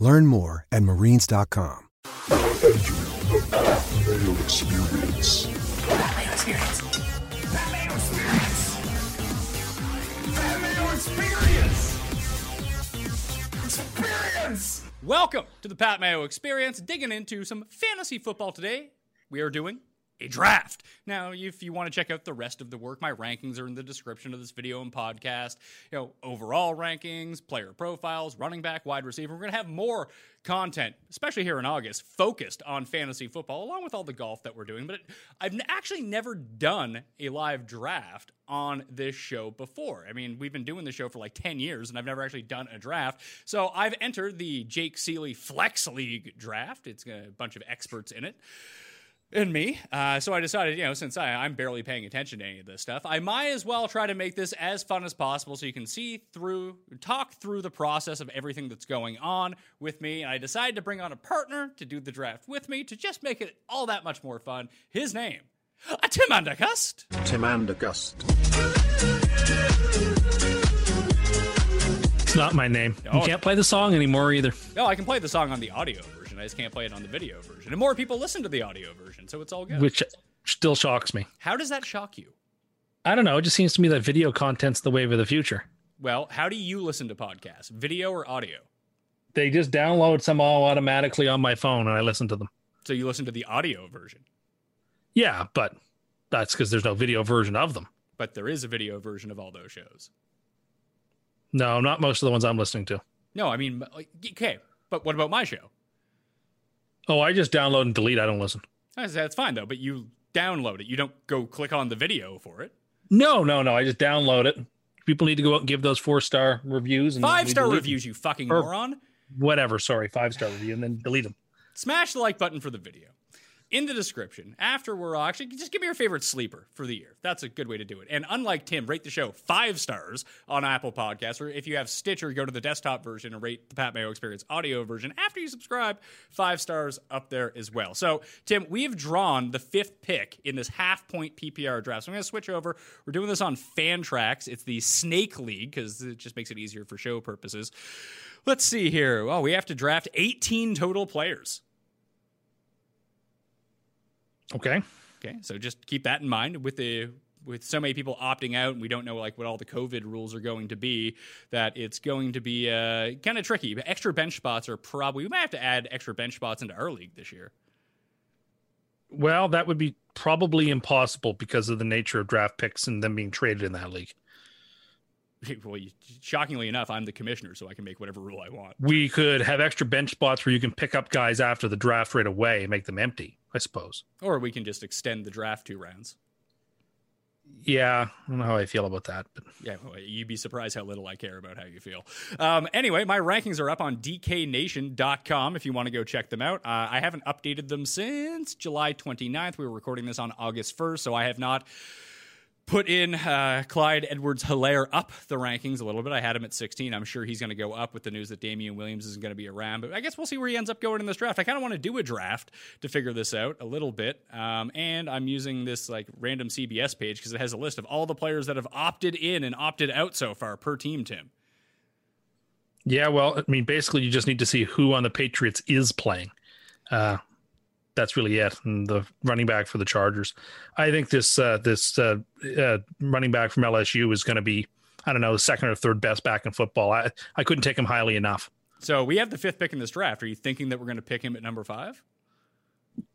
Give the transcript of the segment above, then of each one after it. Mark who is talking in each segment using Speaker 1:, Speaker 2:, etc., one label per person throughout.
Speaker 1: Learn more at marines.com.
Speaker 2: Male experience. Male experience. Male experience. Male experience. Experience.
Speaker 3: Welcome to the Pat Mayo Experience, digging into some fantasy football today. We are doing a draft. Now, if you want to check out the rest of the work, my rankings are in the description of this video and podcast. You know, overall rankings, player profiles, running back, wide receiver. We're going to have more content, especially here in August, focused on fantasy football, along with all the golf that we're doing. But I've n- actually never done a live draft on this show before. I mean, we've been doing this show for like 10 years and I've never actually done a draft. So I've entered the Jake Seeley Flex League draft. It's got a bunch of experts in it and me. Uh, so I decided, you know, since I, I'm barely paying attention to any of this stuff, I might as well try to make this as fun as possible so you can see through, talk through the process of everything that's going on with me. And I decided to bring on a partner to do the draft with me to just make it all that much more fun. His name, uh, Tim Undergust.
Speaker 4: Tim Andergust.
Speaker 5: It's not my name. You
Speaker 3: Oh.
Speaker 5: can't play the song anymore either.
Speaker 3: No, Oh, I can play the song on the audio version. I just can't play it on the video version. And more people listen to the audio version, so it's all good.
Speaker 5: which still shocks me.
Speaker 3: How does that shock you?
Speaker 5: I don't know. It just seems to me that video content's the wave of the future.
Speaker 3: Well, how do you listen to podcasts? Video or audio?
Speaker 5: They just download some all automatically on my phone and I listen to them.
Speaker 3: So you listen to the audio version.
Speaker 5: Yeah, but that's because there's no video version of them.
Speaker 3: but there is a video version of all those shows.
Speaker 5: No, not most of the ones I'm listening to.
Speaker 3: No, I mean, like, okay, but what about my show?
Speaker 5: Oh, I just download and delete. I don't listen.
Speaker 3: I said, That's fine though, but you download it. You don't go click on the video for it.
Speaker 5: No, no, no. I just download it. People need to go out and give those four star reviews and
Speaker 3: Five star
Speaker 5: delete-
Speaker 3: reviews, you fucking
Speaker 5: Or-
Speaker 3: moron.
Speaker 5: Whatever. Sorry, five star review and then delete them.
Speaker 3: Smash the like button for the video. In the description, after we're off, actually, just give me your favorite sleeper for the year. That's a good way to do it. And unlike Tim, rate the show five stars on Apple Podcasts, or if you have Stitcher, go to the desktop version and rate the Pat Mayo Experience audio version after you subscribe. Five stars up there as well. So, Tim, we've drawn the fifth pick in this half point PPR draft. So I'm going to switch over. We're doing this on Fantrax. It's the Snake League because it just makes it easier for show purposes. Let's see here. Well, we have to draft 18 total players.
Speaker 5: Okay.
Speaker 3: Okay, so just keep that in mind with the with so many people opting out, and we don't know like what all the COVID rules are going to be. That it's going to be uh, kind of tricky. But extra bench spots are probably we might have to add extra bench spots into our league this year.
Speaker 5: Well, that would be probably impossible because of the nature of draft picks and them being traded in that league.
Speaker 3: Well, you, shockingly enough, I'm the commissioner, so I can make whatever rule I want.
Speaker 5: we could have extra bench spots where you can pick up guys after the draft right away and make them empty, I suppose.
Speaker 3: Or we can just extend the draft two rounds.
Speaker 5: Yeah, I don't know how I feel about that. But
Speaker 3: Yeah, well, you'd be surprised how little I care about how you feel. Um, anyway, my rankings are up on dknation.com if you want to go check them out. Uh, I haven't updated them since July 29th. We were recording this on August 1st, so I have not put in uh, Clyde Edwards Hilaire up the rankings a little bit. I had him at 16. I'm sure he's going to go up with the news that Damian Williams isn't going to be around, but I guess we'll see where he ends up going in this draft. I kind of want to do a draft to figure this out a little bit. Um, and I'm using this like random CBS page because it has a list of all the players that have opted in and opted out so far per team, Tim.
Speaker 5: yeah, well, I mean, basically, you just need to see who on the Patriots is playing. Uh, that's really it. And the running back for the Chargers, I think this uh, this uh, uh, running back from LSU is going to be, I don't know, the second or third best back in football. I I couldn't take him highly enough.
Speaker 3: So we have the fifth pick in this draft. Are you thinking that we're going to pick him at number five?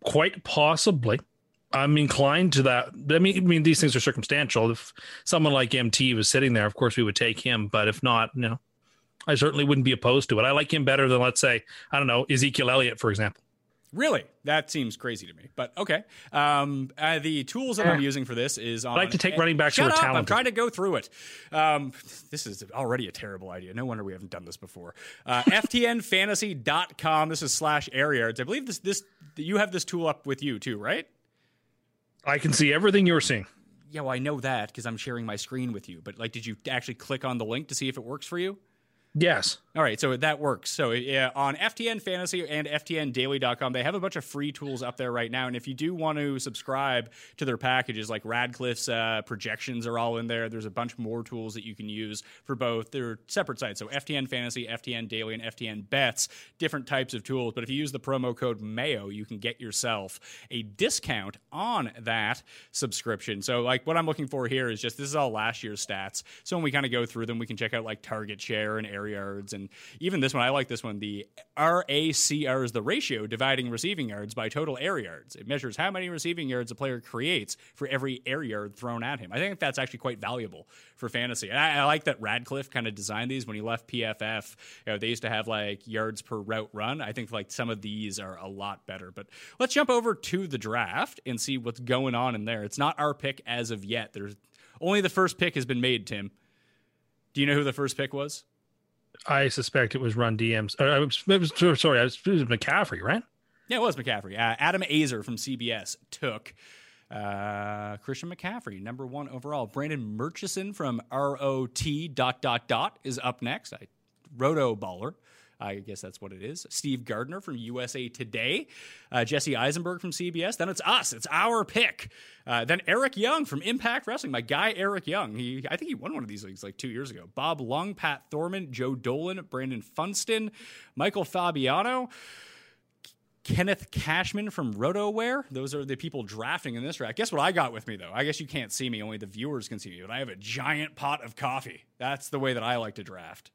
Speaker 5: Quite possibly. I'm inclined to that. I mean, I mean, these things are circumstantial. If someone like MT was sitting there, of course we would take him. But if not, you know, I certainly wouldn't be opposed to it. I like him better than, let's say, I don't know, Ezekiel Elliott, for example.
Speaker 3: Really, that seems crazy to me. But okay, um, uh, the tools that I'm using for this is on. I
Speaker 5: Eh. like to take running backs who
Speaker 3: Shut
Speaker 5: are
Speaker 3: up, I'm
Speaker 5: talented.
Speaker 3: trying to go through it. Um, this is already a terrible idea. No wonder we haven't done this before. Uh, FTNFantasy.com. This is slash area. I believe this this you have this tool up with you too, right?
Speaker 5: I can see everything you're seeing.
Speaker 3: Yeah, well, I know that because I'm sharing my screen with you. But like, did you actually click on the link to see if it works for you?
Speaker 5: Yes.
Speaker 3: All right, so that works. So yeah, on FTN Fantasy and FTNDaily.com, they have a bunch of free tools up there right now. And if you do want to subscribe to their packages, like Radcliffe's uh, projections are all in there. There's a bunch more tools that you can use for both. They're separate sites. So FTN Fantasy, FTN Daily, and FTN Bets, different types of tools. But if you use the promo code MAYO, you can get yourself a discount on that subscription. So like what I'm looking for here is just this is all last year's stats. So when we kind of go through them, we can check out like target share and air yards. And even this one, I like this one. The RACR is the ratio dividing receiving yards by total air yards. It measures how many receiving yards a player creates for every air yard thrown at him. I think that's actually quite valuable for fantasy. And I, I like that Radcliffe kind of designed these when he left PFF. You know, they used to have like yards per route run. I think like some of these are a lot better. But let's jump over to the draft and see what's going on in there. It's not our pick as of yet. There's only the first pick has been made, Tim. Do you know who the first pick was?
Speaker 5: I suspect it was Run DMs. Or, I was, it was- sorry, I was, it was McCaffrey, right?
Speaker 3: Yeah, it was McCaffrey. Uh, Adam Azer from CBS took uh, Christian McCaffrey, number one overall. Brandon Murchison from ROT dot dot dot is up next. I Roto Baller. I guess that's what it is. Steve Gardner from USA Today, uh, Jesse Eisenberg from CBS. Then it's us. It's our pick. Uh, then Eric Young from Impact Wrestling. My guy Eric Young. He, I think he won one of these leagues like two years ago. Bob Lung, Pat Thorman, Joe Dolan, Brandon Funston, Michael Fabiano. Kenneth Cashman from RotoWare. Those are the people drafting in this draft. Guess what I got with me, though? I guess you can't see me, only the viewers can see me, but I have a giant pot of coffee. That's the way that I like to draft.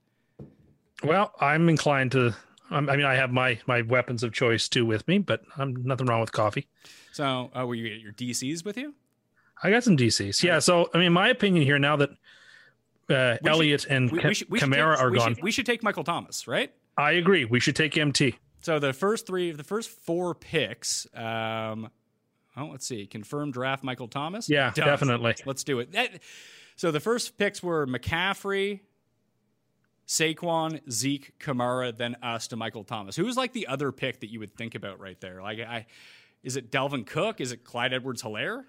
Speaker 5: Well, I'm inclined to. I'm, I mean, I have my my weapons of choice too with me, but I'm nothing wrong with coffee.
Speaker 3: So, uh, will you get your DCs with you?
Speaker 5: I got some DCs. Yeah. So, I mean, my opinion here now that uh,
Speaker 3: should-
Speaker 5: Elliott and
Speaker 3: We,
Speaker 5: Ca-
Speaker 3: we should- we should
Speaker 5: Kamara
Speaker 3: take-
Speaker 5: are
Speaker 3: we
Speaker 5: gone,
Speaker 3: should- we should take Michael Thomas, right?
Speaker 5: I agree. We should take MT.
Speaker 3: So the first three, the first four picks. Um, oh, let's see. Confirmed draft Michael Thomas.
Speaker 5: Yeah,
Speaker 3: Done.
Speaker 5: definitely.
Speaker 3: Let's do it. That- so the first picks were McCaffrey, Saquon, Zeke, Kamara, then us to Michael Thomas. Who's like the other pick that you would think about right there? Like, I is it Delvin Cook? Is it Clyde Edwards-Hilaire?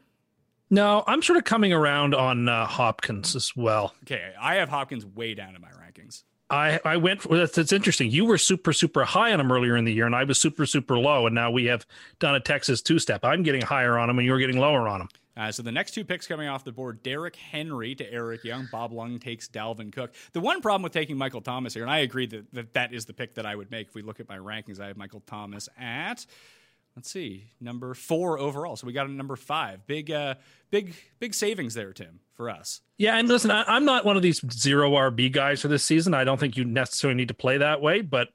Speaker 5: No, I'm sort of coming around on uh, Hopkins as well.
Speaker 3: Okay, I have Hopkins way down in my rankings.
Speaker 5: I I went. For, that's, that's interesting. You were super super high on him earlier in the year, and I was super super low. And now we have done a Texas two step. I'm getting higher on him, and you're getting lower on him.
Speaker 3: Uh, so the next two picks coming off the board, Derek Henry to Eric Young. Bob Lung takes Dalvin Cook. The one problem with taking Michael Thomas here, and I agree that that, that is the pick that I would make if we look at my rankings. I have Michael Thomas at let's see, number four overall. So we got a number five. Big, uh, big, big savings there, Tim, for us.
Speaker 5: Yeah, and listen, I, I'm not one of these zero RB guys for this season. I don't think you necessarily need to play that way, but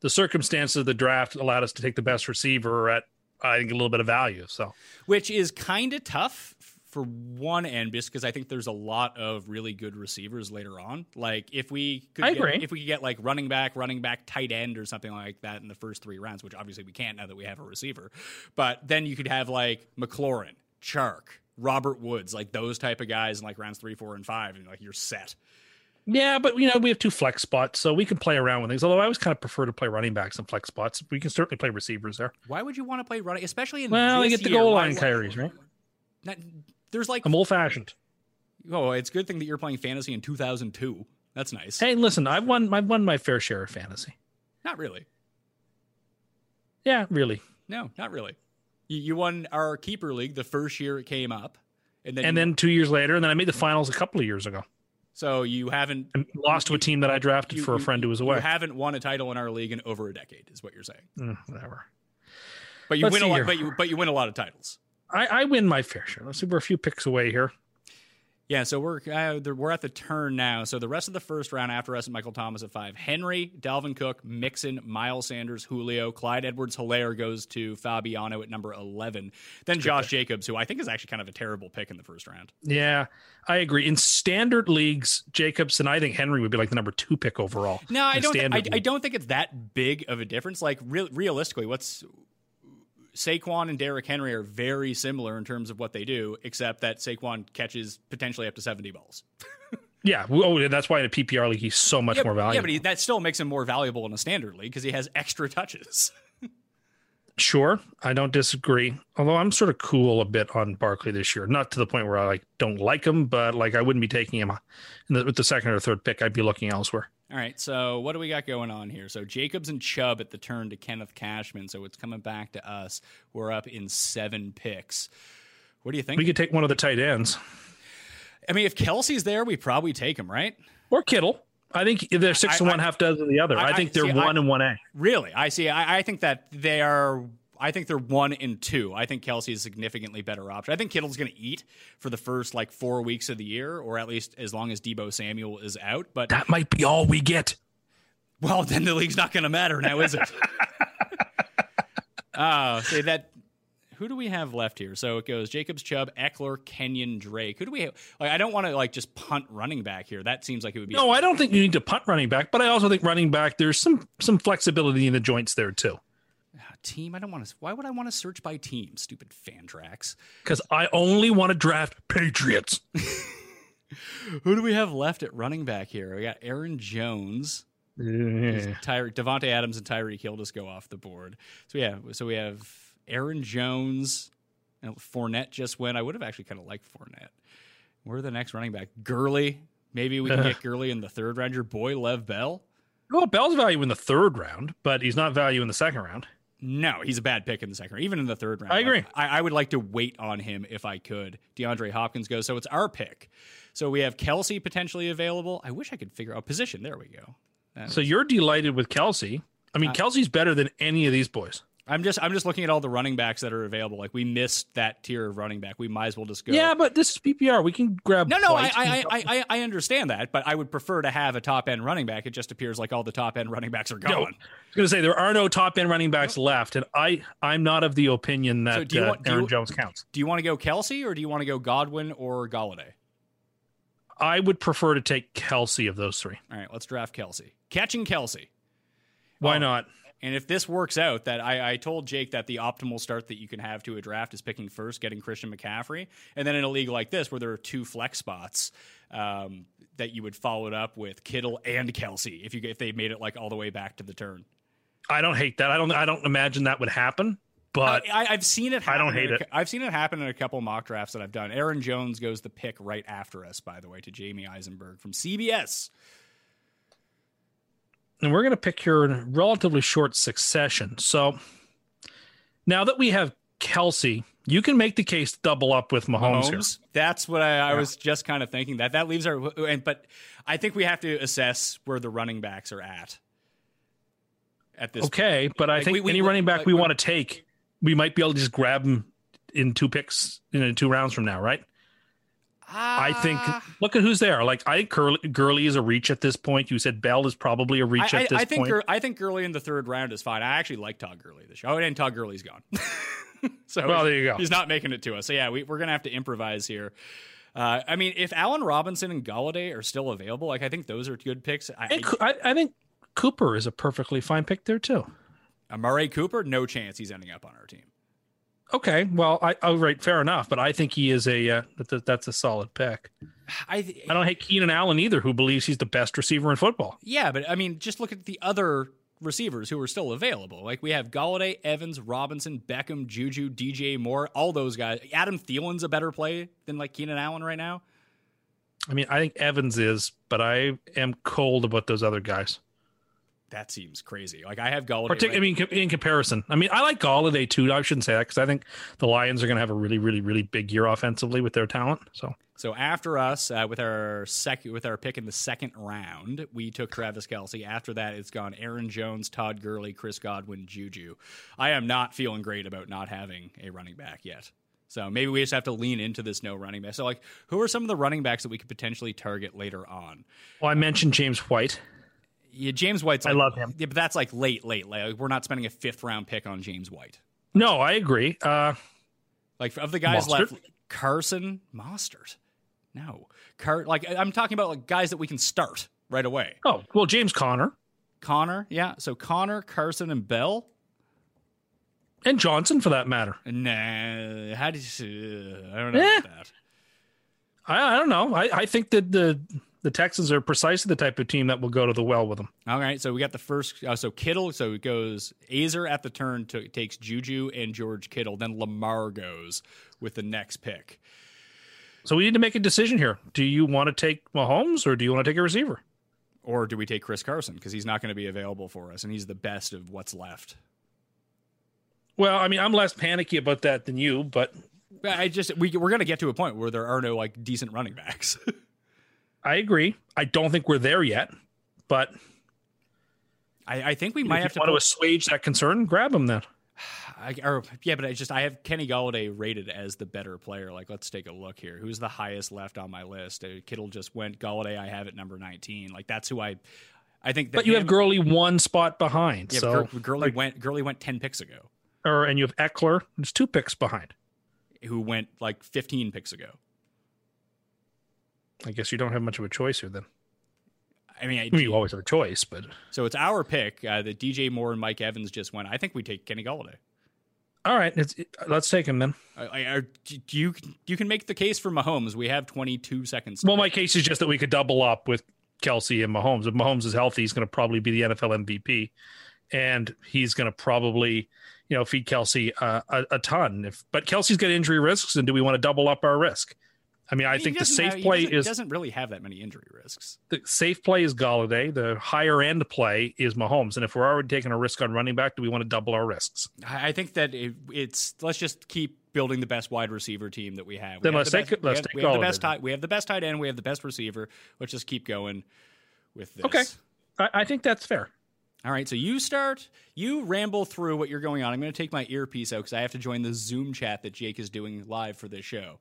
Speaker 5: the circumstances of the draft allowed us to take the best receiver at I think a little bit of value. So
Speaker 3: which is kind of tough for one end just because I think there's a lot of really good receivers later on. Like if we could
Speaker 5: I
Speaker 3: get,
Speaker 5: agree.
Speaker 3: if we could get like running back, running back, tight end or something like that in the first 3 rounds, which obviously we can't now that we have a receiver. But then you could have like McLaurin, Chark, Robert Woods, like those type of guys in like rounds 3, 4 and 5 and like you're set.
Speaker 5: yeah, but you know we have two flex spots, so we can play around with things. Although I always kind of prefer to play running backs and flex spots. We can certainly play receivers there.
Speaker 3: Why would you want to play running especially in
Speaker 5: Well, they
Speaker 3: this
Speaker 5: get the
Speaker 3: year?
Speaker 5: goal
Speaker 3: Why-
Speaker 5: line carries, right?
Speaker 3: Not, there's like
Speaker 5: I'm old fashioned.
Speaker 3: oh, it's a good thing that you're playing fantasy in 2002. That's nice.
Speaker 5: Hey, listen, I've won. I've won my fair share of fantasy.
Speaker 3: Not really.
Speaker 5: Yeah, really.
Speaker 3: No, not really. You, you won our keeper league the first year it came up, and then
Speaker 5: And
Speaker 3: you-
Speaker 5: then two years later, and then I made the finals a couple of years ago
Speaker 3: so you haven't
Speaker 5: and lost to a team that I drafted
Speaker 3: you,
Speaker 5: for a
Speaker 3: you-
Speaker 5: friend who was
Speaker 3: You
Speaker 5: away.
Speaker 3: haven't won a title in our league in over a decade, is what you're saying.
Speaker 5: Mm, whatever.
Speaker 3: But you
Speaker 5: Let's
Speaker 3: win a
Speaker 5: see
Speaker 3: lot.
Speaker 5: here.
Speaker 3: But you but you win a lot of titles.
Speaker 5: I, I win my fair share. Let's see, we're a few picks away here.
Speaker 3: Yeah, so we're uh, the- we're at the turn now. So the rest of the first round after us and Michael Thomas at five. Henry, Dalvin Cook, Mixon, Miles Sanders, Julio, Clyde Edwards Hilaire goes to Fabiano at number 11. Then Josh Jacobs, who I think is actually kind of a terrible pick in the first round.
Speaker 5: Yeah, I agree. In standard leagues, Jacobs and I think Henry would be like the number two pick overall.
Speaker 3: No, I
Speaker 5: in
Speaker 3: don't. Th- I,
Speaker 5: standard
Speaker 3: I
Speaker 5: league.
Speaker 3: don't think it's that big of a difference. Like real realistically, what's Saquon and Derrick Henry are very similar in terms of what they do, except that Saquon catches potentially up to seventy balls.
Speaker 5: Yeah. Oh, and that's why in a PPR league he's so much
Speaker 3: yeah,
Speaker 5: more
Speaker 3: but-
Speaker 5: valuable.
Speaker 3: Yeah, but he, that still makes him more valuable in a standard league because he has extra touches.
Speaker 5: Sure, I don't disagree. Although I'm sort of cool a bit on Barkley this year, not to the point where I like don't like him, but like I wouldn't be taking him uh, in the, with the second or third pick. I'd be looking elsewhere.
Speaker 3: All right, so what do we got going on here? So Jacobs and Chubb at the turn to Kenneth Cashman. So it's coming back to us. We're up in seven picks. What do you think?
Speaker 5: We could take one of the tight ends
Speaker 3: I mean, if Kelsey's there, we probably take him, right?
Speaker 5: or Kittle. I think they're six
Speaker 3: I-
Speaker 5: and one, half dozen the other.
Speaker 3: I-
Speaker 5: I,
Speaker 3: I-
Speaker 5: think they're
Speaker 3: see, I-
Speaker 5: one and one A.
Speaker 3: Really, I see. I, I think that they are. I think they're one and two. I think Kelsey is a significantly better option. I think Kittle's going to eat for the first like four weeks of the year, or at least as long as Debo Samuel is out. But
Speaker 5: That might be all we get.
Speaker 3: well, then the league's not going to matter now, is it? Oh, see that. Who do we have left here? So it goes Jacobs, Chubb, Eckler, Kenyon, Drake. Who do we have? Like, I don't want to like just punt running back here. That seems like it would be.
Speaker 5: No, I don't think you need to punt running back, but I also think running back there's some some flexibility in the joints there too.
Speaker 3: team. I don't want to. Why would I want to search by team? Stupid fan tracks.
Speaker 5: Because I only want to draft Patriots.
Speaker 3: Who do we have left at running back here? We got Aaron Jones, Tyreek Devonte Adams, and Tyreek Hill just go off the board. So yeah, so we have Aaron Jones. And Fournette just went. I would have actually kind of liked Fournette. Where the next running back? Gurley. Maybe we can get Gurley in the third round. Your boy Lev Bell.
Speaker 5: Well, Bell's value in the third round, but he's not value in the second round.
Speaker 3: No, he's a bad pick in the second, round, even in the third round.
Speaker 5: I agree.
Speaker 3: Like, I, I would like to wait on him if I could. DeAndre Hopkins goes, so it's our pick. So we have Kelsey potentially available. I wish I could figure out position. There we go.
Speaker 5: So you're delighted with Kelsey. I mean, Kelsey's better than any of these boys.
Speaker 3: I'm just I'm just looking at all the running backs that are available. Like we missed that tier of running back. We might as well just go.
Speaker 5: Yeah, but this is PPR. We can grab.
Speaker 3: No, no, I,
Speaker 5: White.
Speaker 3: I, I, I, I understand that, but I would prefer to have a top end running back. It just appears like all the top end running backs are
Speaker 5: No, I
Speaker 3: gone.
Speaker 5: was gonna say there are no top end running backs left, and I I'm not of the opinion that
Speaker 3: So do you
Speaker 5: uh,
Speaker 3: want- do
Speaker 5: Aaron
Speaker 3: you-
Speaker 5: Jones counts.
Speaker 3: Do you want to go Kelsey or do you want to go Godwin or Galladay?
Speaker 5: I would prefer to take Kelsey of those three.
Speaker 3: All right, let's draft Kelsey. Catching Kelsey. Oh.
Speaker 5: Why not?
Speaker 3: And if this works out, that I, I told Jake that the optimal start that you can have to a draft is picking first, getting Christian McCaffrey, and then in a league like this where there are two flex spots, um, that you would follow it up with Kittle and Kelsey if you if they made it like all the way back to the turn.
Speaker 5: I don't hate that. I don't I don't imagine that would happen. But
Speaker 3: I, I, I've seen it.
Speaker 5: Uh, I
Speaker 3: Happen
Speaker 5: don't
Speaker 3: in
Speaker 5: hate
Speaker 3: a
Speaker 5: it.
Speaker 3: cou- I've seen it happen in a couple mock drafts that I've done. Aaron Jones goes the pick right after us, by the way, to Jamie Eisenberg from CBS.
Speaker 5: and we're going to pick here in relatively short succession. So now that we have Kelsey, you can make the case double up with Mahomes. here.
Speaker 3: Mahomes. That's what I, I was just kind of thinking. That that leaves our and but I think we have to assess where the running backs are at. At this,
Speaker 5: Okay, but I
Speaker 3: Like,
Speaker 5: think
Speaker 3: we- we-
Speaker 5: any running back
Speaker 3: like,
Speaker 5: we
Speaker 3: we-
Speaker 5: want to take, we might be able to just grab him in two picks you know, two rounds from now, right? I think.
Speaker 3: Ah.
Speaker 5: Look at who's there. Like I think Curly, Gurley is a reach at this point. You said Bell is probably a reach
Speaker 3: I, I,
Speaker 5: at this
Speaker 3: I think
Speaker 5: point.
Speaker 3: Gur- I think Gurley in the third round is fine. I actually like Todd Gurley this year. Oh, and Todd Gurley's gone. so
Speaker 5: Well, there you go.
Speaker 3: He's not making it to us. So yeah, we, we're gonna have to improvise here. Uh, I mean, if Allen Robinson and Galladay are still available, like I think those are good picks. I,
Speaker 5: I think, I, I think Cooper is a perfectly fine pick there too.
Speaker 3: Amare Cooper, no chance he's ending up on our team.
Speaker 5: Okay, well, I oh right, fair enough. But I think he is a uh, that, that, that's a solid pick.
Speaker 3: I, th-
Speaker 5: I don't hate Keenan Allen either, who believes he's the best receiver in football.
Speaker 3: Yeah, but I mean, just look at the other receivers who are still available. Like we have Galladay, Evans, Robinson, Beckham, Juju, DJ Moore, all those guys. Adam Thielen's a better play than like Keenan Allen right now.
Speaker 5: I mean, I think Evans is, but I am cold about those other guys.
Speaker 3: That seems crazy. Like I have Galladay.
Speaker 5: Partic- I mean, co- in comparison, I mean, I like Galladay too. I shouldn't say that because I think the Lions are going to have a really, really, really big year offensively with their talent. So
Speaker 3: so after us, uh, with our second, with our pick in the second round, we took Travis Kelsey. After that, it's gone Aaron Jones, Todd Gurley, Chris Godwin, Juju. I am not feeling great about not having a running back yet. So maybe we just have to lean into this no running back. So like, who are some of the running backs that we could potentially target later on?
Speaker 5: Well, I mentioned James White.
Speaker 3: Yeah, James White's.
Speaker 5: I
Speaker 3: Like,
Speaker 5: love him.
Speaker 3: Yeah, but that's like late, late, late. Like, we're not spending a fifth round pick on James White.
Speaker 5: No, I agree. Uh,
Speaker 3: Like of the guys
Speaker 5: Mostert?
Speaker 3: left, Carson Mostert. No, Car- like I'm talking about like guys that we can start right away.
Speaker 5: oh, well, James Conner
Speaker 3: Connor, yeah. So Connor, Carson, and Bell.
Speaker 5: and Johnson, for that matter.
Speaker 3: Nah, how do you? uh, I don't know
Speaker 5: Eh.
Speaker 3: about that.
Speaker 5: I, I don't know. I, I think that the the Texans are precisely the type of team that will go to the well with them.
Speaker 3: All right, so we got the first. Uh, so Kittle, so it goes Azer at the turn to, takes Juju and George Kittle. Then Lamar goes with the next pick.
Speaker 5: So we need to make a decision here. Do you want to take Mahomes or do you want to take a receiver?
Speaker 3: Or do we take Chris Carson because he's not going to be available for us, and he's the best of what's left.
Speaker 5: Well, I mean, I'm less panicky about that than you, but
Speaker 3: But I just we we're going to get to a point where there are no like decent running backs.
Speaker 5: I agree. I don't think we're there yet. But
Speaker 3: I, I think we
Speaker 5: if
Speaker 3: might
Speaker 5: you
Speaker 3: have to.
Speaker 5: want to
Speaker 3: put-
Speaker 5: assuage that concern, grab him then.
Speaker 3: I, or, yeah, but I just I have Kenny Galladay rated as the better player. Like, let's take a look here. Who's the highest left on my list? Uh, Kittle just went. Galladay, I have at number nineteen. Like, that's who I. I think. That
Speaker 5: But you have
Speaker 3: him-
Speaker 5: Gurley one spot behind.
Speaker 3: Yeah,
Speaker 5: so,
Speaker 3: so, Gurley went. Gurley went ten picks ago.
Speaker 5: or and you have Eckler, there's two picks behind.
Speaker 3: Who went like fifteen picks ago?
Speaker 5: I guess you don't have much of a choice here then.
Speaker 3: I mean, I,
Speaker 5: I mean, you always have a choice, but
Speaker 3: so it's our pick. Uh, that DJ Moore and Mike Evans just went. I think we take Kenny Galladay.
Speaker 5: all right, it's, let's take him then.
Speaker 3: I, I, I- do you you can make the case for Mahomes. We have twenty two seconds.
Speaker 5: Well, my case is just that we could double up with Kelsey and Mahomes. If Mahomes is healthy, he's going to probably be the NFL MVP, and he's going to probably, you know, feed Kelsey uh, a, a ton. If but Kelsey's got injury risks, and do we want to double up our risk? I mean, I
Speaker 3: He
Speaker 5: think the
Speaker 3: doesn't
Speaker 5: safe
Speaker 3: have- he
Speaker 5: play
Speaker 3: doesn't-
Speaker 5: is
Speaker 3: doesn't really have that many injury risks.
Speaker 5: the safe play is Galladay. The higher end play is Mahomes. And if we're already taking a risk on running back, do we want to double our risks?
Speaker 3: I I think that it, it's let's just keep building the best wide receiver team that we have. We
Speaker 5: Then
Speaker 3: have
Speaker 5: let's
Speaker 3: the
Speaker 5: take-
Speaker 3: best, we
Speaker 5: let's
Speaker 3: have,
Speaker 5: take
Speaker 3: we have the
Speaker 5: Galladay
Speaker 3: best
Speaker 5: then.
Speaker 3: tight. We have the best tight end. We have the best receiver. Let's just keep going with this.
Speaker 5: Okay. I, I think that's fair.
Speaker 3: All right. So you start. You ramble through what you're going on. I'm going to take my earpiece out because I have to join the Zoom chat that Jake is doing live for this show.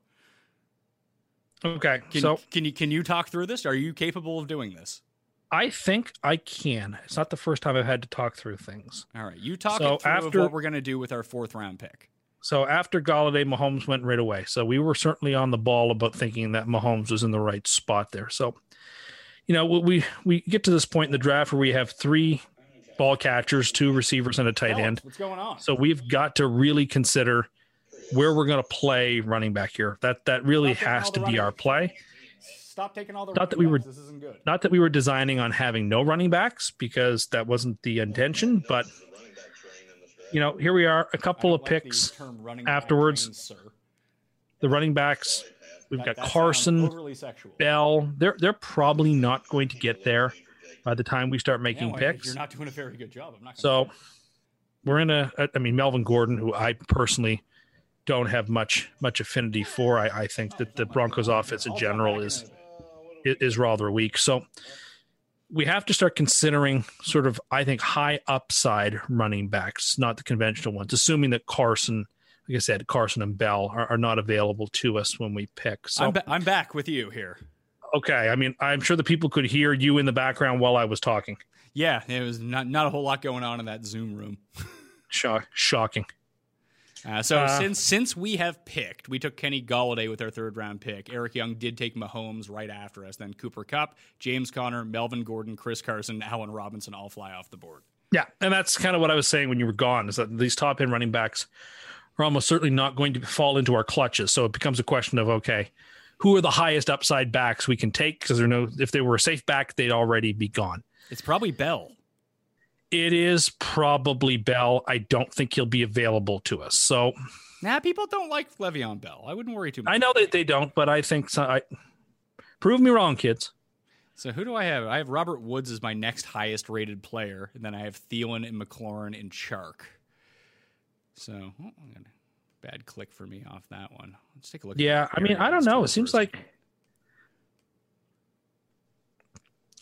Speaker 5: Okay.
Speaker 3: Can,
Speaker 5: so
Speaker 3: can you can you talk through this? Are you capable of doing this?
Speaker 5: I think I can. It's not the first time I've had to talk through things.
Speaker 3: All right. You talk
Speaker 5: So
Speaker 3: it through of
Speaker 5: after-
Speaker 3: what we're going to do with our fourth round pick.
Speaker 5: So after Galladay, Mahomes went right away. So we were certainly on the ball about thinking that Mahomes was in the right spot there. So, you know, we we- we get to this point in the draft where we have three ball catchers, two receivers, and a tight
Speaker 3: Tell us
Speaker 5: end.
Speaker 3: What's going on?
Speaker 5: So we've got to really consider where we're going to play running back here. That that really
Speaker 3: Stop taking all
Speaker 5: has
Speaker 3: the
Speaker 5: to be
Speaker 3: running-
Speaker 5: our play.
Speaker 3: Stop taking all the.
Speaker 5: Not that we
Speaker 3: running
Speaker 5: were-
Speaker 3: backs. This isn't good.
Speaker 5: Not that we were designing on having no running backs because that wasn't the intention, but you know, here we are, a couple of picks. afterwards. The running backs, we've got Carson,
Speaker 3: Overly sexual.
Speaker 5: Bell, they're they're probably not going to get there by the time we start
Speaker 3: Yeah,
Speaker 5: making
Speaker 3: well,
Speaker 5: picks.
Speaker 3: You're not doing a very good job. I'm not.
Speaker 5: so
Speaker 3: Gonna
Speaker 5: we're in a I mean Melvin Gordon, who I personally don't have much much affinity for. I, I think that the Broncos offense in general is i- is rather weak. So we have to start considering sort of I think high upside running backs, not the conventional ones, assuming that Carson, like I said, Carson and Bell are, are not available to us when we pick. So
Speaker 3: I'm, ba- I'm back with you here.
Speaker 5: okay. I mean, I'm sure the people could hear you in the background while I was talking.
Speaker 3: Yeah, it was not not a whole lot going on in that Zoom room.
Speaker 5: Shock, shocking.
Speaker 3: Uh, so
Speaker 5: Uh,
Speaker 3: since since we have picked, we took Kenny Galladay with our third round pick. Eric Young did take Mahomes right after us. Then Cooper Cup, James Conner, Melvin Gordon, Chris Carson, Allen Robinson all fly off the board.
Speaker 5: Yeah, and that's kind of what I was saying when you were gone is that these top end running backs are almost certainly not going to fall into our clutches. So it becomes a question of okay, who are the highest upside backs we can take because there are no if they were a safe back they'd already be gone.
Speaker 3: It's probably Bell.
Speaker 5: It is probably Bell. I don't think he'll be available to us. So
Speaker 3: Nah, people don't like Le'Veon Bell. I wouldn't worry too much.
Speaker 5: I know that they don't, but I think so, I prove me wrong, kids.
Speaker 3: So who do I have? I have Robert Woods as my next highest rated player, and then I have Thielen and McLaurin and Chark. So oh, I'm gonna- bad click for me off that one. Let's take a look. at
Speaker 5: Yeah,
Speaker 3: the
Speaker 5: I mean, I
Speaker 3: areas
Speaker 5: don't know.
Speaker 3: too
Speaker 5: It seems
Speaker 3: first.
Speaker 5: like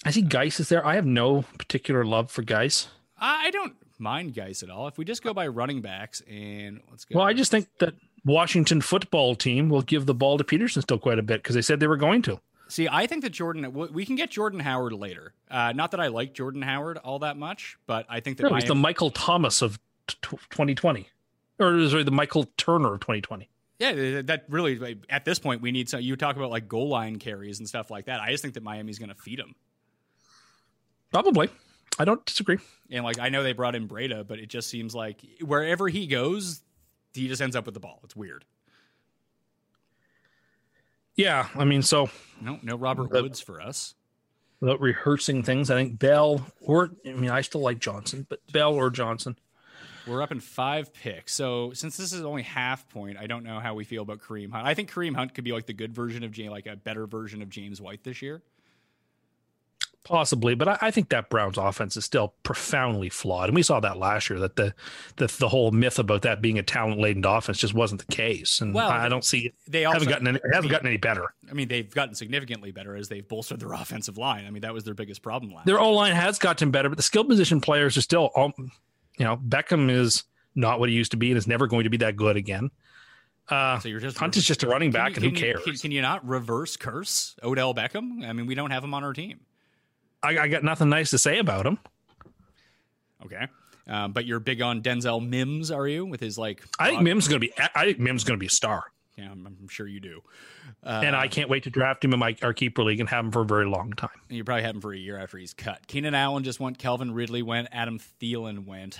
Speaker 5: I see Geis is there. I have no particular love for Geis.
Speaker 3: I I don't. mind Geis at all. If we just go by running backs and let's go.
Speaker 5: Well, I just think that Washington football team will give the ball to Peterson still quite a bit because they said they were going to.
Speaker 3: see. I think that Jordan. w- We can get Jordan Howard later. Uh, not that I like Jordan Howard all that much, but I think that
Speaker 5: No, he's the
Speaker 3: Miami-
Speaker 5: Michael Thomas of t- tw- 2020, or sorry, the Michael Turner of 2020.
Speaker 3: Yeah, th- th- that really like, at this point we need some. You talk about like goal line carries and stuff like that. I just think that Miami's going to feed him.
Speaker 5: Probably. I don't disagree.
Speaker 3: And like I know they brought in Breda, but it just seems like wherever he goes, he just ends up with the ball. It's weird.
Speaker 5: Yeah, I mean, so
Speaker 3: No, no Robert Woods for us.
Speaker 5: without rehearsing things, I think Bell or I mean, I still like Johnson, but Bell or Johnson.
Speaker 3: We're up in five picks. So since this is only half point, I don't know how we feel about Kareem Hunt. I think Kareem Hunt could be like the good version of James, like a better version of James White this year.
Speaker 5: Possibly, but I, I think that Browns offense is still profoundly flawed, and we saw that last year. That the the, the whole myth about that being a talent laden offense just wasn't the case, and
Speaker 3: Well,
Speaker 5: I, I don't see it.
Speaker 3: They also
Speaker 5: haven't gotten any, haven't gotten any better.
Speaker 3: I mean, they've gotten significantly better as they've bolstered their offensive line. I mean, that was their biggest problem last.
Speaker 5: Their O line has gotten better, but the skill position players are still, all, you know, Beckham is not what he used to be, and is never going to be that good again. Uh,
Speaker 3: So you're just
Speaker 5: Hunt is just a running back,
Speaker 3: Can
Speaker 5: and who
Speaker 3: you-
Speaker 5: cares?
Speaker 3: Can, can you not reverse curse Odell Beckham? I mean, we don't have him on our team.
Speaker 5: I, I got nothing nice to say about him.
Speaker 3: Okay. Um, but you're big on Denzel Mims, are you? With his like,
Speaker 5: I think
Speaker 3: uh,
Speaker 5: Mims is going to be. I think Mims is going to be a star,
Speaker 3: yeah, I'm, I'm sure you do. uh,
Speaker 5: and I can't wait to draft him in my our keeper league and have him for a very long time.
Speaker 3: You probably have him for a year after he's cut. Keenan Allen just went. Kelvin Ridley went. Adam Thielen went.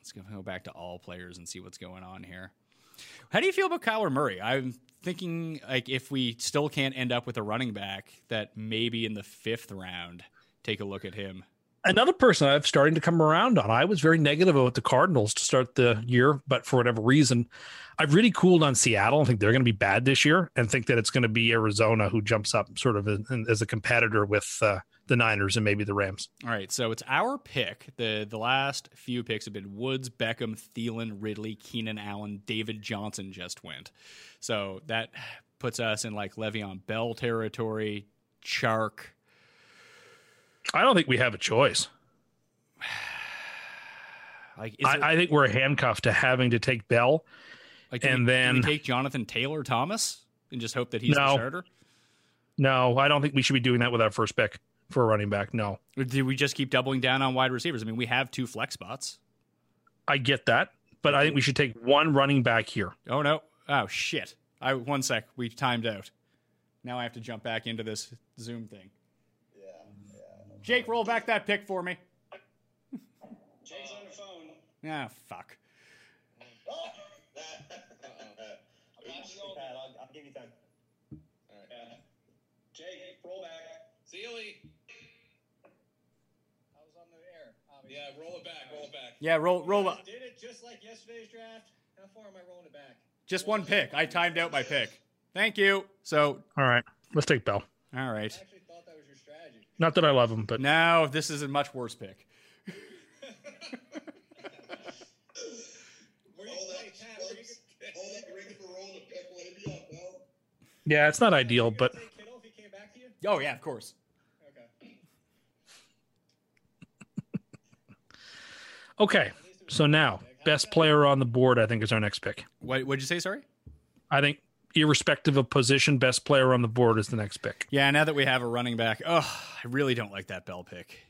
Speaker 3: Let's go go back to all players and see what's going on here. How do you feel about Kyler Murray? I'm thinking like if we still can't end up with a running back, that maybe in the fifth round, take a look at him.
Speaker 5: another person I'm starting to come around on. I was very negative about the Cardinals to start the year, but for whatever reason, I've really cooled on Seattle. I think they're going to be bad this year, and think that it's going to be Arizona who jumps up sort of in- in- as a competitor with uh, the Niners and maybe the Rams.
Speaker 3: All right, so it's our pick. the The last few picks have been Woods, Beckham, Thielen, Ridley, Keenan Allen, David Johnson just went. So that puts us in like Le'Veon Bell territory. Chark.
Speaker 5: I don't think we have a choice.
Speaker 3: Like, is
Speaker 5: I,
Speaker 3: it,
Speaker 5: I think we're handcuffed to having to take Bell.
Speaker 3: like do
Speaker 5: and
Speaker 3: we, do we
Speaker 5: then-
Speaker 3: take Jonathan Taylor Thomas and just hope that he's the
Speaker 5: No.
Speaker 3: starter.
Speaker 5: No, I don't think we should be doing that with our first pick for a running back. No,
Speaker 3: Or do we just keep doubling down on wide receivers? I mean, we have two flex spots.
Speaker 5: I get that, but I think we should take one running back here.
Speaker 3: Oh no! Oh shit! I one sec. We timed out. Now I have to jump back into this Zoom thing. Yeah. Jake, roll back that pick for me.
Speaker 4: Jake's on the phone.
Speaker 3: Ah, fuck.
Speaker 4: I'll, I'll give you time. Yeah. Jake, roll back.
Speaker 6: Sealy.
Speaker 4: I was on the air. Obviously.
Speaker 6: Yeah, roll it back. Roll it back.
Speaker 3: Yeah, roll, roll up.
Speaker 4: Did it just like yesterday's draft. How far am I rolling it back?
Speaker 3: Just one pick. I timed out my pick. Thank you. So,
Speaker 5: All right, let's take Bell.
Speaker 3: all right.
Speaker 4: I actually thought that was your strategy.
Speaker 5: Not that I love him, but
Speaker 3: Now this is a much worse pick.
Speaker 4: Were you, wait, Pat, were you gonna-
Speaker 5: yeah, it's not ideal,
Speaker 4: were you gonna
Speaker 5: but.
Speaker 4: take Kittle if he came back to you?
Speaker 3: Oh yeah, of course.
Speaker 4: Okay.
Speaker 5: Okay. So now, best player on the board, I think, is our next pick.
Speaker 3: What would you say? Sorry.
Speaker 5: I think, irrespective of position, best player on the board is the next pick.
Speaker 3: Yeah. Now that we have a running back, oh, I really don't like that Bell pick.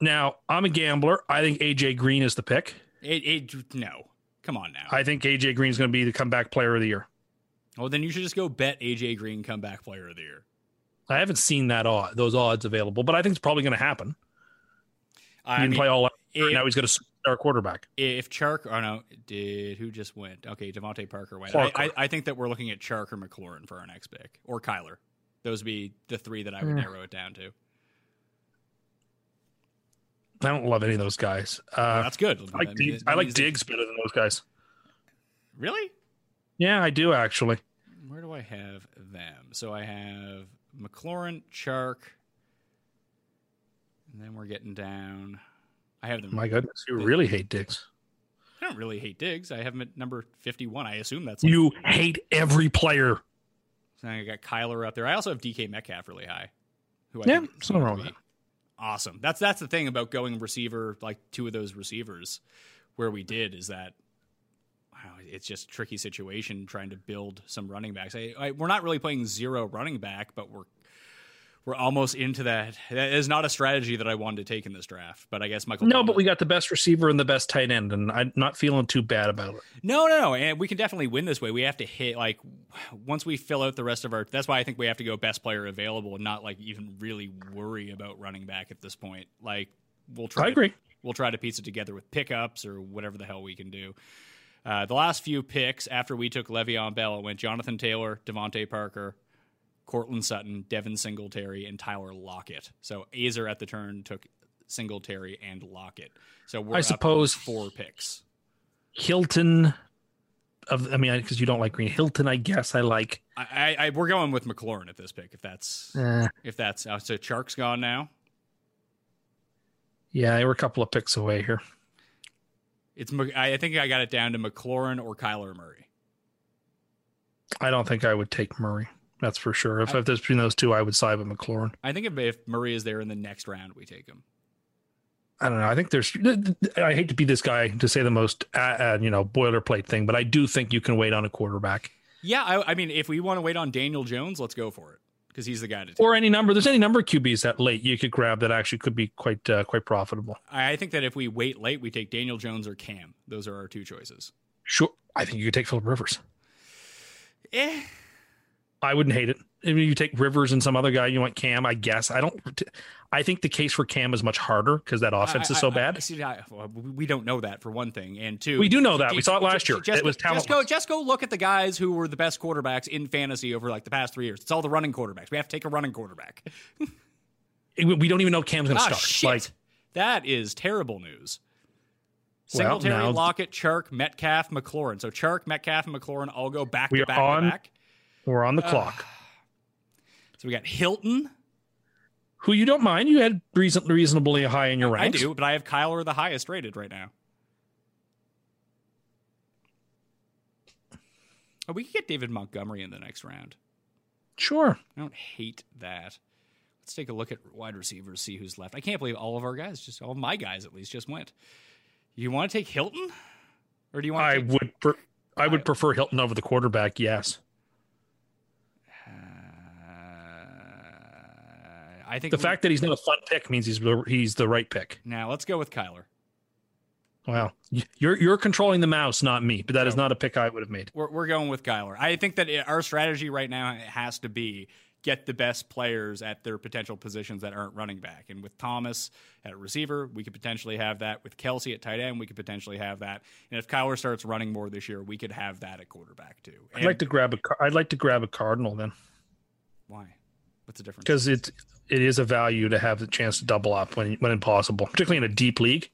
Speaker 5: Now, I'm a gambler. I think AJ Green is the pick.
Speaker 3: It, it no. Come on now.
Speaker 5: I think AJ Green is going to be the comeback player of the year.
Speaker 3: Well, then you should just go bet AJ Green comeback player of the year.
Speaker 5: I haven't seen that odd, those odds available, but I think it's probably going to happen. He
Speaker 3: I
Speaker 5: didn't
Speaker 3: mean,
Speaker 5: play all last year,
Speaker 3: it-
Speaker 5: now he's going to our quarterback.
Speaker 3: if Chark, oh no, did who just went? Okay, Devontae Parker went. I, I,
Speaker 5: Parker.
Speaker 3: I think that we're looking at Chark or McLaurin for our next pick, or Kyler. Those would be the three that I
Speaker 5: Hmm.
Speaker 3: would narrow it down to.
Speaker 5: I don't love any of those guys.
Speaker 3: Well,
Speaker 5: Uh,
Speaker 3: that's good.
Speaker 5: I like,
Speaker 3: mean,
Speaker 5: Diggs,
Speaker 3: that
Speaker 5: I like
Speaker 3: means that-
Speaker 5: Diggs better than those guys.
Speaker 3: Really?
Speaker 5: Yeah, I do actually.
Speaker 3: Where do I have them? So I have McLaurin, Chark, and then we're getting down. I have them.
Speaker 5: My goodness, you really hate Diggs.
Speaker 3: I don't really hate Diggs. I have him at number fifty-one. I assume that's like
Speaker 5: You hate every player.
Speaker 3: So now I got Kyler up there. I also have DK Metcalf really high. Who I
Speaker 5: Yeah,
Speaker 3: think is
Speaker 5: something
Speaker 3: going
Speaker 5: wrong
Speaker 3: to
Speaker 5: with
Speaker 3: be awesome. That's that's the thing about going receiver like two of those receivers where we did is that wow, it's just a tricky situation trying to build some running backs. I, I, we're not really playing zero running back, but we're we're almost into that. That is not a strategy that I wanted to take in this draft, but I guess Michael.
Speaker 5: No,
Speaker 3: Thomas-
Speaker 5: but we got the best receiver and the best tight end, and I'm not feeling too bad about it.
Speaker 3: No, no, no. And we can definitely win this way. We have to hit like once we fill out the rest of our that's why I think we have to go best player available and not like even really worry about running back at this point. Like we'll try
Speaker 5: I agree.
Speaker 3: we'll try to piece it together with pickups or whatever the hell we can do. Uh, the last few picks after we took Le'Veon Bell it went Jonathan Taylor, Devontae Parker, Cortland Sutton, Devin Singletary, and Tyler Lockett. So Azer at the turn took Singletary and Lockett. So we're
Speaker 5: I
Speaker 3: up
Speaker 5: suppose-
Speaker 3: four picks.
Speaker 5: Hilton, of I mean, because you don't like Green Hilton, I guess I like.
Speaker 3: I, I, I we're going with McLaurin at this pick. If that's
Speaker 5: eh,
Speaker 3: if that's uh, so, Chark's gone now.
Speaker 5: yeah, they were a couple of picks away here.
Speaker 3: It's Mc- I I think I got it down to McLaurin or Kyler Murray.
Speaker 5: I don't think I would take Murray. That's for sure. If, if there's between those two, I would side with McLaurin.
Speaker 3: I think if, if Murray is there in the next round, we take him.
Speaker 5: I don't know. I think there's. I hate to be this guy to say the most, uh, uh, you know, boilerplate thing, but I do think you can wait on a quarterback
Speaker 3: Yeah, I, I mean, if we want to wait on Daniel Jones, let's go for it because he's the guy to. Take.
Speaker 5: or any number. There's any number of QBs that late you could grab that actually could be quite uh, quite profitable.
Speaker 3: I I think that if we wait late, we take Daniel Jones or Cam. Those are our two choices.
Speaker 5: Sure, I think you could take Philip Rivers.
Speaker 3: Eh,
Speaker 5: I wouldn't hate it. I mean, you take Rivers and some other guy, you want Cam. I guess I don't. I think the case for Cam is much harder because that offense
Speaker 3: I-
Speaker 5: is
Speaker 3: I-
Speaker 5: so
Speaker 3: I-
Speaker 5: bad.
Speaker 3: see, I- well, we don't know that for one thing, and two,
Speaker 5: we do know that we
Speaker 3: Just-
Speaker 5: saw it last
Speaker 3: just-
Speaker 5: year.
Speaker 3: Just,
Speaker 5: it was talent.
Speaker 3: just go, just go look at the guys who were the best quarterbacks in fantasy over like the past three years. It's all the running quarterbacks. We have to take a running quarterback.
Speaker 5: we we don't even know Cam's going to
Speaker 3: Ah,
Speaker 5: start.
Speaker 3: shit.
Speaker 5: Like
Speaker 3: that is terrible news.
Speaker 5: Well,
Speaker 3: Singletary,
Speaker 5: now-
Speaker 3: Lockett, Chark, Metcalf, McLaurin. So Chark, Metcalf, and McLaurin all go back
Speaker 5: We
Speaker 3: to
Speaker 5: are
Speaker 3: back
Speaker 5: on-
Speaker 3: to back.
Speaker 5: we're on the clock.
Speaker 3: So we got Hilton.
Speaker 5: Who you don't mind? You had reason, reasonably high in your
Speaker 3: I
Speaker 5: ranks.
Speaker 3: do, but I have Kyler the highest rated right now. Oh, we could get David Montgomery in the next round.
Speaker 5: Sure.
Speaker 3: I don't hate that. Let's take a look at wide receivers, see who's left. I can't believe all of our guys, just all my guys at least, just went. You want to take Hilton, or do you want?
Speaker 5: I
Speaker 3: to take,
Speaker 5: would. Per, I would prefer Hilton over the quarterback. Yes.
Speaker 3: uh, I think
Speaker 5: The
Speaker 3: we-
Speaker 5: fact that he's not a fun pick means he's the- he's the right pick.
Speaker 3: now let's go with Kyler.
Speaker 5: Wow. Y- You're you're controlling the mouse, not me. But that is not a pick I would have made.
Speaker 3: We're we're going with Kyler. I think that it, our strategy right now has to be get the best players at their potential positions that aren't running back. And with Thomas at receiver, we could potentially have that. With Kelsey at tight end, we could potentially have that. And if Kyler starts running more this year, we could have that at quarterback too.
Speaker 5: I'd like to grab a. Car- I'd like to grab a cardinal then.
Speaker 3: why? What's the difference?
Speaker 5: because it it is a value to have the chance to double up when when impossible, particularly in a deep league.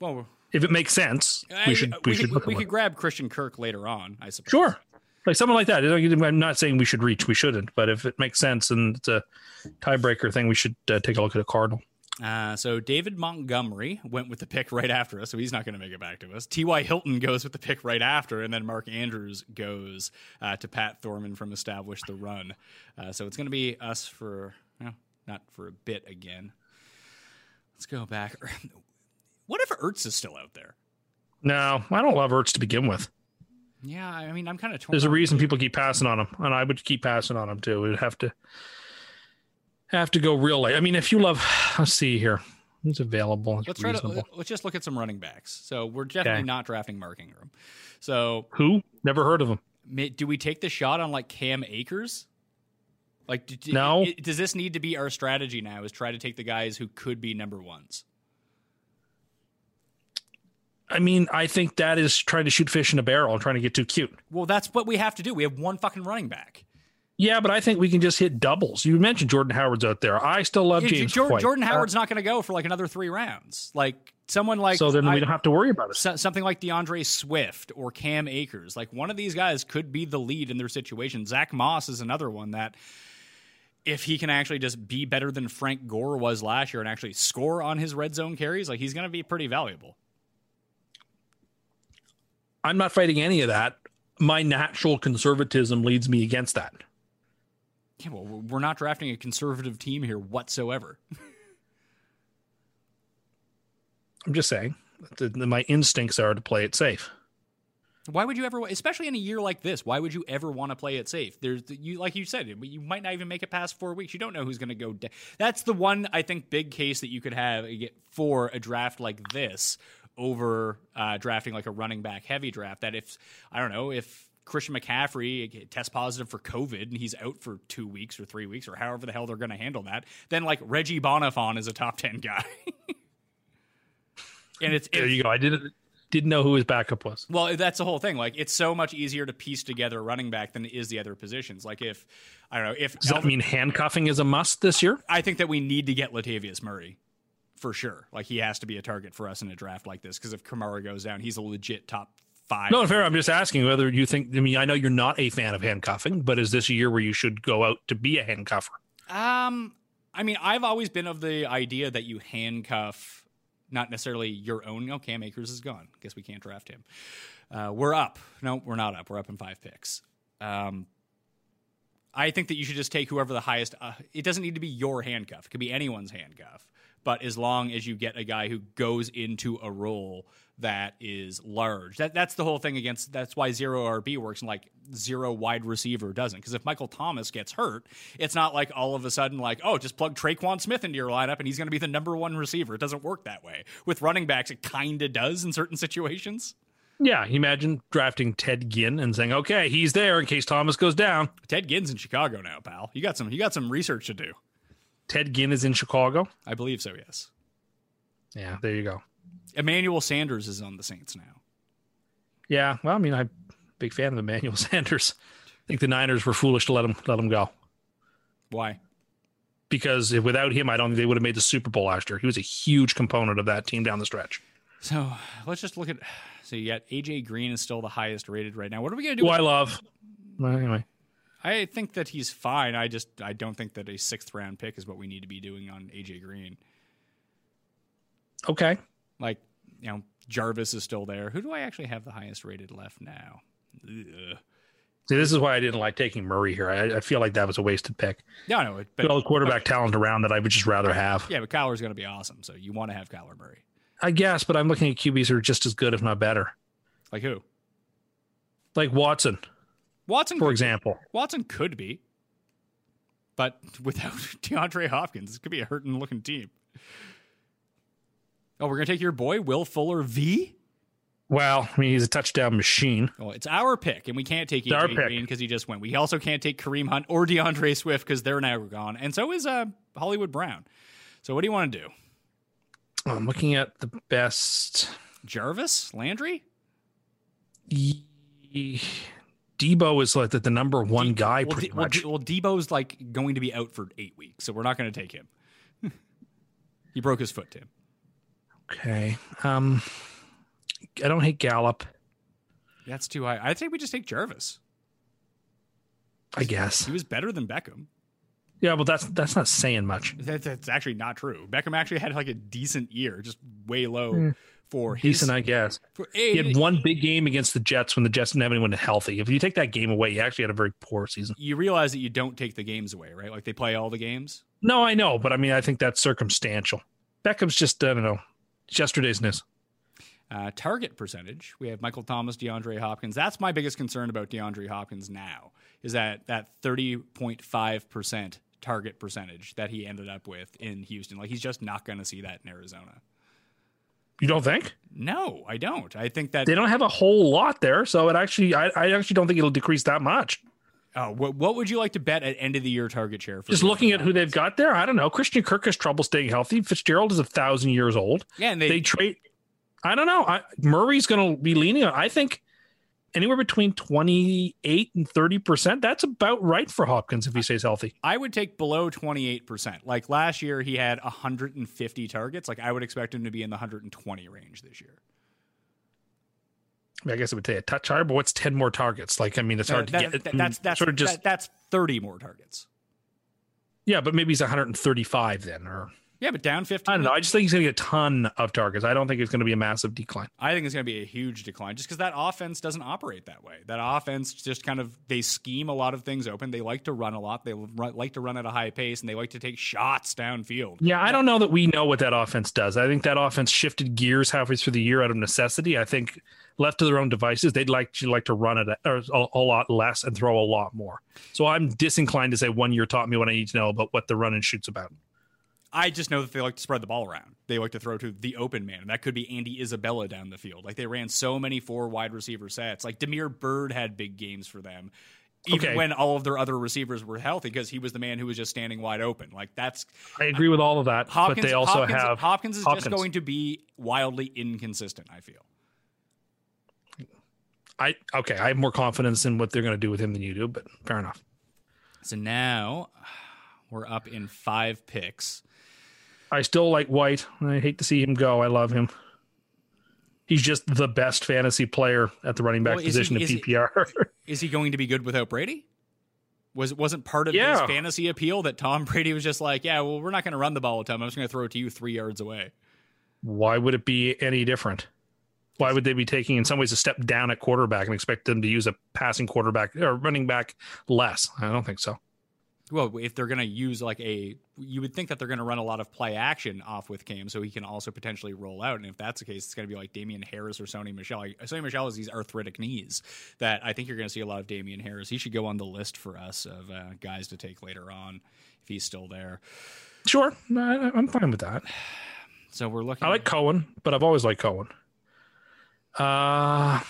Speaker 3: Well,
Speaker 5: If it makes sense,
Speaker 3: I-
Speaker 5: we should we, should
Speaker 3: could,
Speaker 5: look at
Speaker 3: we
Speaker 5: one.
Speaker 3: could grab Christian Kirk later on. I suppose.
Speaker 5: sure like someone like that. I'm not saying we should reach, we shouldn't, but if it makes sense and it's a tiebreaker thing, we should uh, take a look at a cardinal.
Speaker 3: Uh, so David Montgomery went with the pick right after us, so he's not going to make it back to us. T.Y. Hilton goes with the pick right after, and then Mark Andrews goes uh, to Pat Thorman from Establish the Run. Uh, so it's going to be us for, well, not for a bit again. Let's go back. What if Ertz is still out there?
Speaker 5: No, I don't love Ertz to begin with.
Speaker 3: Yeah, I mean, I'm kind of torn.
Speaker 5: There's a reason people keep passing on him, and I would keep passing on him too. We'd have to have to go real late. I mean, if you love, let's see here, it's available. It's
Speaker 3: Let's try
Speaker 5: reasonable.
Speaker 3: to let's just look at some running backs. So we're definitely
Speaker 5: Okay.
Speaker 3: not drafting Mark Ingram. So
Speaker 5: Who? Never heard of him.
Speaker 3: Ma- do we take the shot on like Cam Akers? Like, d- d-
Speaker 5: No.
Speaker 3: i- does this need to be our strategy now? Is try to take the guys who could be number ones?
Speaker 5: I mean, I think that is trying to shoot fish in a barrel and trying to get too cute.
Speaker 3: Well, that's what we have to do. We have one fucking running back.
Speaker 5: Yeah, but I think we can just hit doubles. You mentioned Jordan Howard's out there. I still love
Speaker 3: Yeah, J-
Speaker 5: James.
Speaker 3: Jor-
Speaker 5: White.
Speaker 3: Jordan Howard's not going to go for like another three rounds. Like someone like
Speaker 5: so then
Speaker 3: I-
Speaker 5: we don't have to worry about it.
Speaker 3: so- something like DeAndre Swift or Cam Akers. Like one of these guys could be the lead in their situation. Zach Moss is another one that if he can actually just be better than Frank Gore was last year and actually score on his red zone carries, like he's going to be pretty valuable.
Speaker 5: I'm not fighting any of that. My natural conservatism leads me against that.
Speaker 3: Yeah, well, we're not drafting a conservative team here whatsoever.
Speaker 5: I'm just saying that the, my instincts are to play it safe.
Speaker 3: Why would you ever, especially in a year like this, why would you ever want to play it safe? There's you, like you said, you might not even make it past four weeks. You don't know who's going to go. Da- That's the one I think big case that you could have eh, for a draft like this over uh, drafting like a running back heavy draft. That if I don't know if Christian McCaffrey tests positive for COVID and he's out for two weeks or three weeks or however the hell they're going to handle that, then like Reggie Bonifon is a top ten guy. and it's
Speaker 5: There
Speaker 3: it's-
Speaker 5: you go. I didn't didn't know who his backup was.
Speaker 3: well, that's the whole thing. Like, it's so much easier to piece together a running back than it is the other positions. Like, if I don't know, if
Speaker 5: Does that mean handcuffing is a must this year?
Speaker 3: I think that we need to get Latavius Murray for sure. Like, he has to be a target for us in a draft like this because if Kamara goes down, he's a legit top five.
Speaker 5: No, fair. I'm just asking whether you think. I mean, I know you're not a fan of handcuffing, but is this a year where you should go out to be a handcuffer?
Speaker 3: Um, I mean, I've always been of the idea that you handcuff not necessarily your own. Oh, Cam Akers is gone. Guess we can't draft him. Uh, we're up. No, we're not up. We're up in five picks. Um, I think that you should just take whoever the highest. Uh, it doesn't need to be your handcuff. It could be anyone's handcuff. But as long as you get a guy who goes into a role that is large, that that's the whole thing. Against that's why zero RB works and like zero wide receiver doesn't. Because if Michael Thomas gets hurt, it's not like all of a sudden like oh just plug Traquan Smith into your lineup and he's going to be the number one receiver. It doesn't work that way. With running backs, it kind of does in certain situations.
Speaker 5: Yeah, imagine drafting Ted Ginn and saying, "Okay, he's there in case Thomas goes down."
Speaker 3: Ted Ginn's in Chicago now, pal. You got some you got some research to do.
Speaker 5: Ted Ginn is in Chicago.
Speaker 3: I believe so. Yes.
Speaker 5: Yeah, there you go.
Speaker 3: Emmanuel Sanders is on the Saints now.
Speaker 5: Yeah, well, I mean, I'm a big fan of Emmanuel Sanders. I think the Niners were foolish to let him let him go
Speaker 3: Why?
Speaker 5: because if, without him, I don't think they would have made the Super Bowl last year. He was a huge component of that team down the stretch.
Speaker 3: So let's just look at. So you got AJ Green is still the highest rated right now. What are we gonna do?
Speaker 5: Who
Speaker 3: with-
Speaker 5: I love. Well, anyway,
Speaker 3: I think that he's fine. I just I don't think that a sixth round pick is what we need to be doing on AJ Green.
Speaker 5: okay.
Speaker 3: Like you know Jarvis is still there. Who do I actually have the highest rated left now? Ugh.
Speaker 5: See, this is why I didn't like taking Murray here. I, I feel like that was a wasted pick.
Speaker 3: No, no, it-
Speaker 5: Got all
Speaker 3: but
Speaker 5: the quarterback talent around that I would just rather have.
Speaker 3: yeah, but Kyler's gonna be awesome. So you want to have Kyler Murray?
Speaker 5: I guess, but I'm looking at QBs who are just as good, if not better.
Speaker 3: Like who?
Speaker 5: Like Watson,
Speaker 3: Watson
Speaker 5: for
Speaker 3: could-
Speaker 5: example.
Speaker 3: Watson could be, but without DeAndre Hopkins, this could be a hurting looking team. Oh, we're gonna take your boy Will Fuller V.
Speaker 5: Well, I mean, he's a touchdown machine.
Speaker 3: Oh, it's our pick, and we can't take
Speaker 5: our
Speaker 3: AJ
Speaker 5: pick.
Speaker 3: Green because he just went. We also can't take Kareem Hunt or DeAndre Swift because they're now gone, and so is uh, Hollywood Brown. So what do you want to do?
Speaker 5: I'm looking at the best.
Speaker 3: Jarvis Landry?
Speaker 5: Ye- Debo is like the, the number one guy,
Speaker 3: Well,
Speaker 5: pretty
Speaker 3: De- well,
Speaker 5: much.
Speaker 3: De- well, Debo's like going to be out for eight weeks, so we're not going to take him. he broke his foot, Tim.
Speaker 5: Okay. Um, I don't hate Gallup.
Speaker 3: That's too high. I think we just take Jarvis.
Speaker 5: I guess.
Speaker 3: He was better than Beckham.
Speaker 5: Yeah, well, that's that's not saying much.
Speaker 3: That, that's actually not true. Beckham actually had like a decent year, just way low for his.
Speaker 5: Decent, I guess.
Speaker 3: for,
Speaker 5: He had one big game against the Jets when the Jets didn't have anyone healthy. If you take that game away, he actually had a very poor season.
Speaker 3: you realize that you don't take the games away, right? Like they play all the games.
Speaker 5: No, I know, but I mean, I think that's circumstantial. Beckham's just, I don't know, yesterday's news.
Speaker 3: Uh, target percentage. We have Michael Thomas, DeAndre Hopkins. That's my biggest concern about DeAndre Hopkins now is that that thirty point five percent target percentage that he ended up with in Houston. Like he's just not going to see that in Arizona.
Speaker 5: You don't think
Speaker 3: No, I don't. I think that
Speaker 5: they don't have a whole lot there? So it actually, I, I actually don't think it'll decrease that much.
Speaker 3: Oh, what, what would you like to bet at end of the year target share? For
Speaker 5: Just
Speaker 3: the-
Speaker 5: looking at who they've got there, I don't know. Christian Kirk has trouble staying healthy. Fitzgerald is a thousand years old.
Speaker 3: yeah, and
Speaker 5: They,
Speaker 3: they
Speaker 5: trade. I don't know. I, Murray's going to be leaning on. I think anywhere between twenty-eight and thirty percent. That's about right for Hopkins if he stays healthy.
Speaker 3: I would take below 28%. Like last year, he had 150 targets. Like I would expect him to be in the 120 range this year.
Speaker 5: I, mean, I guess it would take a touch higher, but what's ten more targets? Like, I mean, it's hard
Speaker 3: That-
Speaker 5: to get.
Speaker 3: that- that's that's
Speaker 5: mm, sort of just
Speaker 3: that- that's 30 more targets.
Speaker 5: Yeah, but maybe he's 135 then, or
Speaker 3: Yeah, but down 15.
Speaker 5: I don't know. I just think he's going to get a ton of targets. I don't think it's going to be a massive decline.
Speaker 3: I think it's going to be a huge decline just because that offense doesn't operate that way. That offense just kind of they scheme a lot of things open. They like to run a lot. They run, like to run at a high pace and they like to take shots downfield.
Speaker 5: Yeah, I don't know that we know what that offense does. I think that offense shifted gears halfway through the year out of necessity. I think left to their own devices, they'd like to like to run it a, a, a lot less and throw a lot more. So I'm disinclined to say one year taught me what I need to know about what the run and shoots about.
Speaker 3: I just know that they like to spread the ball around. They like to throw to the open man, and that could be Andy Isabella down the field. Like they ran so many four wide receiver sets. Like Demir Bird had big games for them, even
Speaker 5: Okay.
Speaker 3: when all of their other receivers were healthy, because he was the man who was just standing wide open. Like that's
Speaker 5: I agree with all of that,
Speaker 3: Hopkins.
Speaker 5: but they also
Speaker 3: Hopkins,
Speaker 5: have
Speaker 3: Hopkins is just going to be wildly inconsistent. I feel.
Speaker 5: I okay. I have more confidence in what they're going to do with him than you do, but fair enough.
Speaker 3: So now we're up in five picks.
Speaker 5: I still like White. I hate to see him go. I love him. He's just the best fantasy player at the running back
Speaker 3: Well, is
Speaker 5: position
Speaker 3: he- is
Speaker 5: of
Speaker 3: he-
Speaker 5: PPR.
Speaker 3: Is he going to be good without Brady? Was wasn't part of
Speaker 5: Yeah.
Speaker 3: his fantasy appeal that Tom Brady was just like, yeah, well, we're not going to run the ball a ton. I'm just going to throw it to you three yards away.
Speaker 5: Why would it be any different? Why would they be taking, in some ways, a step down at quarterback and expect them to use a passing quarterback or running back less? I don't think so.
Speaker 3: Well, if they're going to use like a, you would think that they're going to run a lot of play action off with Cam, so he can also potentially roll out. And if that's the case, it's going to be like Damian Harris or Sony Michelle. Like, Sony Michelle has these arthritic knees that I think you're going to see a lot of Damian Harris. He should go on the list for us of uh, guys to take later on if he's still there.
Speaker 5: Sure, I, I'm fine with that.
Speaker 3: So we're looking.
Speaker 5: I like Cohen, but I've always liked Cohen. Uh,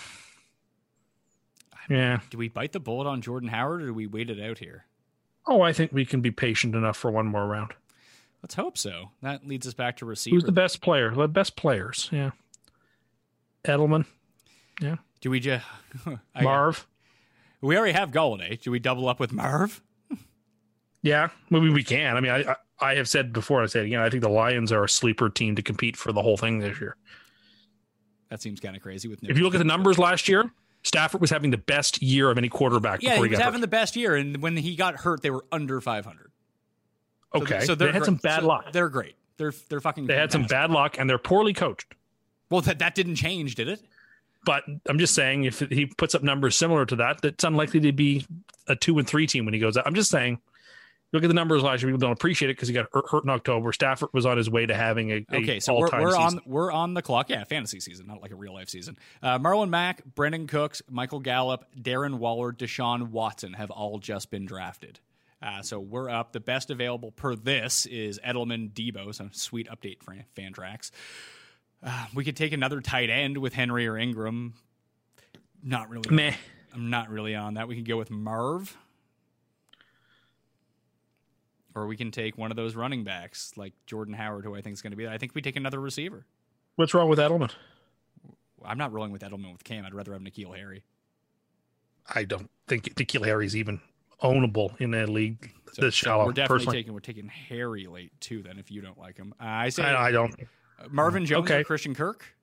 Speaker 5: yeah.
Speaker 3: Do we bite the bullet on Jordan Howard or do we wait it out here?
Speaker 5: Oh, I think we can be patient enough for one more round.
Speaker 3: Let's hope so. That leads us back to receiver.
Speaker 5: Who's the best player? The best players. Yeah. Edelman,
Speaker 3: Do we just
Speaker 5: Marv.
Speaker 3: We already have Galladay. Do we double up with Marv?
Speaker 5: Yeah. Maybe we can. I mean, I, I, I have said before, I said again, I think the Lions are a sleeper team to compete for the whole thing this year.
Speaker 3: That seems kind of crazy. With no
Speaker 5: If you look at the numbers last year, Stafford was having the best year of any quarterback
Speaker 3: yeah, he
Speaker 5: before
Speaker 3: was
Speaker 5: he got
Speaker 3: having
Speaker 5: hurt.
Speaker 3: the best year, and when he got hurt, they were under 500. So
Speaker 5: Okay.
Speaker 3: th-
Speaker 5: so they had some
Speaker 3: great.
Speaker 5: bad
Speaker 3: So
Speaker 5: luck.
Speaker 3: They're great. They're they're fucking.
Speaker 5: They had some
Speaker 3: fantastic.
Speaker 5: bad luck and they're poorly coached.
Speaker 3: Well, that that didn't change, did it?
Speaker 5: But I'm just saying, if he puts up numbers similar to that, that's unlikely to be a two and three team when he goes out. I'm just saying, look at the numbers last year. People don't appreciate it because he got hurt- hurt in October. Stafford was on his way to having a, a
Speaker 3: Okay, so we're,
Speaker 5: all-time
Speaker 3: we're on
Speaker 5: season.
Speaker 3: we're on the clock. Yeah, fantasy season, not like a real life season. Uh, Marlon Mack, Brendan Cooks, Michael Gallup, Darren Waller, Deshaun Watson have all just been drafted. Uh, so we're up. The best available per this is Edelman, Debo. So sweet update for fan tracks. Uh, we could take another tight end with Henry or Ingram. Not really.
Speaker 5: Meh.
Speaker 3: I'm not really on that. We can go with Marv. Or we can take one of those running backs like Jordan Howard, who I think is going to be. I think we take another receiver.
Speaker 5: What's wrong with Edelman?
Speaker 3: I'm not rolling with Edelman with Cam. I'd rather have Nikhil Harry.
Speaker 5: I don't think Nikhil Harry's even ownable in a league
Speaker 3: So
Speaker 5: this shallow.
Speaker 3: We're definitely
Speaker 5: personally,
Speaker 3: taking we're taking Harry late too. Then if you don't like him, uh, I say
Speaker 5: I, I don't.
Speaker 3: Marvin Jones or
Speaker 5: Okay.
Speaker 3: Christian Kirk.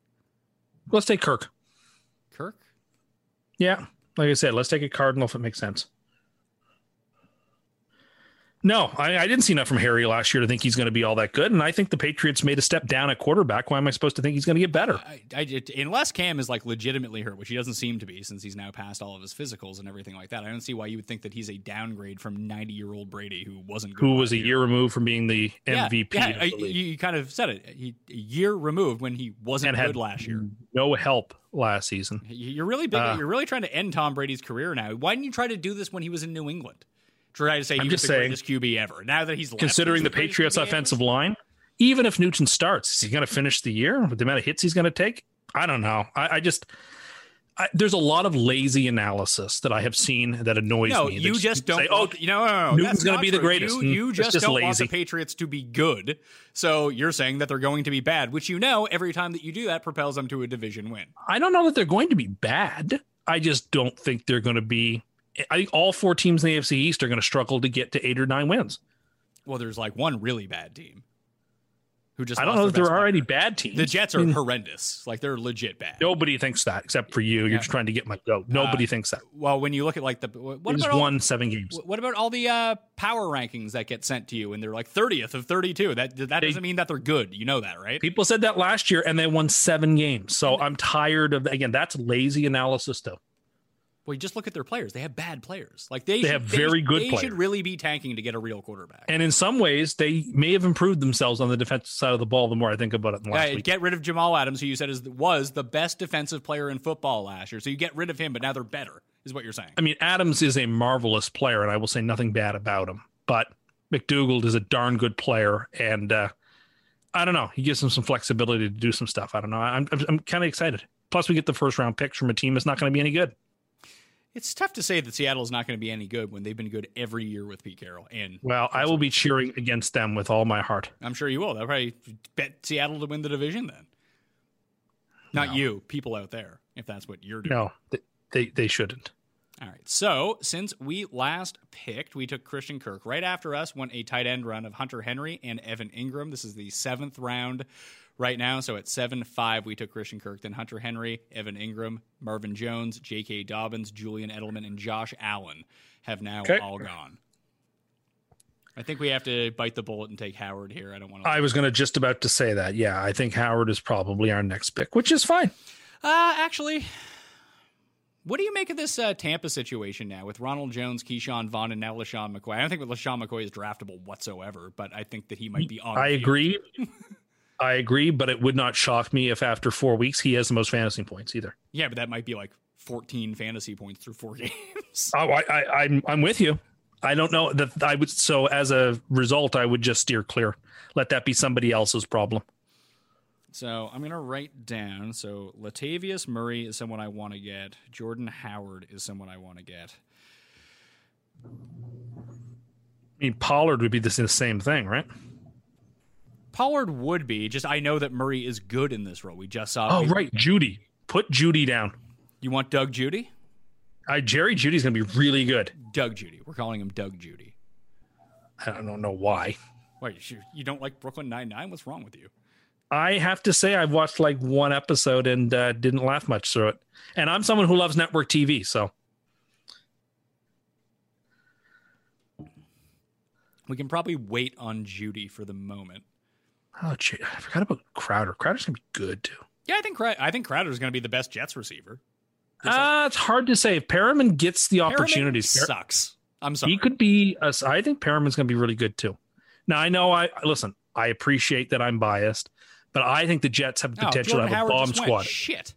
Speaker 5: Let's take Kirk.
Speaker 3: Kirk.
Speaker 5: Yeah, like I said, let's take a Cardinal if it makes sense. No, I, I didn't see enough from Harry last year to think he's going to be all that good. And I think the Patriots made a step down at quarterback. Why am I supposed to think he's going to get better?
Speaker 3: I, I, it- unless Cam is like legitimately hurt, which he doesn't seem to be since he's now passed all of his physicals and everything like that. I don't see why you would think that he's a downgrade from 90 year old Brady who wasn't good
Speaker 5: Who was
Speaker 3: last
Speaker 5: a year removed from being the
Speaker 3: Yeah,
Speaker 5: MVP
Speaker 3: Yeah,
Speaker 5: of the
Speaker 3: I-
Speaker 5: league
Speaker 3: you, you kind of said it. He, a year removed when he wasn't
Speaker 5: and
Speaker 3: good
Speaker 5: had
Speaker 3: last year.
Speaker 5: No help last season.
Speaker 3: You- You're really big.
Speaker 5: Uh,
Speaker 3: you're really trying to end Tom Brady's career now. Why didn't you try to do this when he was in New England? Try to say
Speaker 5: I'm
Speaker 3: he was
Speaker 5: just
Speaker 3: the
Speaker 5: saying-
Speaker 3: greatest QB ever. Now that he's left,
Speaker 5: Considering
Speaker 3: he's
Speaker 5: the
Speaker 3: greatest
Speaker 5: Patriots'
Speaker 3: QB ever.
Speaker 5: offensive line, even if Newton starts, is he going to finish the year with the amount of hits he's going to take? I don't know. I, I just. I, there's a lot of lazy analysis that I have seen that annoys
Speaker 3: No,
Speaker 5: me. They
Speaker 3: you just don't.
Speaker 5: say,
Speaker 3: want-
Speaker 5: "Oh,
Speaker 3: you know, no, no, no,
Speaker 5: Newton's
Speaker 3: that's
Speaker 5: gonna
Speaker 3: not
Speaker 5: be the
Speaker 3: true.
Speaker 5: greatest."
Speaker 3: You,
Speaker 5: Mm,
Speaker 3: you
Speaker 5: it's
Speaker 3: just,
Speaker 5: just
Speaker 3: don't want the
Speaker 5: lazy.
Speaker 3: Patriots to be good, so you're saying that they're going to be bad, which you know every time that you do that propels them to a division win.
Speaker 5: I don't know that they're going to be bad. I just don't think they're going to be. I think all four teams in the AFC East are going to struggle to get to eight or nine wins.
Speaker 3: Well, there's like one really bad team. who just
Speaker 5: I don't
Speaker 3: lost
Speaker 5: know that
Speaker 3: their
Speaker 5: they're
Speaker 3: best
Speaker 5: already
Speaker 3: player.
Speaker 5: bad teams.
Speaker 3: The Jets are horrendous. Like they're legit bad.
Speaker 5: Nobody thinks that except for you. You're just trying to get my goat. Nobody thinks that.
Speaker 3: Well, when you look at like the Uh, what
Speaker 5: He's
Speaker 3: about all,
Speaker 5: won seven games.
Speaker 3: what about all the uh, power rankings that get sent to you and they're like 30th of 32? That that doesn't mean that they're good. You know that, right?
Speaker 5: People said that last year and they won seven games. So I'm tired of again, that's lazy analysis though.
Speaker 3: Well, you just look at their players. They have bad players. Like they,
Speaker 5: They
Speaker 3: should-
Speaker 5: have very good
Speaker 3: They
Speaker 5: players.
Speaker 3: should really be tanking to get a real quarterback.
Speaker 5: And in some ways, they may have improved themselves on the defensive side of the ball the more I think about it in the last
Speaker 3: Yeah,
Speaker 5: week.
Speaker 3: get rid of Jamal Adams, who you said is was the best defensive player in football last year. So you get rid of him, but now they're better, is what you're saying.
Speaker 5: I mean, Adams is a marvelous player, and I will say nothing bad about him. But McDougald is a darn good player, and uh, I don't know. He gives him some flexibility to do some stuff. I don't know. I'm I'm, I'm kind of excited. Plus, we get the first round picks from a team that's not going to be any good.
Speaker 3: It's tough to say that Seattle's not going to be any good when they've been good every year with Pete Carroll. And
Speaker 5: Well, I will be cheering against them with all my heart.
Speaker 3: I'm sure you will. They'll probably bet Seattle to win the division then. Not you, people out there, if that's what you're doing.
Speaker 5: No, th- they they shouldn't.
Speaker 3: All right. So since we last picked, we took Christian Kirk. Right after us went a tight end run of Hunter Henry and Evan Ingram. This is the seventh round right now. So at seven five, we took Christian Kirk, then Hunter Henry, Evan Ingram, Marvin Jones, J.K. Dobbins, Julian Edelman, and Josh Allen have now
Speaker 5: Okay.
Speaker 3: all gone. I think we have to bite the bullet and take Howard here. I don't want to.
Speaker 5: I was going to just about to say that. Yeah, I think Howard is probably our next pick, which is fine.
Speaker 3: Uh, actually, what do you make of this uh, Tampa situation now with Ronald Jones, Keyshawn Vaughn, and now LaShawn McCoy? I don't think LaShawn McCoy is draftable whatsoever, but I think that he might be on.
Speaker 5: I
Speaker 3: the field.
Speaker 5: agree. I agree, but it would not shock me if after four weeks he has the most fantasy points either.
Speaker 3: Yeah, but that might be like 14 fantasy points through four games.
Speaker 5: Oh, I, I, I'm I'm with you. I don't know that I would. So as a result, I would just steer clear. Let that be somebody else's problem.
Speaker 3: so I'm going to write down. So Latavius Murray is someone I want to get, Jordan Howard is someone I want to get.
Speaker 5: I mean, Pollard would be the s- same thing, right?
Speaker 3: Pollard would be, just I know that Murray is good in this role. We just saw.
Speaker 5: Oh, right, Judy. Put Judy down.
Speaker 3: You want Doug Judy?
Speaker 5: I Jerry Judy's going to be really good.
Speaker 3: Doug Judy. We're calling him Doug Judy.
Speaker 5: I don't know why.
Speaker 3: Why you, you don't like Brooklyn Nine Nine? What's wrong with you?
Speaker 5: I have to say I've watched like one episode and uh, didn't laugh much through it. And I'm someone who loves network TV, so
Speaker 3: We can probably wait on Judy for the moment.
Speaker 5: oh, gee, I forgot about Crowder. Crowder's going to be good too.
Speaker 3: Yeah, I think Crow- I think Crowder's going to be the best Jets receiver.
Speaker 5: Uh, it's hard to say. If Perriman gets the
Speaker 3: Perriman
Speaker 5: opportunities, Perriman-
Speaker 3: sucks. I'm sorry.
Speaker 5: He could be. A, I think Perriman's going to be really good too. Now I know. I listen. I appreciate that I'm biased, but I think the Jets have the
Speaker 3: No,
Speaker 5: potential to
Speaker 3: Oh, Jordan
Speaker 5: have a
Speaker 3: Howard
Speaker 5: bomb
Speaker 3: just went.
Speaker 5: squad.
Speaker 3: Shit.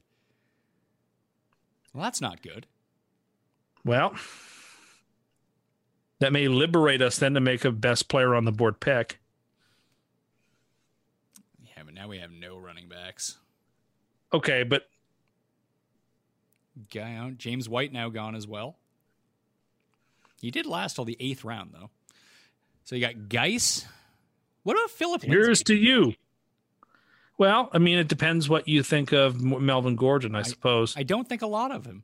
Speaker 3: Well, that's not good.
Speaker 5: Well, that may liberate us then to make a best player on the board pick.
Speaker 3: Yeah, but now we have no running backs.
Speaker 5: Okay, but
Speaker 3: Guy out. James White now gone as well. He did last till the eighth round though. So you got Geis. What about Philip? Lindsay?
Speaker 5: here's to you. Well, I mean, it depends what you think of M- Melvin Gordon, I suppose.
Speaker 3: I don't think a lot of him.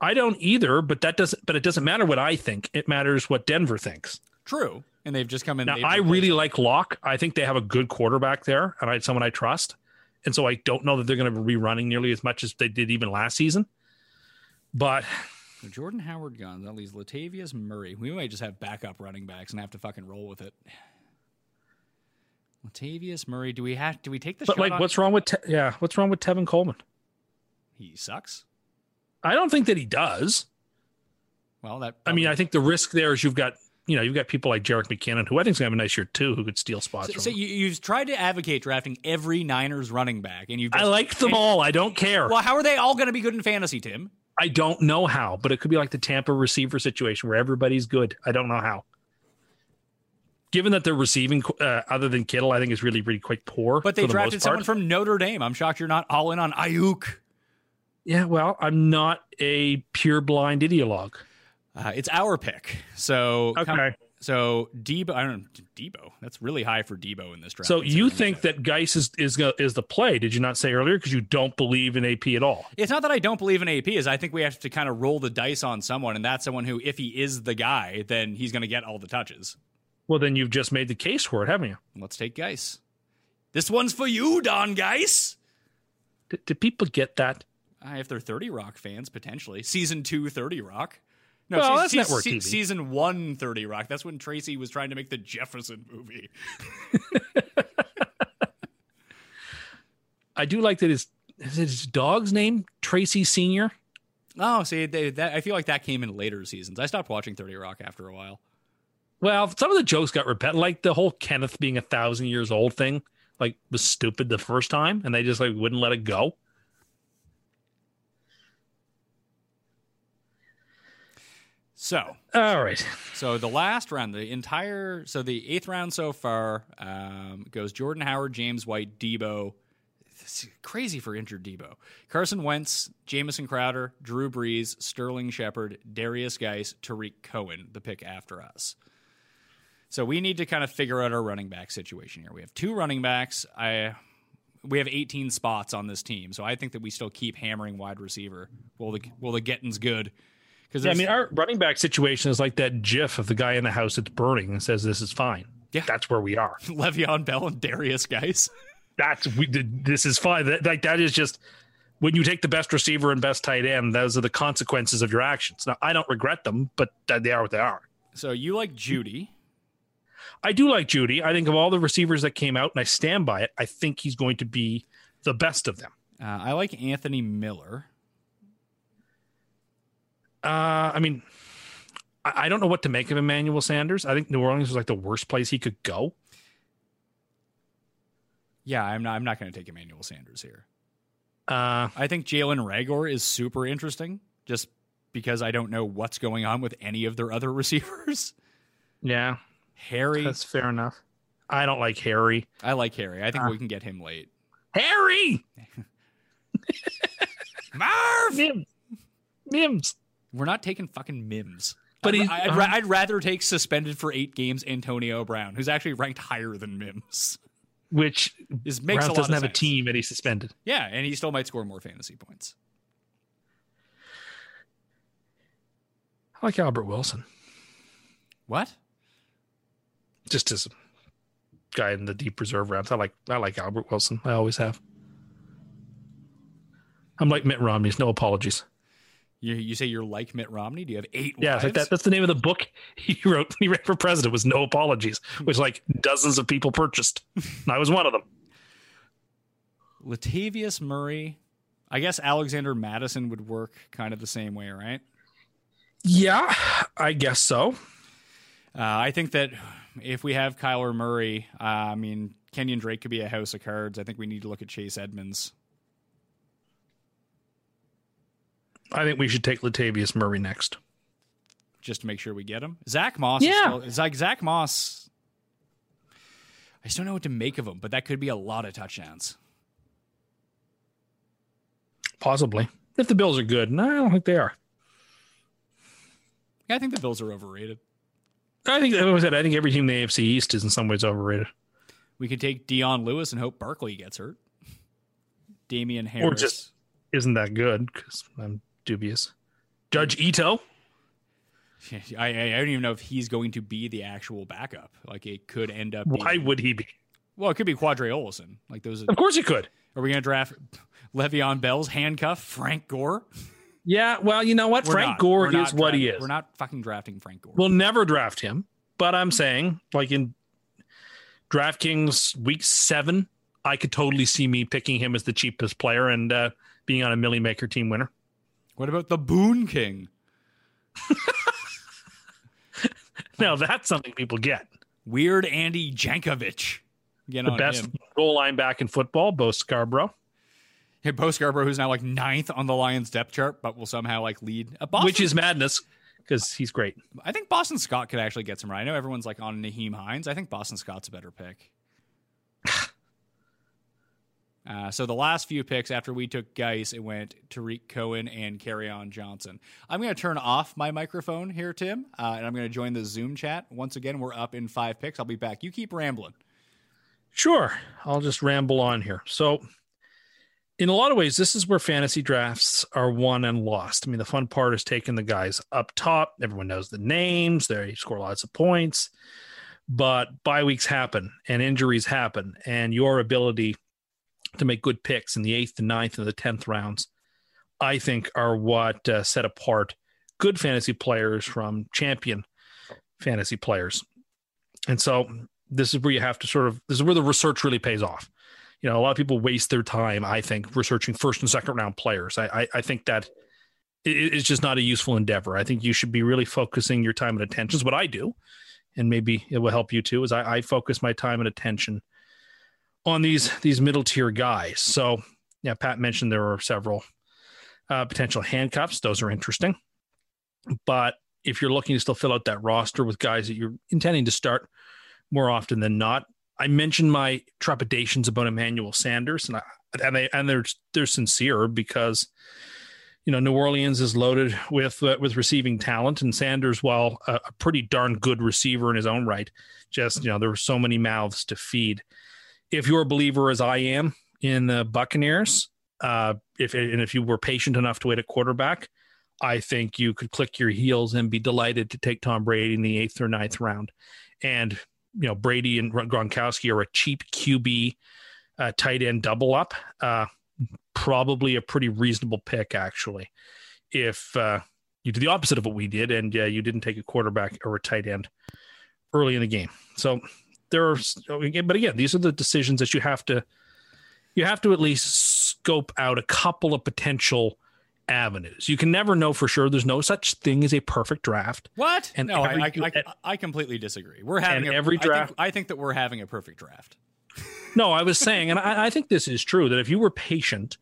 Speaker 5: I don't either, but that doesn't. But it doesn't matter what I think. It matters what Denver thinks.
Speaker 3: True, and they've just come in.
Speaker 5: Now,
Speaker 3: they've
Speaker 5: I
Speaker 3: replaced-
Speaker 5: really like Locke. I think they have a good quarterback there, and I someone I trust. And so I don't know that they're going to be running nearly as much as they did even last season. But
Speaker 3: So Jordan Howard gone. That leaves Latavius Murray. We might just have backup running backs and have to fucking roll with it. Latavius Murray. Do we have? Do we take the
Speaker 5: but
Speaker 3: shot?
Speaker 5: like,
Speaker 3: on-
Speaker 5: what's wrong with Te- yeah? What's wrong with Tevin Coleman?
Speaker 3: he sucks?
Speaker 5: I don't think that he does.
Speaker 3: Well, that.
Speaker 5: I mean, I think the risk there is you've got you know you've got people like Jarek McKinnon, who I think's going to have a nice year too, who could steal spots.
Speaker 3: So,
Speaker 5: from
Speaker 3: so
Speaker 5: him.
Speaker 3: you, you've tried to advocate drafting every Niners running back, and you've. Just,
Speaker 5: I like them all. I don't care.
Speaker 3: Well, how are they all going to be good in fantasy, Tim?
Speaker 5: I don't know how, but it could be like the Tampa receiver situation where everybody's good. I don't know how. Given that they're receiving, uh, other than Kittle, I think is really, really quite poor.
Speaker 3: But they
Speaker 5: for the
Speaker 3: drafted
Speaker 5: most
Speaker 3: someone
Speaker 5: part.
Speaker 3: from Notre Dame. I'm shocked you're not all in on Ayuk.
Speaker 5: Yeah, well, I'm not a pure blind ideologue.
Speaker 3: Uh, it's our pick. So come-
Speaker 5: Okay.
Speaker 3: so Debo, I don't Debo. That's really high for Debo in this draft.
Speaker 5: So you
Speaker 3: considering
Speaker 5: think that Geis is is go- is the play? Did you not say earlier because you don't believe in AP at all?
Speaker 3: It's not that I don't believe in AP. Is I think we have to kind of roll the dice on someone, and that's someone who, if he is the guy, then he's going to get all the touches.
Speaker 5: Well, then you've just made the case for it, haven't you?
Speaker 3: Let's take Geis. This one's for you, Don Geis.
Speaker 5: Do, do people get that?
Speaker 3: Uh, if they're 30 Rock fans, potentially. Season 2 30 Rock. No,
Speaker 5: Well,
Speaker 3: se-
Speaker 5: that's
Speaker 3: se-
Speaker 5: network
Speaker 3: se-
Speaker 5: TV.
Speaker 3: Season 1 30 Rock. That's when Tracy was trying to make the Jefferson movie.
Speaker 5: I do like that his, is it his dog's name, Tracy Sr.
Speaker 3: Oh, see, they, that, I feel like that came in later seasons. I stopped watching 30 Rock after a while.
Speaker 5: Well, some of the jokes got repetitive, like the whole Kenneth being a thousand years old thing, like was stupid the first time, and they just like wouldn't let it go.
Speaker 3: So,
Speaker 5: All right,
Speaker 3: so the last round, the entire, so the eighth round so far um, goes Jordan Howard, James White, Debo. This is crazy for injured Debo. Carson Wentz, Jamison Crowder, Drew Brees, Sterling Shepard, Darius Geis, Tariq Cohen, the pick after us. So we need to kind of figure out our running back situation here. We have two running backs. I we have 18 spots on this team, so I think that we still keep hammering wide receiver. Will the will the getting's good? Because
Speaker 5: yeah, I mean our running back situation is like that GIF of the guy in the house that's burning and says this is fine.
Speaker 3: Yeah.
Speaker 5: that's where we are.
Speaker 3: Le'Veon Bell and Darius guys.
Speaker 5: That's we. did- This is fine. That, like that is just when you take the best receiver and best tight end. Those are the consequences of your actions. Now I don't regret them, but uh, they are what they are.
Speaker 3: So you like Judy?
Speaker 5: I do like Judy. I think of all the receivers that came out, and I stand by it. I think he's going to be the best of them.
Speaker 3: Uh, I like Anthony Miller.
Speaker 5: Uh, I mean, I, I don't know what to make of Emmanuel Sanders. I think New Orleans was like the worst place he could go.
Speaker 3: Yeah, I'm not. I'm not going to take Emmanuel Sanders here.
Speaker 5: Uh,
Speaker 3: I think Jalen Rager is super interesting, just because I don't know what's going on with any of their other receivers.
Speaker 5: yeah,
Speaker 3: Harry,
Speaker 5: that's fair enough. I don't like Harry.
Speaker 3: I like Harry. I think we can get him late.
Speaker 5: Harry
Speaker 3: Marv,
Speaker 5: Mims, Mims.
Speaker 3: we're not taking fucking Mims.
Speaker 5: But
Speaker 3: I'd,
Speaker 5: he's-
Speaker 3: I'd, ra- I'd rather take suspended for eight games Antonio Brown, who's actually ranked higher than Mims.
Speaker 5: Which
Speaker 3: This makes
Speaker 5: Browns
Speaker 3: a lot
Speaker 5: doesn't
Speaker 3: of
Speaker 5: have a
Speaker 3: sense.
Speaker 5: team, and he's suspended.
Speaker 3: Yeah, and he still might score more fantasy points.
Speaker 5: I like Albert Wilson,
Speaker 3: What?
Speaker 5: just as a guy in the deep reserve rounds. I like I like Albert Wilson. I always have. I'm like Mitt Romney's. No apologies.
Speaker 3: You, you say you're like Mitt Romney? Do you have eight
Speaker 5: Yeah,
Speaker 3: wives?
Speaker 5: it's like that. That's the name of the book he wrote. when He ran for president was No Apologies, which like dozens of people purchased. And I was one of them.
Speaker 3: Latavius Murray. I guess Alexander Madison would work kind of the same way, right?
Speaker 5: Yeah, I guess so.
Speaker 3: Uh, I think that if we have Kyler Murray, uh, I mean, Kenyon Drake could be a house of cards. I think we need to look at Chase Edmonds.
Speaker 5: I think we should take Latavius Murray next.
Speaker 3: just to make sure we get him. Zach Moss.
Speaker 5: Yeah.
Speaker 3: Is still, it's like Zach Moss. I just don't know what to make of him, but that could be a lot of touchdowns.
Speaker 5: Possibly. If the Bills are good. No, I don't think they are.
Speaker 3: I think the Bills are overrated.
Speaker 5: I think like I said, I think every team in the AFC East is in some ways overrated.
Speaker 3: We could take Dion Lewis and hope Barkley gets hurt. Damian Harris.
Speaker 5: Or just- Isn't that good? Because I'm dubious. Judge Ito.
Speaker 3: I, I I don't even know if he's going to be the actual backup. Like it could end up.
Speaker 5: Why
Speaker 3: being-
Speaker 5: would he be?
Speaker 3: well, it could be Quadre Olison. Like those. Are,
Speaker 5: Of course he could.
Speaker 3: are we going to draft Le'Veon Bell's handcuff Frank Gore?
Speaker 5: Yeah. Well, you know what?
Speaker 3: We're
Speaker 5: Frank
Speaker 3: not.
Speaker 5: Gore
Speaker 3: We're
Speaker 5: is
Speaker 3: not
Speaker 5: what he
Speaker 3: draft-
Speaker 5: is.
Speaker 3: We're not fucking drafting Frank Gore.
Speaker 5: We'll never draft him, but I'm saying, like in DraftKings week seven, I could totally see me picking him as the cheapest player and uh, being on a Millie Maker team winner.
Speaker 3: what about the Boon King?
Speaker 5: Now that's something people get.
Speaker 3: Weird Andy Jankovic. Get
Speaker 5: The
Speaker 3: on
Speaker 5: best
Speaker 3: him.
Speaker 5: goal line back in football, Bo Scarborough,
Speaker 3: Hey, Bo Scarborough, who's now like ninth on the Lions depth chart, but will somehow like lead. Uh, Boston,
Speaker 5: which is madness because he's great.
Speaker 3: I think Boston Scott could actually get some right. I know everyone's like on Naheem Hines. I think Boston Scott's a better pick. Uh, so the last few picks after we took Geis, it went Tariq Cohen and Carryon Johnson. I'm going to turn off my microphone here, Tim, uh, and I'm going to join the Zoom chat once again. We're up in five picks. I'll be back. You keep rambling.
Speaker 5: Sure. I'll just ramble on here. So, in a lot of ways, this is where fantasy drafts are won and lost. I mean, the fun part is taking the guys up top. Everyone knows the names. They score lots of points. But bye weeks happen and injuries happen, and your ability to make good picks in the eighth, the ninth, and the tenth rounds, I think, are what uh, set apart good fantasy players from champion fantasy players. And so this is where you have to sort of this is where the research really pays off. You know, a lot of people waste their time, I think, researching first and second round players. I I, I think that it, it's just not a useful endeavor. I think you should be really focusing your time and attention. Is what I do, and maybe it will help you too. Is I, I focus my time and attention on these these middle tier guys. So yeah, Pat mentioned there are several uh, potential handcuffs. Those are interesting, but if you're looking to still fill out that roster with guys that you're intending to start more often than not, I mentioned my trepidations about Emmanuel Sanders, and I, and they and they're they're sincere because you know New Orleans is loaded with uh, with receiving talent, and Sanders, while a, a pretty darn good receiver in his own right, just you know there were so many mouths to feed. If you're a believer as I am in the Buccaneers, uh, if and if you were patient enough to wait at quarterback, I think you could click your heels and be delighted to take Tom Brady in the eighth or ninth round, and you know Brady and Gronkowski are a cheap QB uh, tight end double up. Uh, probably a pretty reasonable pick actually if uh, you did the opposite of what we did and uh, you didn't take a quarterback or a tight end early in the game so there are oh, but again these are the decisions that you have to you have to at least scope out a couple of potential avenues you can never know for sure there's no such thing as a perfect draft
Speaker 3: What?
Speaker 5: And
Speaker 3: no, I,
Speaker 5: every-
Speaker 3: I, I, I completely disagree. We're having
Speaker 5: And
Speaker 3: a,
Speaker 5: every
Speaker 3: I think-
Speaker 5: draft-
Speaker 3: I think, that we're having a perfect draft.
Speaker 5: No, I was saying, and I, I think this is true, that if you were patient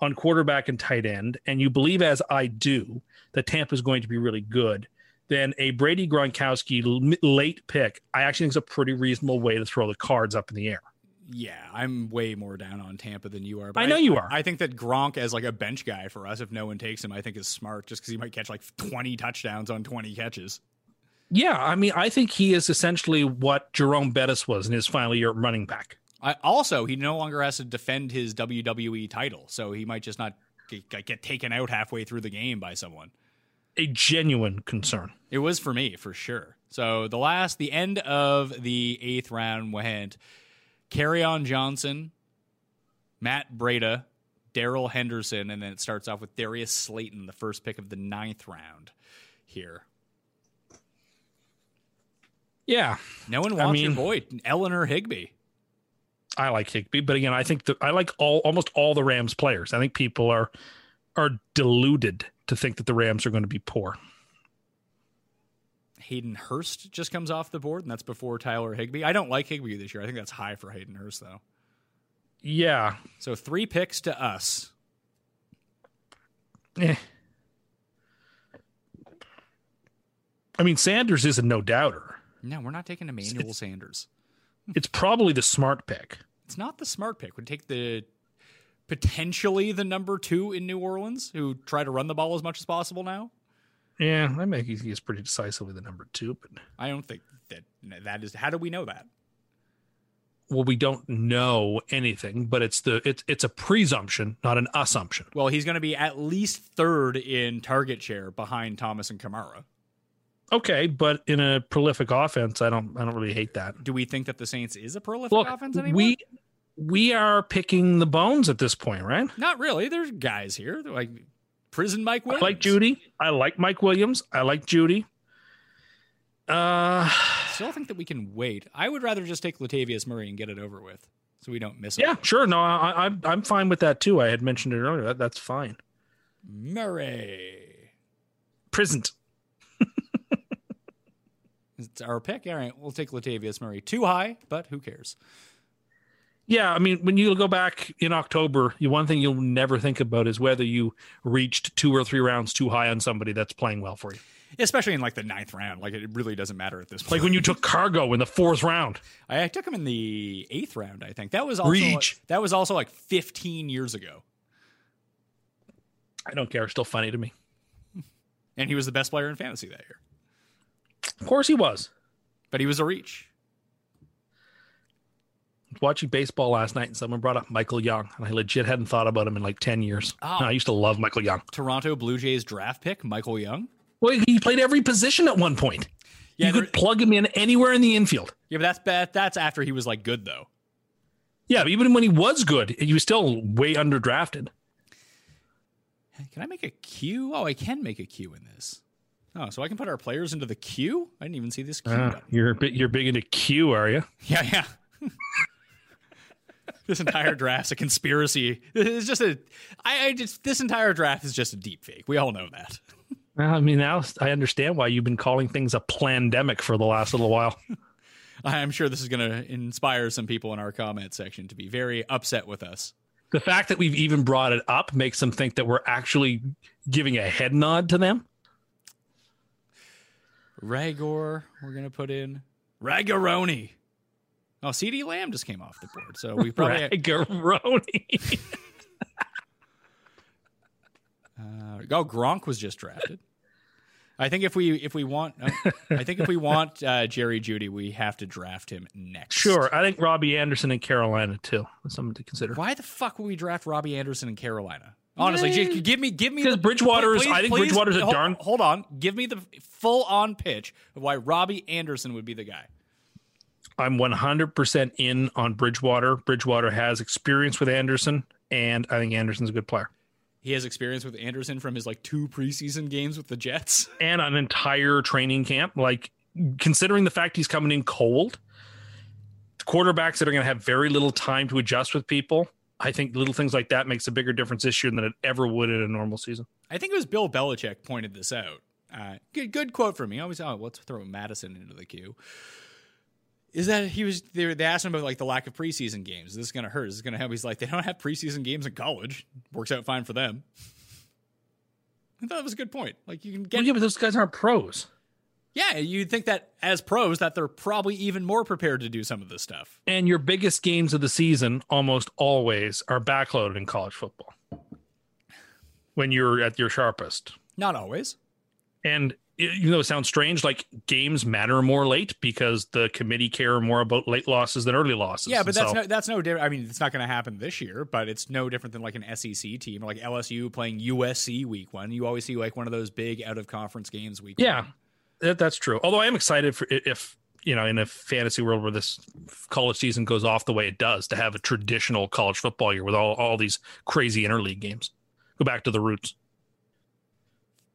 Speaker 5: on quarterback and tight end, and you believe, as I do, that Tampa is going to be really good, then a Brady Gronkowski l- late pick, I actually think is a pretty reasonable way to throw the cards up in the air.
Speaker 3: Yeah, I'm way more down on Tampa than you are. But
Speaker 5: I know you are.
Speaker 3: I think that Gronk as like a bench guy for us, if no one takes him, I think is smart just because he might catch like 20 touchdowns on 20 catches.
Speaker 5: Yeah, I mean, I think he is essentially what Jerome Bettis was in his final year at running back.
Speaker 3: I, also, he no longer has to defend his WWE title, so he might just not get, get- get taken out halfway through the game by someone.
Speaker 5: A genuine concern.
Speaker 3: It was for me, for sure. So the last, the end of the eighth round went Carry On Johnson, Matt Breda, Daryl Henderson, and then it starts off with Darius Slayton, the first pick of the ninth round here.
Speaker 5: Yeah,
Speaker 3: No one
Speaker 5: I
Speaker 3: wants your
Speaker 5: mean-
Speaker 3: boy, Eleanor Higby.
Speaker 5: I like Higby, but again, I think the, I like all almost all the Rams players. I think people are are deluded to think that the Rams are going to be poor.
Speaker 3: Hayden Hurst just comes off the board, and that's before Tyler Higby. I don't like Higby this year. I think that's high for Hayden Hurst, though.
Speaker 5: Yeah,
Speaker 3: So three picks to us.
Speaker 5: Eh. I mean, Sanders is a no doubter.
Speaker 3: No, we're not taking Emmanuel Sanders.
Speaker 5: It's probably the smart pick.
Speaker 3: It's not the smart pick. Would take the potentially the number two in New Orleans, who try to run the ball as much as possible now.
Speaker 5: Yeah, I think he's- he's pretty decisively the number two, but
Speaker 3: I don't think that that is. How do we know that?
Speaker 5: well, we don't know anything, but it's the it's it's a presumption, not an assumption.
Speaker 3: Well, he's going to be at least third in target share behind Thomas and Kamara.
Speaker 5: Okay, but in a prolific offense, I don't I don't really hate that.
Speaker 3: Do we think that the Saints is a prolific
Speaker 5: Look,
Speaker 3: offense anymore?
Speaker 5: we we are picking the bones at this point, right?
Speaker 3: not really. There's guys here They're like prison Mike
Speaker 5: I
Speaker 3: Williams.
Speaker 5: like Judy. I like Mike Williams. I like Judy. Uh
Speaker 3: Still think that we can wait. I would rather just take Latavius Murray and get it over with, so we don't miss.
Speaker 5: Yeah,
Speaker 3: anything.
Speaker 5: sure. No, I, I- I'm I'm fine with that too. I had mentioned it earlier. That, that's fine.
Speaker 3: Murray.
Speaker 5: Prison.
Speaker 3: It's our pick. All right, we'll take Latavius Murray. Too high, but who cares?
Speaker 5: Yeah, I mean, when you go back in October, you, one thing you'll never think about is whether you reached two or three rounds too high on somebody that's playing well for you.
Speaker 3: Especially in like the ninth round. Like it really doesn't matter at this point.
Speaker 5: Like when you took Cargo in the fourth round.
Speaker 3: I, I took him in the eighth round, I think. That was also
Speaker 5: Reach.
Speaker 3: that was also like fifteen years ago.
Speaker 5: I don't care. It's still funny to me.
Speaker 3: And he was the best player in fantasy that year.
Speaker 5: Of course he was.
Speaker 3: But he was a reach.
Speaker 5: Watching baseball last night, and someone brought up Michael Young, and I legit hadn't thought about him in like ten years.
Speaker 3: Oh.
Speaker 5: And I used to love Michael Young.
Speaker 3: Toronto Blue Jays draft pick, Michael Young.
Speaker 5: Well, he played every position at one point.
Speaker 3: Yeah,
Speaker 5: you
Speaker 3: there-
Speaker 5: could plug him in anywhere in the infield.
Speaker 3: Yeah, but that's that, that's after he was like good though.
Speaker 5: Yeah, but even when he was good, he was still way underdrafted.
Speaker 3: Can I make a queue? Oh, I can make a queue in this. Oh, so I can put our players into the queue? I didn't even see this queue.
Speaker 5: you're a bit, you're big into Q, are you?
Speaker 3: Yeah, yeah. this entire draft's a conspiracy. It's just a I, I just this entire draft is just a deep fake. We all know that.
Speaker 5: Well, I mean, now I understand why you've been calling things a pandemic for the last little while.
Speaker 3: I'm sure this is going to inspire some people in our comment section to be very upset with us.
Speaker 5: the fact that we've even brought it up makes them think that we're actually giving a head nod to them.
Speaker 3: Ragor, we're going to put in Ragoroni. Oh, CD Lamb just came off the board, so we probably
Speaker 5: Raggaroni.
Speaker 3: uh, oh Gronk was just drafted. I think if we if we want oh, I think if we want uh, Jerry Judy, we have to draft him next.
Speaker 5: sure, I think Robbie Anderson in Carolina too. That's something to consider.
Speaker 3: Why the fuck would we draft Robbie Anderson in Carolina? Honestly, just give me give me
Speaker 5: Because
Speaker 3: the-
Speaker 5: Bridgewater is- I think Bridgewater is a
Speaker 3: hold-
Speaker 5: darn-
Speaker 3: Hold on, give me the full on pitch of why Robbie Anderson would be the guy.
Speaker 5: I'm 100% in on Bridgewater. Bridgewater has experience with Anderson, and I think Anderson's a good player.
Speaker 3: He has experience with Anderson from his like two preseason games with the Jets.
Speaker 5: And an entire training camp, like considering the fact he's coming in cold, the quarterbacks that are going to have very little time to adjust with people. I think little things like that makes a bigger difference this year than it ever would in a normal season.
Speaker 3: I think it was Bill Belichick pointed this out. Uh, good, good quote from me. Always, oh, let's throw Madison into the queue. Is that he was? They, they asked him about like the lack of preseason games. Is this going to hurt? Is this going to help? He's like, they don't have preseason games in college. Works out fine for them. I thought that was a good point. Like you can get,
Speaker 5: yeah, but those guys aren't pros.
Speaker 3: yeah, you'd think that as pros that they're probably even more prepared to do some of this stuff.
Speaker 5: And your biggest games of the season almost always are backloaded in college football when you're at your sharpest.
Speaker 3: Not always.
Speaker 5: And it, you know, it sounds strange. Like games matter more late because the committee care more about late losses than early losses.
Speaker 3: Yeah, but
Speaker 5: And
Speaker 3: that's
Speaker 5: so-
Speaker 3: no, that's no different. I mean, it's not going to happen this year, but it's no different than like an SEC team, like LSU playing USC week one. You always see like one of those big out of conference games week.
Speaker 5: yeah,
Speaker 3: one.
Speaker 5: that, that's true. Although I am excited for i- if you know, in a fantasy world where this college season goes off the way it does, to have a traditional college football year with all all these crazy interleague games. Go back to the roots.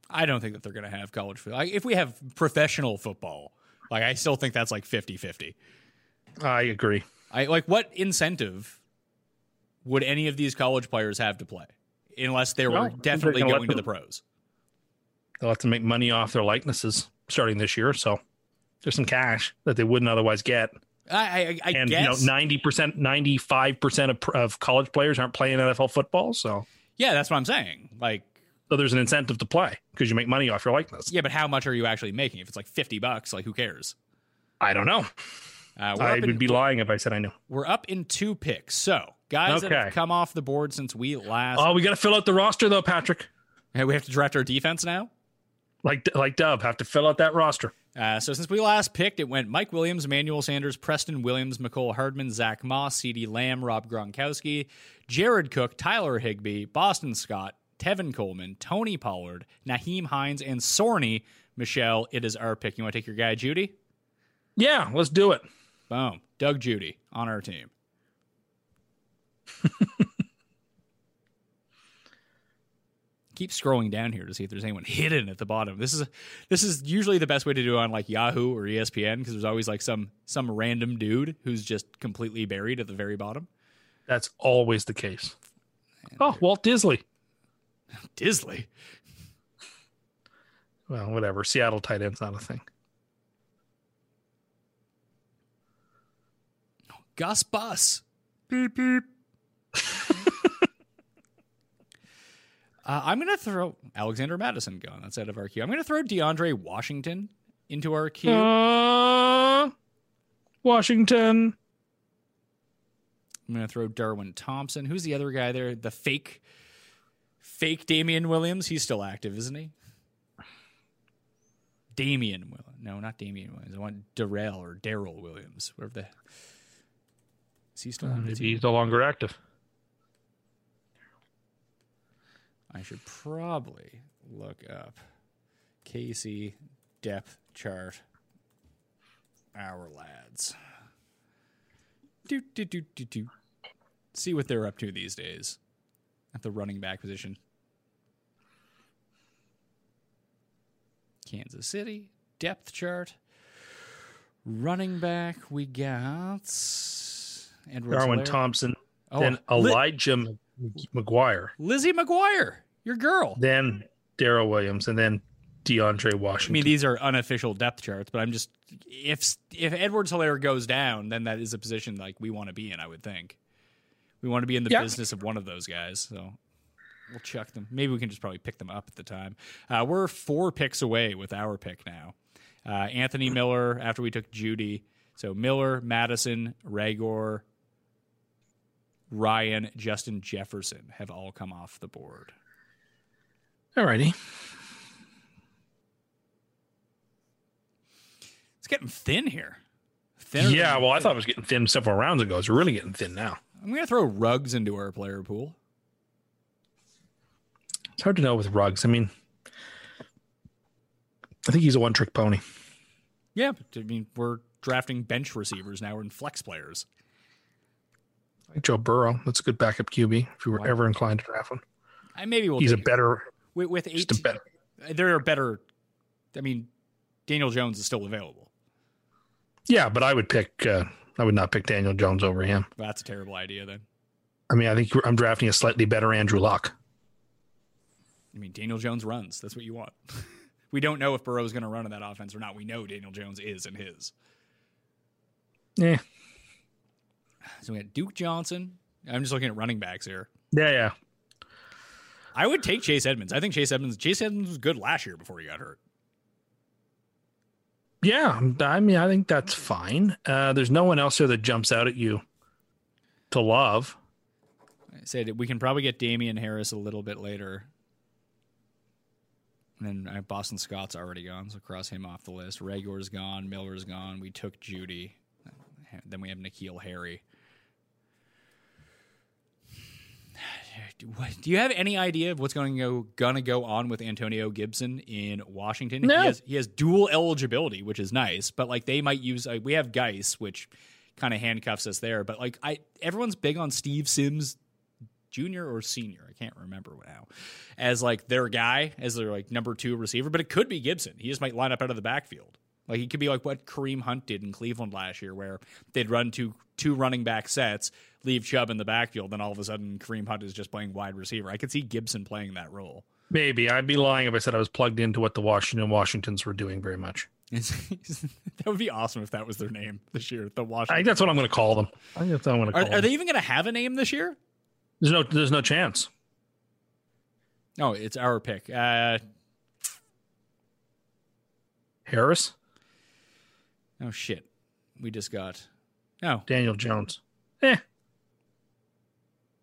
Speaker 3: I don't think that they're going to have college football. Like, if we have professional football, like I still think that's like 50-50.
Speaker 5: I agree.
Speaker 3: I like what incentive would any of these college players have to play unless they were
Speaker 5: Well,
Speaker 3: definitely
Speaker 5: they're gonna let
Speaker 3: going to the
Speaker 5: them-
Speaker 3: pros?
Speaker 5: They'll have to make money off their likenesses starting this year, so there's some cash that they wouldn't otherwise get.
Speaker 3: I I, I
Speaker 5: and
Speaker 3: guess
Speaker 5: you know, ninety percent, ninety-five percent of, of college players aren't playing NFL football, so
Speaker 3: yeah, that's what I'm saying. Like
Speaker 5: so there's an incentive to play because you make money off your likeness.
Speaker 3: yeah, but how much are you actually making? If it's like 50 bucks, like who cares?
Speaker 5: I don't know.
Speaker 3: Uh, we're
Speaker 5: I
Speaker 3: up in-
Speaker 5: would be lying if I said I knew.
Speaker 3: We're up in two picks. So, guys that have
Speaker 5: Okay.
Speaker 3: come off the board since we last.
Speaker 5: Oh, we got to fill out the roster though, Patrick.
Speaker 3: Hey, we have to draft our defense now.
Speaker 5: Like like Dub, have to fill out that roster.
Speaker 3: Uh, so, since we last picked, it went Mike Williams, Emmanuel Sanders, Preston Williams, McCole Hardman, Zach Moss, C.D. Lamb, Rob Gronkowski, Jared Cook, Tyler Higbee, Boston Scott, Tevin Coleman, Tony Pollard, Naheem Hines, and Sorney. Michelle, it is our pick. You want to take your guy, Judy?
Speaker 5: Yeah, let's do it.
Speaker 3: Boom. Doug Judy on our team. Keep scrolling down here to see if there's anyone hidden at the bottom. This is this is usually the best way to do it on like Yahoo or E ESPN because there's always like some some random dude who's just completely buried at the very bottom.
Speaker 5: That's always the case. Oh, Walt Disley.
Speaker 3: Disley.
Speaker 5: Well, whatever. Seattle tight end's not a thing.
Speaker 3: Gus Bus. Beep beep. uh, I'm gonna throw Alexander Madison gone. That's out of our queue. I'm gonna throw DeAndre Washington into our queue.
Speaker 5: Uh, Washington.
Speaker 3: I'm gonna throw Darwin Thompson. Who's the other guy there? The fake, fake Damian Williams. He's still active, isn't he? Damian Williams. No, not Damian Williams. I want Darrell or Daryl Williams. Whatever the. Is he still on the
Speaker 5: Maybe
Speaker 3: team?
Speaker 5: he's no longer active.
Speaker 3: I should probably look up Casey depth chart our lads. Do, do, do, do, do. See what they're up to these days at the running back position. Kansas City, depth chart. Running back, we got Edward
Speaker 5: Darwin
Speaker 3: Solaire.
Speaker 5: Thompson,
Speaker 3: Oh,
Speaker 5: then
Speaker 3: Li-
Speaker 5: Elijah M- McGuire,
Speaker 3: Lizzie McGuire, your girl.
Speaker 5: then Daryl Williams, and then DeAndre
Speaker 3: I
Speaker 5: Washington.
Speaker 3: mean, these are unofficial depth charts, but I'm just if if Edward Hilaire goes down, then that is a position like we want to be in. I would think we want to be in the
Speaker 5: Yeah.
Speaker 3: business of one of those guys. So we'll chuck them. Maybe we can just probably pick them up at the time. Uh, we're four picks away with our pick now. Uh, Anthony Miller after we took Judy. So Miller, Madison, Ragor, Ryan, Justin Jefferson have all come off the board.
Speaker 5: Alrighty.
Speaker 3: It's getting thin here. Thinner
Speaker 5: Yeah,
Speaker 3: than-
Speaker 5: well, I thought it was getting thin several rounds ago. It's really getting thin now.
Speaker 3: I'm gonna throw rugs into our player pool.
Speaker 5: It's hard to know with rugs. I mean, I think he's a one trick pony.
Speaker 3: Yeah, but, I mean we're drafting bench receivers now. We're in flex players.
Speaker 5: Like Joe Burrow, that's a good backup QB if you were ever inclined to draft one.
Speaker 3: I maybe we'll.
Speaker 5: He's a
Speaker 3: take it.
Speaker 5: better,
Speaker 3: with, with eight.
Speaker 5: just a better.
Speaker 3: There are better. I mean, Daniel Jones is still available.
Speaker 5: Yeah, but I would pick, uh, I would not pick Daniel Jones over him.
Speaker 3: Well, that's a terrible idea. Then
Speaker 5: I mean, I think I'm drafting a slightly better Andrew Luck.
Speaker 3: I mean, Daniel Jones runs. That's what you want. we don't know if Burrow's going to run in that offense or not. We know Daniel Jones is in his.
Speaker 5: Yeah,
Speaker 3: So we got Duke Johnson. I'm just looking at running backs here.
Speaker 5: yeah, yeah.
Speaker 3: I would take Chase Edmonds. I think Chase Edmonds. Chase Edmonds was good last year before he got hurt.
Speaker 5: Yeah, I mean, I think that's fine. Uh, there's no one else here that jumps out at you to love.
Speaker 3: said we can probably get Damian Harris a little bit later. And then uh, Boston Scott's already gone, so cross him off the list. Regor's gone, Miller's gone. We took Judy. Then we have Nikhil Harry. What- Do you have any idea of what's going to go, gonna go on with Antonio Gibson in Washington?
Speaker 5: No.
Speaker 3: He has, he has dual eligibility, which is nice, but like they might use. Like, we have Geis, which kind of handcuffs us there. But like I, everyone's big on Steve Sims junior or senior. I can't remember now. As like their guy, as their like number two receiver, but it could be Gibson. He just might line up out of the backfield. Like he could be like what Kareem Hunt did in Cleveland last year, where they'd run two two running back sets, leave Chubb in the backfield, then all of a sudden Kareem Hunt is just playing wide receiver. I could see Gibson playing that role.
Speaker 5: Maybe I'd be lying if I said I was plugged into what the Washington Washingtons were doing very much.
Speaker 3: that would be awesome if that was their name this year. The
Speaker 5: I think
Speaker 3: Washington.
Speaker 5: that's what I'm going to call them. I think that's what I'm going to call
Speaker 3: Are,
Speaker 5: them.
Speaker 3: are they even going to have a name this year?
Speaker 5: There's no, there's no chance.
Speaker 3: No, Oh, it's our pick. Uh,
Speaker 5: Harris,
Speaker 3: oh shit, we just got. No,
Speaker 5: Daniel Jones. Eh,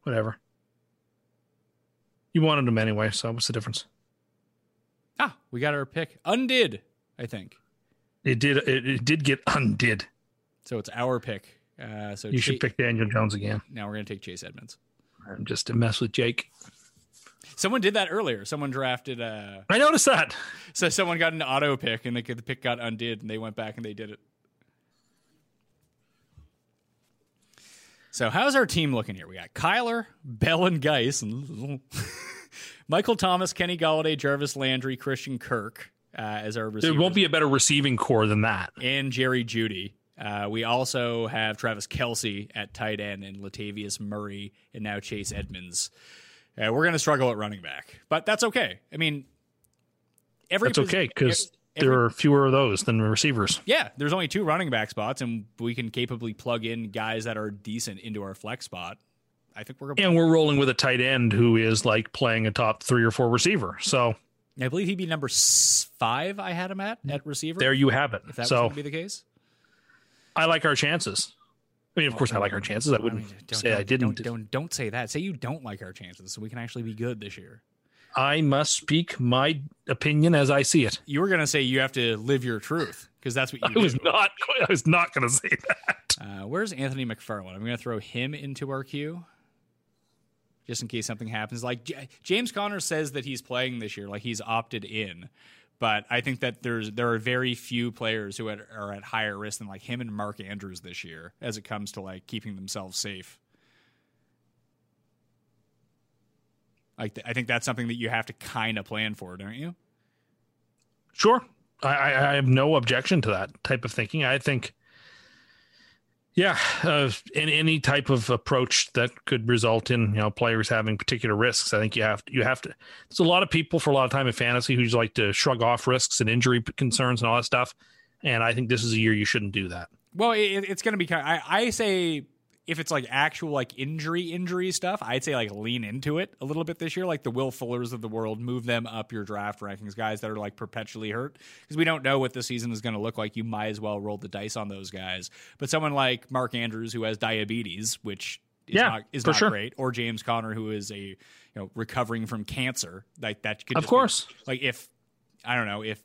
Speaker 5: whatever. You wanted him anyway, so what's the difference?
Speaker 3: Ah, we got our pick. Undid, I think.
Speaker 5: It did, it, it did get undid.
Speaker 3: So it's our pick. Uh, so
Speaker 5: You should
Speaker 3: Cha-
Speaker 5: pick Daniel Jones again.
Speaker 3: Now we're gonna take Chase Edmonds.
Speaker 5: I'm just a mess with Jake.
Speaker 3: Someone did that earlier. Someone drafted. Uh,
Speaker 5: I noticed that.
Speaker 3: so someone got an auto pick, and the, the pick got undid, and they went back and they did it. So how's our team looking here? We got Kyler, Bell, and Geis, and Michael Thomas, Kenny Galladay, Jarvis Landry, Christian Kirk uh, as our receivers.
Speaker 5: There won't be a better receiving core than that.
Speaker 3: and Jerry Judy. Uh, we also have Travis Kelsey at tight end and Latavius Murray and now Chase Edmonds. Uh, we're going to struggle at running back, but that's okay. I mean, every
Speaker 5: That's
Speaker 3: posi-
Speaker 5: okay because
Speaker 3: every-
Speaker 5: there are fewer of those than receivers.
Speaker 3: yeah, there's only two running back spots, and we can capably plug in guys that are decent into our flex spot. I think we're going
Speaker 5: And we're rolling with a tight end who is like playing a top three or four receiver. So
Speaker 3: to. I believe he'd be number s- five. I had him at at receiver.
Speaker 5: there you have it.
Speaker 3: if that was
Speaker 5: So
Speaker 3: going to be the case.
Speaker 5: I like our chances. I mean, of course, I like our chances. I
Speaker 3: I
Speaker 5: wouldn't
Speaker 3: mean, don't-
Speaker 5: say I
Speaker 3: don't-
Speaker 5: didn't.
Speaker 3: Don't, don't don't say that. Say you don't like our chances, so we can actually be good this year.
Speaker 5: I must speak my opinion as I see it.
Speaker 3: you were gonna say you have to live your truth because that's what you
Speaker 5: I was
Speaker 3: do.
Speaker 5: not. I was not going to say that.
Speaker 3: Uh, where's Anthony McFarland? I'm gonna throw him into our queue just in case something happens. Like J- James Conner says that he's playing this year, like he's opted in, But I think that there's there are very few players who at, are at higher risk than like him and Mark Andrews this year as it comes to like keeping themselves safe. Like th- I think that's something that you have to kind of plan for, don't you?
Speaker 5: Sure. I, I, I have no objection to that type of thinking. I think, yeah, uh, in any type of approach that could result in you know players having particular risks, I think you have to, you have to. There's a lot of people for a lot of time in fantasy who just like to shrug off risks and injury concerns and all that stuff, and I think this is a year you shouldn't do that.
Speaker 3: Well, it, it's going to be kind. Of, I I say if it's like actual like injury injury stuff, I'd say like lean into it a little bit this year. Like the Will Fullers of the world, move them up your draft rankings, guys that are like perpetually hurt because we don't know what the season is going to look like. You might as well roll the dice on those guys. But someone like Mark Andrews who has diabetes, which is
Speaker 5: Yeah,
Speaker 3: not, is
Speaker 5: for
Speaker 3: not
Speaker 5: sure.
Speaker 3: great, or James Conner who is a you know recovering from cancer, like that could
Speaker 5: Of
Speaker 3: just be-
Speaker 5: course.
Speaker 3: like if I don't know if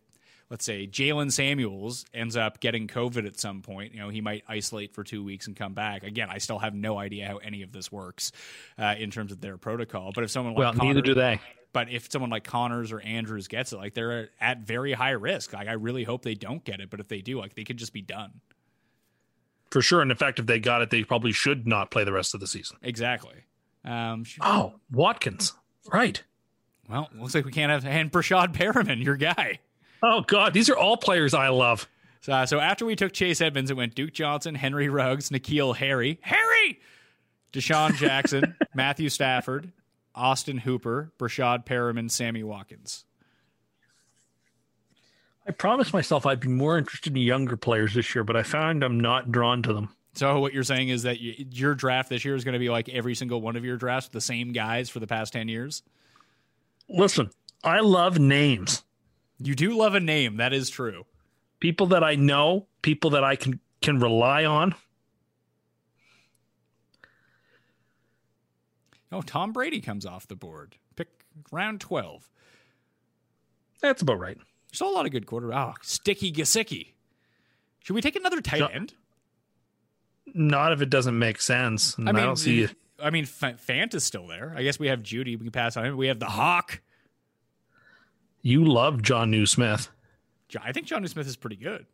Speaker 3: let's say Jalen Samuels ends up getting COVID at some point, you know, he might isolate for two weeks and come back. Again, I still have no idea how any of this works uh, in terms of their protocol. But if someone like
Speaker 5: Well,
Speaker 3: Connor,
Speaker 5: neither do they.
Speaker 3: But if someone like Connors or Andrews gets it, like they're at very high risk. Like I really hope they don't get it, but if they do, like they could just be done.
Speaker 5: For sure. And in fact, if they got it, they probably should not play the rest of the season.
Speaker 3: Exactly. Um, sh-
Speaker 5: Oh, Watkins. Right.
Speaker 3: well, looks like we can't have and Prashad Perriman, your guy.
Speaker 5: Oh God, these are all players I love.
Speaker 3: So, so after we took Chase Edmonds, it went Duke Johnson, Henry Ruggs, Nikhil Harry, Harry, Deshaun Jackson, Matthew Stafford, Austin Hooper, Brashad Perriman, Sammy Watkins.
Speaker 5: I promised myself I'd be more interested in younger players this year, but I found I'm not drawn to them.
Speaker 3: So what you're saying is that y your draft this year is going to be like every single one of your drafts, with the same guys for the past ten years.
Speaker 5: Listen, I love names.
Speaker 3: You do love a name, that is true.
Speaker 5: People that I know, people that I can can rely on.
Speaker 3: Oh, Tom Brady comes off the board, pick round twelve.
Speaker 5: That's about right.
Speaker 3: There's still a lot of good quarter. Oh, Sticky Gasicki. Should we take another tight
Speaker 5: Jo-
Speaker 3: end?
Speaker 5: Not if it doesn't make sense. And I, don't see
Speaker 3: the-
Speaker 5: it.
Speaker 3: I mean, Fa- Fant is still there. I guess we have Judy. We can pass on him. We have the Hawk.
Speaker 5: You love John New Smith.
Speaker 3: Jo- I think Johnny Smith is pretty good.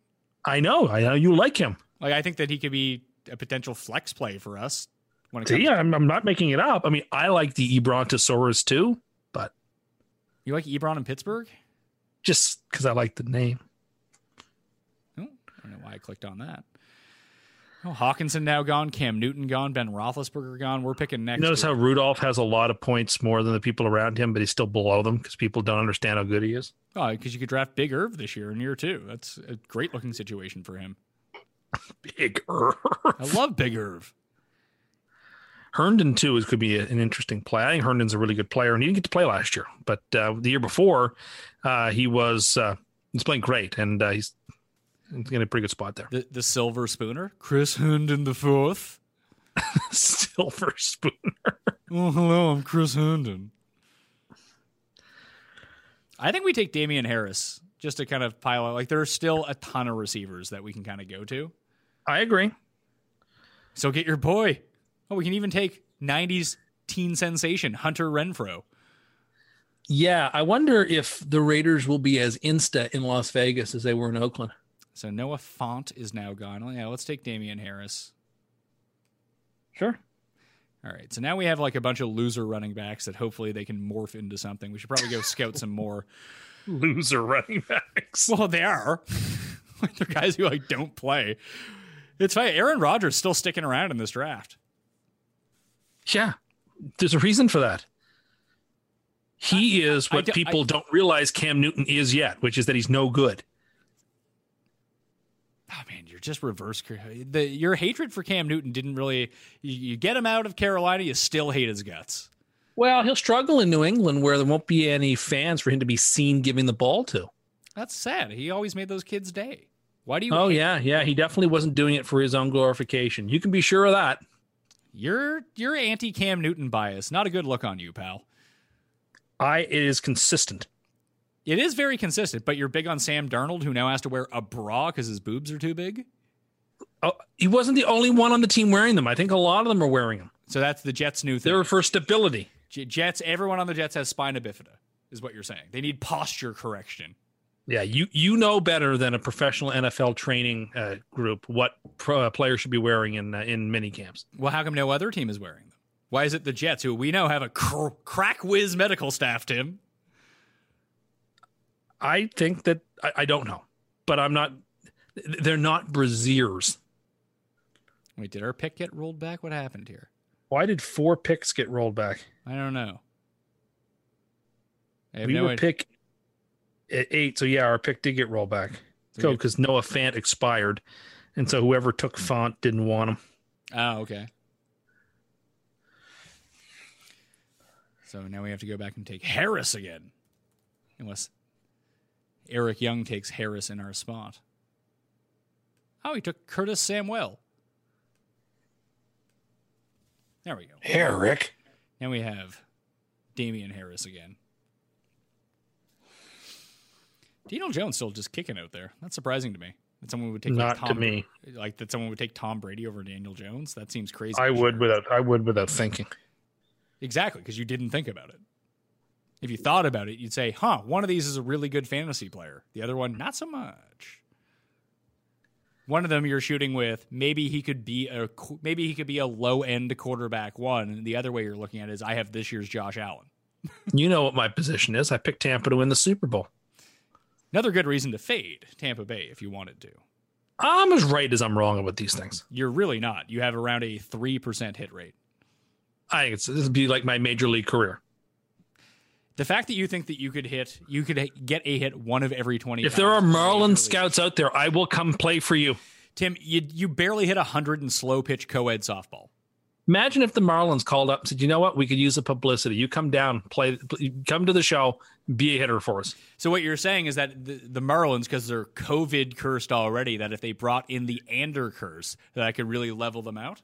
Speaker 5: I know. I know you like him.
Speaker 3: Like, I think that he could be a potential flex play for us. When it comes
Speaker 5: See,
Speaker 3: to-
Speaker 5: I'm, I'm not making it up. I mean, I like the Ebrontosaurus too, but
Speaker 3: you like Ebron in Pittsburgh?
Speaker 5: just because I like the name.
Speaker 3: Oh, I don't know why I clicked on that. Oh, Hawkinson now gone. Cam Newton gone. Ben Roethlisberger gone. We're picking next.
Speaker 5: Notice how
Speaker 3: week.
Speaker 5: Rudolph has a lot of points more than the people around him, but he's still below them because people don't understand how good he is.
Speaker 3: oh, because you could draft Big Irv this year in year two. That's a great looking situation for him.
Speaker 5: Big er. Irv.
Speaker 3: I love Big Irv.
Speaker 5: Herndon too is could be a- an interesting play. I think Herndon's a really good player, and he didn't get to play last year, but uh, the year before, uh, he was uh, he's playing great, and uh, he's he's in a pretty good spot there.
Speaker 3: The the Silver Spooner. Chris Herndon the fourth.
Speaker 5: Silver spoon.
Speaker 3: Oh, hello, I'm Chris Herndon. I think we take Damian Harris just to kind of pile out. Like, there are still a ton of receivers that we can kind of go to.
Speaker 5: I agree.
Speaker 3: So get your boy. Oh, we can even take 90s teen sensation, Hunter Renfro.
Speaker 5: Yeah, I wonder if the Raiders will be as insta in Las Vegas as they were in Oakland.
Speaker 3: So Noah Font is now gone. Oh, Yeah, let's take Damian Harris.
Speaker 5: Sure.
Speaker 3: All right. So now we have like a bunch of loser running backs that hopefully they can morph into something. We should probably go scout some more.
Speaker 5: Loser running backs.
Speaker 3: Well, they are. like they're guys who like don't play. It's fine. Aaron Rodgers still sticking around in this draft.
Speaker 5: Yeah, there's a reason for that. He is
Speaker 3: I
Speaker 5: what
Speaker 3: do- I-
Speaker 5: people don't realize Cam Newton is yet, which is that he's no good.
Speaker 3: Oh man, you're just reverse. The, your hatred for Cam Newton didn't really. You, you get him out of Carolina, you still hate his guts.
Speaker 5: Well, he'll struggle in New England where there won't be any fans for him to be seen giving the ball to.
Speaker 3: That's sad. He always made those kids day. Why do you?
Speaker 5: Oh, yeah. Yeah. He definitely wasn't doing it for his own glorification. You can be sure of that.
Speaker 3: You're you're anti Cam Newton bias. Not a good look on you, pal.
Speaker 5: I, it is consistent.
Speaker 3: It is very consistent, but you're big on Sam Darnold, who now has to wear a bra because his boobs are too big.
Speaker 5: Oh, he wasn't the only one on the team wearing them. I think a lot of them are wearing them.
Speaker 3: So that's the Jets' new
Speaker 5: They
Speaker 3: thing.
Speaker 5: were for stability.
Speaker 3: J- Jets, everyone on the Jets has spina bifida, is what you're saying. They need posture correction.
Speaker 5: Yeah, you you know better than a professional NFL training uh, group what pro, uh, players should be wearing in uh, in mini camps.
Speaker 3: Well, how come no other team is wearing them? Why is it the Jets, who we know have a cr- crack whiz medical staff, Tim?
Speaker 5: I think that I, I don't know, but I'm not. They're not braziers.
Speaker 3: Wait, did our pick get rolled back? What happened here?
Speaker 5: Why did four picks get rolled back?
Speaker 3: I don't know. I have
Speaker 5: we
Speaker 3: no
Speaker 5: were
Speaker 3: idea.
Speaker 5: pick at eight, so yeah, our pick did get rolled back.
Speaker 3: So
Speaker 5: Go
Speaker 3: you-
Speaker 5: because Noah Fant expired, and so whoever took Font didn't want him.
Speaker 3: Oh, okay. So now we have to go back and take Harris again. Unless Eric Young takes Harris in our spot. Oh, he took Curtis Samuel. There we go.
Speaker 5: Eric,
Speaker 3: Now we have Damian Harris again. Daniel Jones still just kicking out there. That's surprising to me. That someone would take like,
Speaker 5: not
Speaker 3: Tom
Speaker 5: to me.
Speaker 3: like that someone would take Tom Brady over Daniel Jones. That seems crazy.
Speaker 5: I would without I would without thinking.
Speaker 3: Exactly, because you didn't think about it. If you thought about it, you'd say, huh, one of these is a really good fantasy player. The other one, not so much. One of them you're shooting with, maybe he could be a qu- maybe he could be a low end quarterback one. And the other way you're looking at it is I have this year's Josh Allen.
Speaker 5: You know what my position is. I picked Tampa to win the Super Bowl.
Speaker 3: Another good reason to fade Tampa Bay if you wanted to.
Speaker 5: I'm as right as I'm wrong about these things.
Speaker 3: You're really not. You have around a 3% hit rate.
Speaker 5: I think it's, this would be like my major league career.
Speaker 3: The fact that you think that you could hit, you could h- get a hit one of every 20.
Speaker 5: If there are
Speaker 3: times is really-
Speaker 5: Marlin scouts out there, I will come play for you.
Speaker 3: Tim, you, you barely hit 100 in slow pitch co ed softball.
Speaker 5: Imagine if the Marlins called up and said, "You know what? We could use the publicity. You come down, play, pl- come to the show, be a hitter for us."
Speaker 3: So what you're saying is that the, the Marlins, because they're COVID cursed already, that if they brought in the Ander curse, that I could really level them out.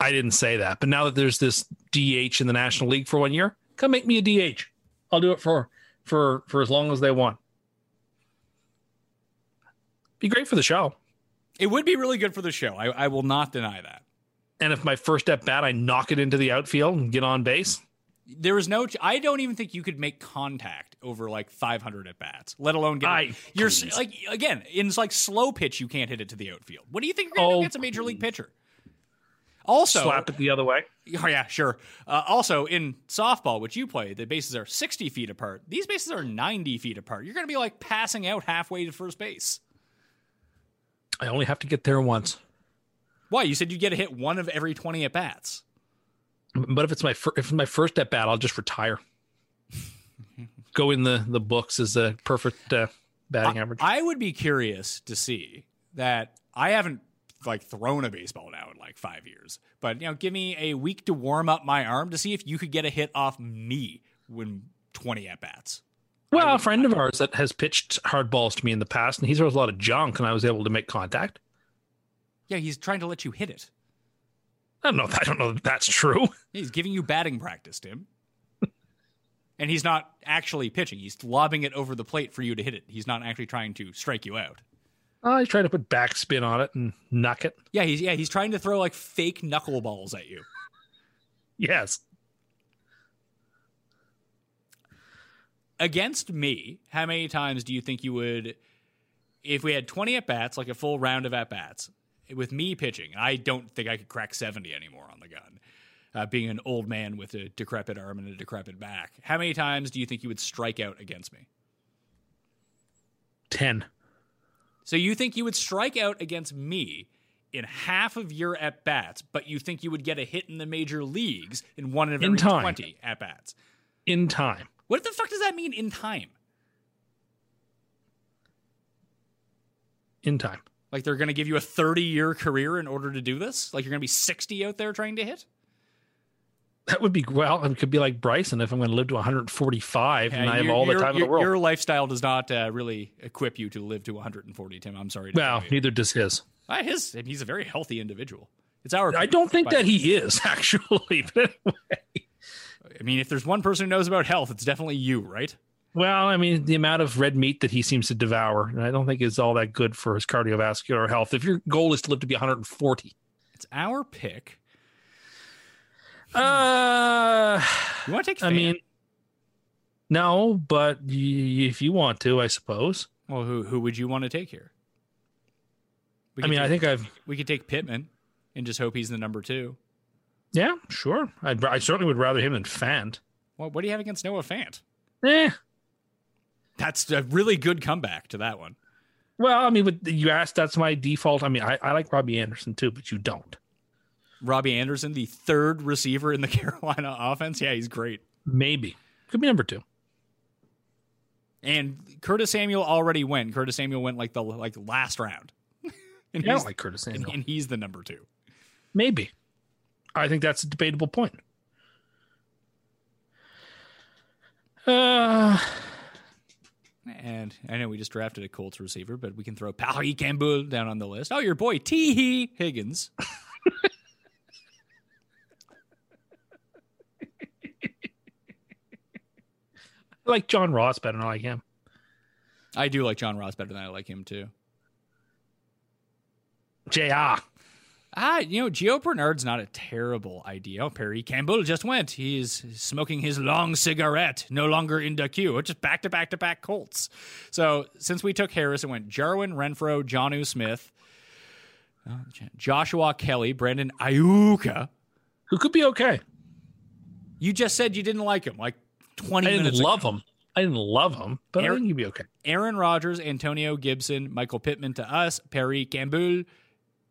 Speaker 5: I didn't say that, but now that there's this DH in the National League for one year, come make me a DH. I'll do it for for for as long as they want. Be great for the show.
Speaker 3: It would be really good for the show. I, I will not deny that.
Speaker 5: And if my first at bat, I knock it into the outfield and get on base,
Speaker 3: There is no. Ch- I don't even think you could make contact over like 500 at bats, let alone get.
Speaker 5: I-
Speaker 3: you're s-
Speaker 5: please.
Speaker 3: like again in s- like slow pitch. You can't hit it to the outfield. What do you think you're going to
Speaker 5: Oh,
Speaker 3: do against a major league pitcher? Also,
Speaker 5: slap it the other way.
Speaker 3: Oh yeah, sure. Uh, also, in softball, which you play, the bases are sixty feet apart. These bases are ninety feet apart. You're going to be like passing out halfway to first base.
Speaker 5: I only have to get there once.
Speaker 3: Why? You said you get a hit one of every twenty at bats.
Speaker 5: But if it's my fir- if it's my first at bat, I'll just retire. Go in the the books as a perfect uh, batting average.
Speaker 3: I would be curious to see that. I haven't like thrown a baseball now in like five years, but you know, give me a week to warm up my arm to see if you could get a hit off me when twenty at bats.
Speaker 5: Well, a friend of ours that has pitched hard balls to me in the past, and he throws a lot of junk, and I was able to make contact.
Speaker 3: Yeah, he's trying to let you hit it.
Speaker 5: I don't know. I don't know that that's true.
Speaker 3: He's giving you batting practice, Tim. and he's not actually pitching. He's lobbing it over the plate for you to hit it. He's not actually trying to strike you out.
Speaker 5: I he's trying to put backspin on it and knock it.
Speaker 3: Yeah, he's yeah, he's trying to throw like fake knuckleballs at you.
Speaker 5: Yes,
Speaker 3: Against me, how many times do you think you would if we had 20 at bats, like a full round of at bats, with me pitching, I don't think I could crack 70 anymore on the gun. Uh, being an old man with a decrepit arm and a decrepit back, how many times do you think you would strike out against me?
Speaker 5: ten.
Speaker 3: So you think you would strike out against me in half of your at bats, but you think you would get a hit in the major leagues in one of
Speaker 5: In
Speaker 3: every
Speaker 5: time.
Speaker 3: twenty at bats?
Speaker 5: in time.
Speaker 3: What the fuck does that mean in time?
Speaker 5: In time.
Speaker 3: Like they're going to give you a thirty-year career in order to do this? Like you're going to be sixty out there trying to hit?
Speaker 5: That would be well. It could be like Bryson if I'm going to live to 145 and
Speaker 3: Yeah,
Speaker 5: I have
Speaker 3: your-
Speaker 5: all the
Speaker 3: your-
Speaker 5: time in the
Speaker 3: your-
Speaker 5: world.
Speaker 3: Your lifestyle does not uh, really equip you to live to 140, Tim. I'm sorry. To
Speaker 5: Well,
Speaker 3: tell you.
Speaker 5: neither does his.
Speaker 3: Uh, his and he's a very healthy individual. It's our.
Speaker 5: I don't think
Speaker 3: by
Speaker 5: that he is actually. But
Speaker 3: I mean, if there's one person who knows about health, it's definitely you, right?
Speaker 5: well, I mean, the amount of red meat that he seems to devour, and I don't think is all that good for his cardiovascular health. If your goal is to live to be 140,
Speaker 3: It's our pick.
Speaker 5: uh,
Speaker 3: You want to take?
Speaker 5: I
Speaker 3: Fan?
Speaker 5: mean, no, but y- if you want to, I suppose.
Speaker 3: Well, who who would you want to take here? We
Speaker 5: I
Speaker 3: could
Speaker 5: mean, I
Speaker 3: take-
Speaker 5: think I've
Speaker 3: we could take Pittman and just hope he's the number two.
Speaker 5: yeah, sure. I'd, I certainly would rather him than Fant.
Speaker 3: Well, what do you have against Noah Fant?
Speaker 5: Eh.
Speaker 3: That's a really good comeback to that one.
Speaker 5: Well, I mean, but you asked. That's my default. I mean, I, I like Robbie Anderson too, but you don't.
Speaker 3: Robbie Anderson, the third receiver in the Carolina offense. Yeah, he's great.
Speaker 5: Maybe could be number two.
Speaker 3: And Curtis Samuel already went. Curtis Samuel went like the like last round. and,
Speaker 5: I don't
Speaker 3: he's,
Speaker 5: like Curtis
Speaker 3: and,
Speaker 5: Samuel.
Speaker 3: and he's the number two.
Speaker 5: Maybe. I think that's a debatable point. Uh,
Speaker 3: And I know we just drafted a Colts receiver, but we can throw Paris Campbell down on the list. Oh, your boy Teehee Higgins.
Speaker 5: I like John Ross better than I like him.
Speaker 3: I do like John Ross better than I like him too.
Speaker 5: JR.
Speaker 3: Ah, you know, Gio Bernard's not a terrible idea. Oh, Perry Campbell just went. He's smoking his long cigarette, no longer in the queue. It's just back to back to back Colts. So since we took Harris, it went Jarwin Renfro, Johnu Smith, uh, J- Joshua Kelly, Brandon Ayuka.
Speaker 5: Who could be okay.
Speaker 3: You just said you didn't like him like 20
Speaker 5: I didn't
Speaker 3: minutes ago.
Speaker 5: love him. I didn't love him, but I
Speaker 3: Eric-
Speaker 5: think he'd be okay.
Speaker 3: Aaron Rodgers, Antonio Gibson, Michael Pittman to us, Perry Campbell,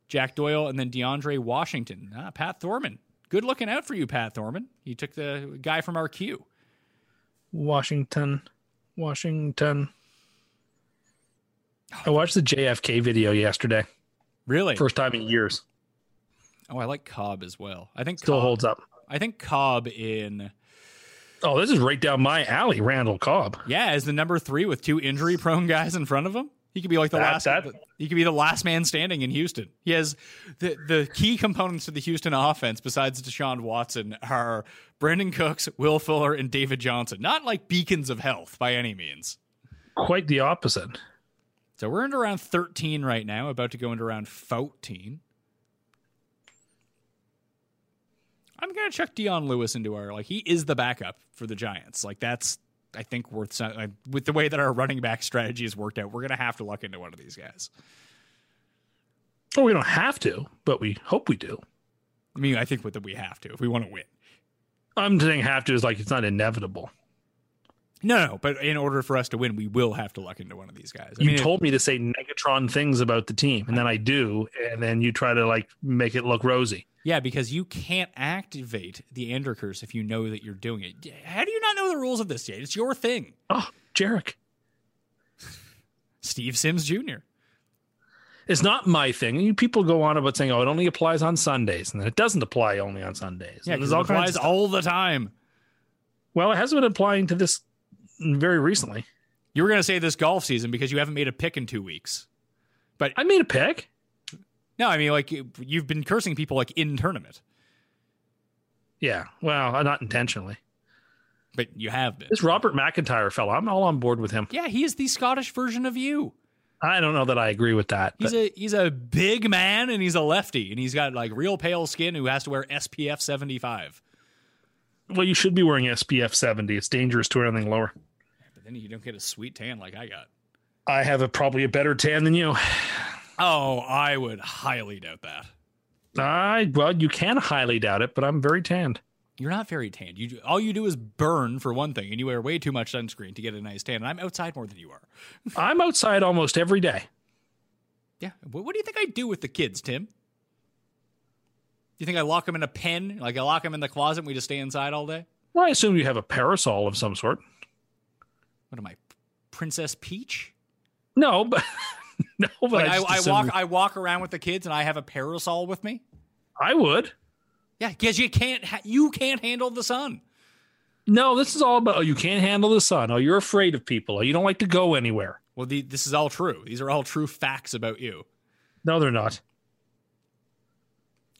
Speaker 3: Jack Doyle, and then DeAndre Washington. Ah, Pat Thorman. Good looking out for you, Pat Thorman. You took the guy from our queue.
Speaker 5: Washington. Washington. I watched the JFK video yesterday.
Speaker 3: Really?
Speaker 5: First time in years.
Speaker 3: oh, I like Cobb as well. I think
Speaker 5: Still
Speaker 3: Cobb,
Speaker 5: holds up.
Speaker 3: I think Cobb in
Speaker 5: Oh, this is right down my alley, Randall Cobb.
Speaker 3: yeah as the number three with two injury prone guys in front of him. He could be like the
Speaker 5: That-
Speaker 3: last.
Speaker 5: that-
Speaker 3: he could be the last man standing in Houston. He has the the key components of the Houston offense besides Deshaun Watson are Brandon Cooks, Will Fuller, and David Johnson. Not like beacons of health by any means.
Speaker 5: Quite the opposite.
Speaker 3: So we're into round thirteen right now. About to go into round fourteen. I'm gonna chuck Dion Lewis into our like he is the backup for the Giants. Like that's I think worth some, like, with the way that our running back strategy has worked out. We're gonna have to luck into one of these guys.
Speaker 5: Well, Oh, we don't have to, but we hope we do.
Speaker 3: I mean, I think with that we have to if we want to win.
Speaker 5: I'm saying have to is like it's not inevitable.
Speaker 3: No, no, but in order for us to win, we will have to luck into one of these guys. I
Speaker 5: you
Speaker 3: mean, if-
Speaker 5: told me to say negatron things about the team and then i do and then you try to like make it look rosy
Speaker 3: yeah, because you can't activate the Ender Curse if you know that you're doing it. How do you not know the rules of this, Jade? It's your thing,
Speaker 5: oh jarek
Speaker 3: Steve Sims Jr.
Speaker 5: it's not my thing you people go on about saying oh it only applies on sundays and then it doesn't apply only on sundays
Speaker 3: Yeah,
Speaker 5: And
Speaker 3: because it
Speaker 5: kinds
Speaker 3: applies
Speaker 5: of-
Speaker 3: all the time.
Speaker 5: well it has been applying to this very recently
Speaker 3: You were going to say this golf season because you haven't made a pick in two weeks.
Speaker 5: i made a pick
Speaker 3: No, I mean, like, you- you've been cursing people, like, in tournament,
Speaker 5: yeah well uh, not intentionally
Speaker 3: but you have been.
Speaker 5: this robert mcintyre fellow i'm all on board with him
Speaker 3: Yeah, he is the Scottish version of you.
Speaker 5: i don't know that i agree with that
Speaker 3: He's
Speaker 5: but
Speaker 3: a he's a big man and he's a lefty and he's got like real pale skin who has to wear SPF 75.
Speaker 5: well you should be wearing spf 70 it's dangerous to wear anything lower
Speaker 3: But then you don't get a sweet tan like I got.
Speaker 5: i have a probably a better tan than you
Speaker 3: Oh, I would highly doubt that.
Speaker 5: I well, you can highly doubt it, but I'm very tanned.
Speaker 3: You're not very tanned. You all you do is burn for one thing, and you wear way too much sunscreen to get a nice tan. And I'm outside more than you are.
Speaker 5: I'm outside almost every day.
Speaker 3: Yeah. What, what do you think I do with the kids, Tim? Do you think I lock them in a pen? Like I lock them in the closet and we just stay inside all day?
Speaker 5: Well, I assume you have a parasol of some sort.
Speaker 3: What am I, Princess Peach?
Speaker 5: No, but no, but
Speaker 3: Like,
Speaker 5: I,
Speaker 3: I,
Speaker 5: just
Speaker 3: I
Speaker 5: assume-
Speaker 3: walk I walk around with the kids and I have a parasol with me.
Speaker 5: I would.
Speaker 3: Yeah, because you can't ha- you can't handle the sun.
Speaker 5: No, this is all about. Oh, you can't handle the sun. Oh, you're afraid of people. Oh, you don't like to go anywhere.
Speaker 3: Well, the, this is all true. These are all true facts about you.
Speaker 5: No, they're not.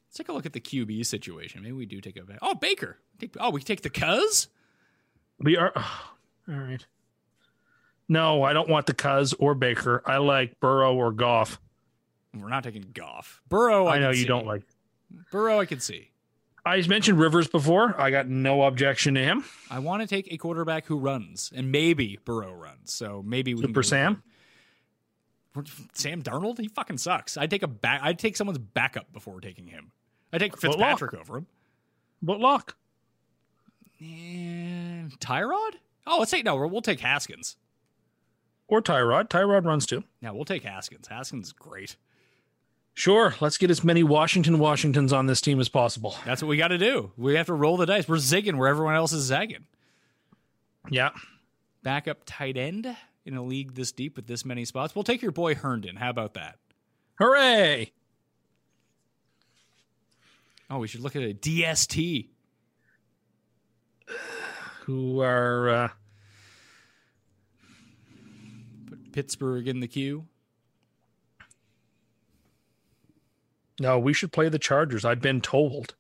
Speaker 3: Let's take a look at the QB situation. Maybe we do take a oh Baker. Take- oh, we take the Cuz.
Speaker 5: We are. oh, all right. No, I don't want the Cuz or Baker. I like Burrow or Goff.
Speaker 3: We're not taking Goff. Burrow. Oh, I,
Speaker 5: I know
Speaker 3: can
Speaker 5: you
Speaker 3: see.
Speaker 5: don't like.
Speaker 3: Burrow. I can see.
Speaker 5: I mentioned Rivers before. I got no objection to him.
Speaker 3: I want to take a quarterback who runs, and maybe Burrow runs. So maybe we can go
Speaker 5: Super
Speaker 3: with
Speaker 5: Sam.
Speaker 3: him. Sam Darnold, he fucking sucks. I'd take a back. I'd take someone's backup before taking him. I'd take
Speaker 5: Well,
Speaker 3: Fitzpatrick over him.
Speaker 5: But Locke,
Speaker 3: And Tyrod? Oh, let's take no. We'll we'll take Haskins.
Speaker 5: or Tyrod. Tyrod runs too.
Speaker 3: Yeah, we'll take Haskins. Haskins is great.
Speaker 5: Sure, let's get as many Washington Washingtons on this team as possible.
Speaker 3: That's what we got to do. We have to roll the dice. We're zigging where everyone else is zagging.
Speaker 5: Yeah.
Speaker 3: Backup tight end in a league this deep with this many spots. We'll take your boy Herndon. How about that?
Speaker 5: Hooray!
Speaker 3: Oh, we should look at a DST.
Speaker 5: Who are uh,
Speaker 3: Put Pittsburgh in the queue.
Speaker 5: no, we should play the Chargers. I've been told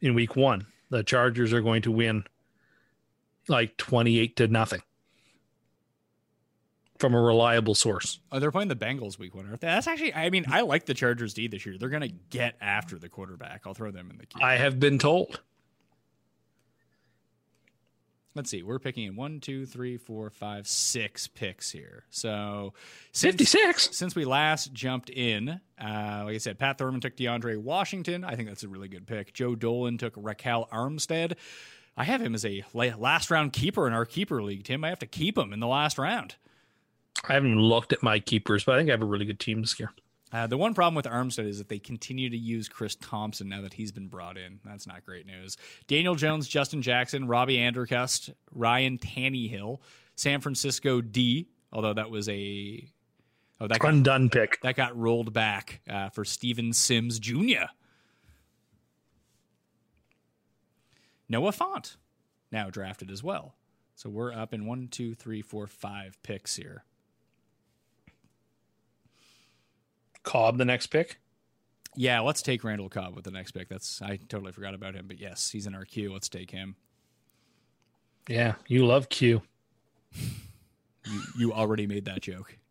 Speaker 5: in week one the Chargers are going to win like 28 to nothing from a reliable source.
Speaker 3: Oh, they're playing the Bengals week one, aren't they? That's actually, I mean, I like the Chargers D this year. They're going to get after the quarterback. I'll throw them in the queue.
Speaker 5: I have been told.
Speaker 3: Let's see. We're picking in one, two, three, four, five, six picks here. So since-
Speaker 5: 56?
Speaker 3: Since we last jumped in, uh, like I said, Pat Thurman took DeAndre Washington. I think that's a really good pick. Joe Dolan took Raquel Armstead. I have him as a la- last round keeper in our keeper league, Tim. I have to keep him in the last round.
Speaker 5: I haven't even looked at my keepers, but I think I have a really good team this year.
Speaker 3: Uh, the one problem with Armstead is that they continue to use Chris Thompson now that he's been brought in. That's not great news. Daniel Jones, Justin Jackson, Robbie Andercust, Ryan Tannehill, San Francisco D, although that was a. Oh, that got,
Speaker 5: Undone pick.
Speaker 3: that got rolled back uh, for Steven Sims Jr. Noah Font now drafted as well. So we're up in one, two, three, four, five picks here.
Speaker 5: Cobb, the next pick.
Speaker 3: Yeah, let's take Randall Cobb with the next pick. That's I totally forgot about him, but yes, he's in our queue. Let's take him.
Speaker 5: Yeah, you love Q.
Speaker 3: You, you already made that joke.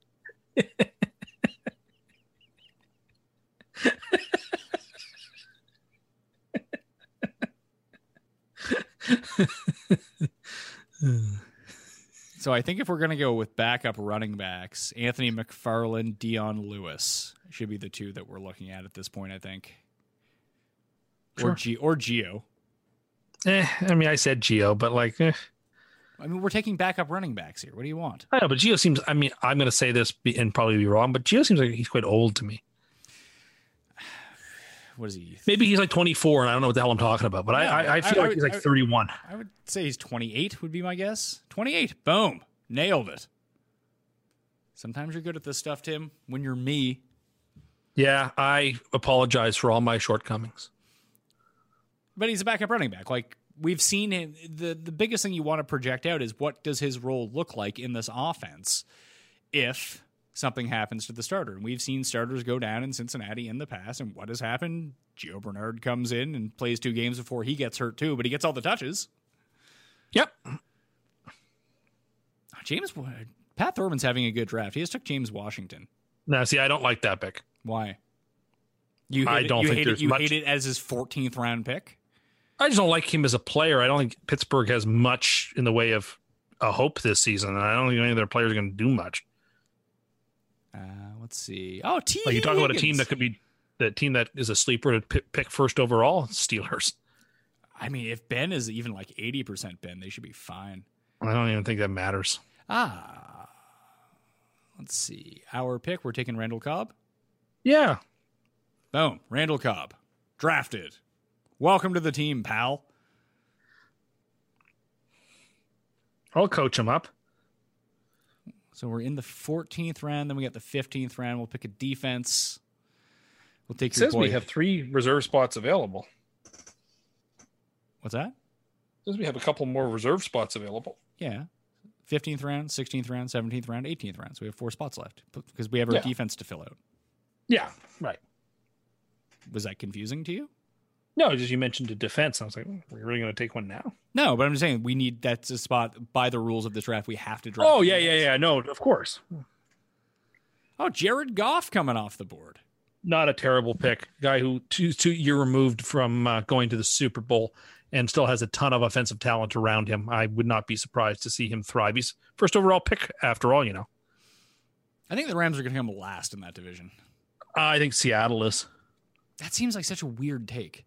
Speaker 3: so I think if we're going to go with backup running backs, Anthony McFarland, Dion Lewis should be the two that we're looking at at this point. I think, or
Speaker 5: Sure.
Speaker 3: G or Geo.
Speaker 5: Eh, I mean, I said Geo, but like, eh.
Speaker 3: I mean, we're taking backup running backs here. What do you want?
Speaker 5: I know, but Geo seems. I mean, I'm going to say this be- and probably be wrong, but Geo seems like he's quite old to me.
Speaker 3: What is he?
Speaker 5: Maybe he's like 24, and I don't know what the hell I'm talking about. But I,
Speaker 3: No,
Speaker 5: I, I feel
Speaker 3: I- I
Speaker 5: like he's
Speaker 3: would-
Speaker 5: like 31.
Speaker 3: I would say he's 28 would be my guess. 28. Boom. Nailed it. Sometimes you're good at this stuff, Tim. When you're me,
Speaker 5: Yeah, I apologize for all my shortcomings.
Speaker 3: but he's a backup running back. Like we've seen him the the biggest thing you want to project out is what does his role look like in this offense if something happens to the starter. And we've seen starters go down in Cincinnati in the past and what has happened? Gio Bernard comes in and plays two games before he gets hurt too, but he gets all the touches. Ah,
Speaker 5: Yep.
Speaker 3: James Pat Thurman's having a good draft. He just took James Washington.
Speaker 5: Now, see, I don't like that pick.
Speaker 3: Why? You
Speaker 5: I don't
Speaker 3: you
Speaker 5: think
Speaker 3: hate
Speaker 5: there's
Speaker 3: it, you
Speaker 5: much-
Speaker 3: hate it as his 14th round pick.
Speaker 5: I just don't like him as a player. I don't think Pittsburgh has much in the way of a hope this season, and I don't think any of their players are going to do much.
Speaker 3: Uh, let's see. Oh, T.
Speaker 5: Like you talk about a team
Speaker 3: Higgins.
Speaker 5: that could be the team that is a sleeper to pi- pick first overall, Steelers.
Speaker 3: I mean, if Ben is even like 80% Ben, they should be fine.
Speaker 5: I don't even think that matters.
Speaker 3: Ah. Let's see. Our pick, we're taking Randall Cobb.
Speaker 5: Yeah,
Speaker 3: Boom. Randall Cobb. Drafted. Welcome to the team, pal.
Speaker 5: I'll coach him up.
Speaker 3: So we're in the 14th round. Then we got the 15th round. We'll pick a defense. We'll take
Speaker 5: It
Speaker 3: your
Speaker 5: says
Speaker 3: boy.
Speaker 5: we have three reserve spots available.
Speaker 3: What's that?
Speaker 5: It says we have a couple more reserve spots available.
Speaker 3: Yeah. 15th round, 16th round, 17th round, 18th round. So we have four spots left p- because we have our
Speaker 5: Yeah.
Speaker 3: defense to fill out.
Speaker 5: Yeah, right.
Speaker 3: Was that confusing to you?
Speaker 5: No, just you mentioned a defense. I was like, "Hmm, we're really going to take one now.
Speaker 3: No, but I'm just saying we need that's a spot by the rules of this draft. We have to draft.
Speaker 5: Oh yeah, yeah, yeah. No, of course,
Speaker 3: Oh, Jared Goff coming off the board.
Speaker 5: not a terrible pick. Guy who two two year removed from uh, going to the Super Bowl and still has a ton of offensive talent around him. I would not be surprised to see him thrive. He's first overall pick after all, you know.
Speaker 3: I think the Rams are going to come last in that division.
Speaker 5: I think Seattle is.
Speaker 3: That seems like such a weird take.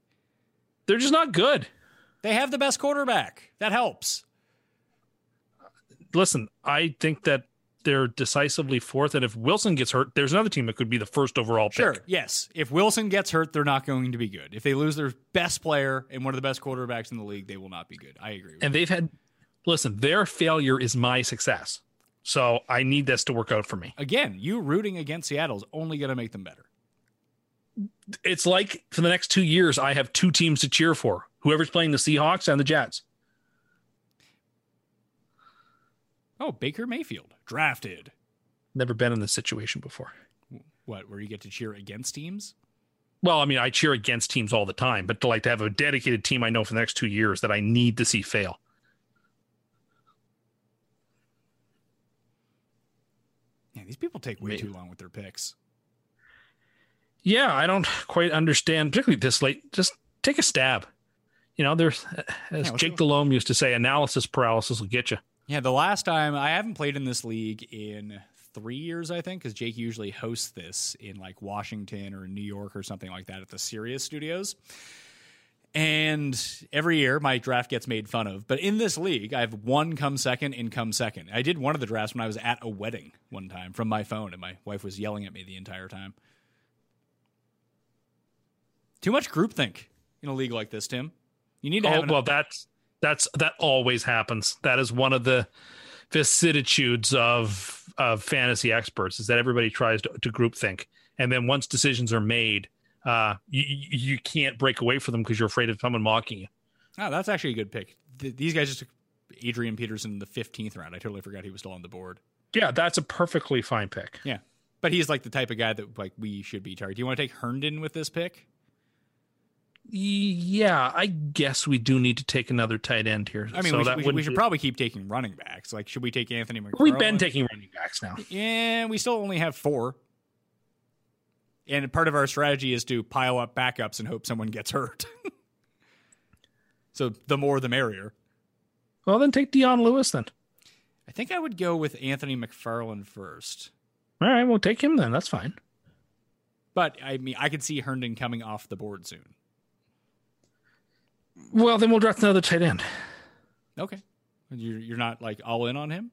Speaker 5: They're just not good.
Speaker 3: They have the best quarterback. That helps.
Speaker 5: Listen, I think that they're decisively fourth, and if Wilson gets hurt, there's another team that could be the first overall pick.
Speaker 3: Sure. Yes. If Wilson gets hurt, they're not going to be good. If they lose their best player and one of the best quarterbacks in the league, they will not be good. I agree. With
Speaker 5: And they've had, listen, their failure is my success. So I need this to work out for me.
Speaker 3: you. Again, you rooting against Seattle is only going to make them better.
Speaker 5: It's like for the next two years, I have two teams to cheer for whoever's playing the Seahawks and the Jets.
Speaker 3: Oh, Baker Mayfield drafted.
Speaker 5: Never been in this situation before.
Speaker 3: What? Where you get to cheer against teams?
Speaker 5: Well, I mean, I cheer against teams all the time, but to like to have a dedicated team I know for the next two years that I need to see fail.
Speaker 3: Man, these people take way too long with their picks.
Speaker 5: yeah, I don't quite understand, particularly this late. Just take a stab. You know, there's
Speaker 3: let's
Speaker 5: as Jake Delhomme used to say, analysis paralysis will get you.
Speaker 3: Yeah, the last time I haven't played in this league in three years, I think, because Jake usually hosts this in like Washington or in New York or something like that at the Sirius Studios. And every year my draft gets made fun of. But in this league, I've won come second and come second. I did one of the drafts when I was at a wedding one time from my phone, and my wife was yelling at me the entire time. Too much groupthink in a league like this, Tim. You need to have
Speaker 5: Oh
Speaker 3: an-
Speaker 5: well, that's that's that always happens. That is one of the vicissitudes of of fantasy experts is that everybody tries to, to group think, and then once decisions are made, uh, you you you can't break away from them because you're afraid of someone mocking you.
Speaker 3: Oh, that's actually a good pick. Th- these guys just took Adrian Peterson in the 15th round. I totally forgot he was still on the board.
Speaker 5: Yeah, that's a perfectly fine pick.
Speaker 3: Yeah. But he's like the type of guy that like we should be targeting. Do you want to take Herndon with this pick?
Speaker 5: Yeah, I guess we do need to take another tight end here.
Speaker 3: I mean,
Speaker 5: so
Speaker 3: we,
Speaker 5: that
Speaker 3: should, we, should-
Speaker 5: wouldn't
Speaker 3: we should
Speaker 5: be-
Speaker 3: probably keep taking running backs. Like, should we take Anthony McFarland?
Speaker 5: We've been taking running backs now.
Speaker 3: Yeah, we still only have four. And part of our strategy is to pile up backups and hope someone gets hurt. so the more the merrier.
Speaker 5: Well, then take Dion Lewis then.
Speaker 3: I think I would go with Anthony McFarland first.
Speaker 5: All right, we'll take him then. That's fine.
Speaker 3: But I mean, I could see Herndon coming off the board soon.
Speaker 5: Well, then we'll draft another tight end.
Speaker 3: Okay. You're, you're not like all in on him?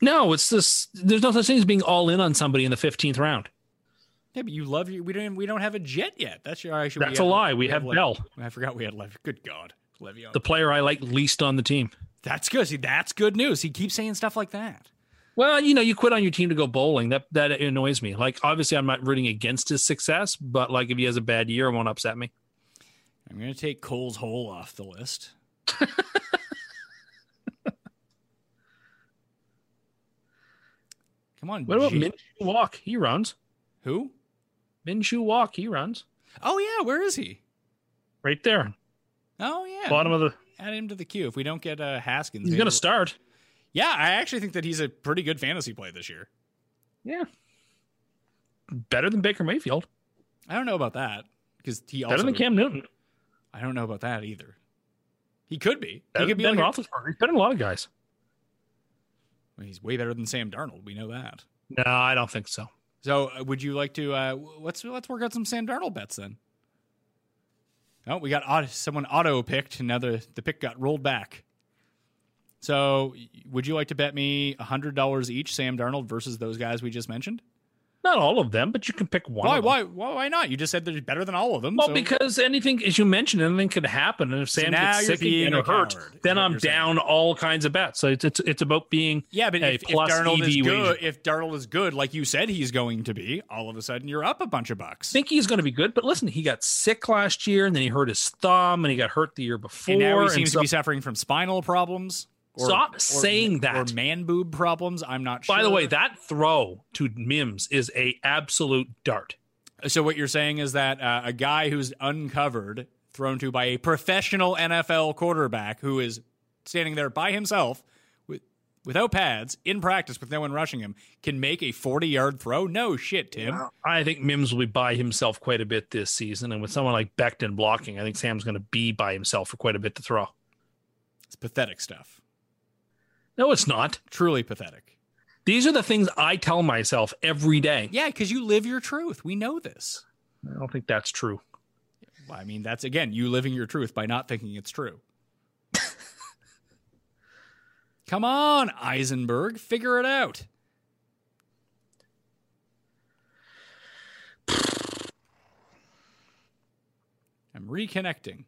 Speaker 5: No, it's this. There's no such thing as being all in on somebody in the 15th round.
Speaker 3: Yeah, but you love your. We don't. We don't have a jet yet. That's your. Actually, we
Speaker 5: That's a lie. We have
Speaker 3: Le-
Speaker 5: Bell,
Speaker 3: I forgot we had Lev. Good God, Le'Veon.
Speaker 5: the player I like least on the team.
Speaker 3: that's good. See, that's good news. He keeps saying stuff like that.
Speaker 5: Well, you know, you quit on your team to go bowling. That that annoys me. Like, obviously, I'm not rooting against his success, but like, if he has a bad year, it won't upset me.
Speaker 3: I'm gonna take Cole's hole off the list. Come on.
Speaker 5: What about
Speaker 3: Jake.
Speaker 5: Minshew Walk? He runs.
Speaker 3: Who?
Speaker 5: Minshew Walk. He runs.
Speaker 3: Oh yeah, where is he?
Speaker 5: Right there,
Speaker 3: Oh yeah,
Speaker 5: bottom of the.
Speaker 3: Add him to the queue. If we don't get uh, Haskins,
Speaker 5: He's
Speaker 3: maybe
Speaker 5: gonna
Speaker 3: we'll-
Speaker 5: start.
Speaker 3: Yeah, I actually think that he's a pretty good fantasy play this year.
Speaker 5: Yeah. Better than Baker Mayfield.
Speaker 3: I don't know about that because he
Speaker 5: Better
Speaker 3: also
Speaker 5: than Cam Newton.
Speaker 3: I don't know about that either. He could be.
Speaker 5: Better
Speaker 3: he could
Speaker 5: than
Speaker 3: be
Speaker 5: Ben
Speaker 3: like a-
Speaker 5: Roethlisberger. He's better than a lot of guys.
Speaker 3: he's way better than Sam Darnold. We know that.
Speaker 5: No, I don't think so.
Speaker 3: So, uh, would you like to uh, w- let's let's work out some Sam Darnold bets then? Oh, we got auto, someone auto picked. and Now the, the pick got rolled back. So, y- would you like to bet me hundred dollars each Sam Darnold versus those guys we just mentioned?
Speaker 5: Not all of them, but you can pick one.
Speaker 3: Why?
Speaker 5: of them.
Speaker 3: Why? Why? Why not? You just said they're better than all of them.
Speaker 5: Well,
Speaker 3: so-
Speaker 5: because anything, as you mentioned, anything could happen, and if Sam
Speaker 3: now
Speaker 5: gets
Speaker 3: you're
Speaker 5: sick again
Speaker 3: being a
Speaker 5: or hurt,
Speaker 3: coward, is
Speaker 5: then
Speaker 3: what
Speaker 5: I'm
Speaker 3: you're saying.
Speaker 5: down all kinds of bets. So it's it's, it's about being
Speaker 3: Yeah, but
Speaker 5: a
Speaker 3: if, if
Speaker 5: plus E
Speaker 3: Darnold
Speaker 5: EV
Speaker 3: is
Speaker 5: wager.
Speaker 3: good, if Darnold is good, like you said he's going to be, all of a sudden you're up a bunch of bucks.
Speaker 5: think he's going to be good, but listen, he got sick last year, and then he hurt his thumb, and he got hurt the year before.
Speaker 3: and now he seems
Speaker 5: so-
Speaker 3: to be suffering from spinal problems.
Speaker 5: Stop saying that.
Speaker 3: Or man boob problems. I'm not sure.
Speaker 5: By the way, that throw to Mims is a absolute dart.
Speaker 3: so what you're saying is that uh, a guy who's uncovered, thrown to by a professional NFL quarterback who is standing there by himself with without pads in practice with no one rushing him, can make a 40 yard throw? No shit, Tim.
Speaker 5: I think Mims will be by himself quite a bit this season, and with someone like Beckton blocking, I think Sam's going to be by himself for quite a bit to throw.
Speaker 3: It's pathetic stuff.
Speaker 5: No, it's not.
Speaker 3: Truly pathetic.
Speaker 5: These are the things I tell myself every day.
Speaker 3: Yeah, because you live your truth. We know this.
Speaker 5: I don't think that's true.
Speaker 3: Well, I mean, that's again you living your truth by not thinking it's true. Come on, Eisenberg, figure it out. I'm reconnecting.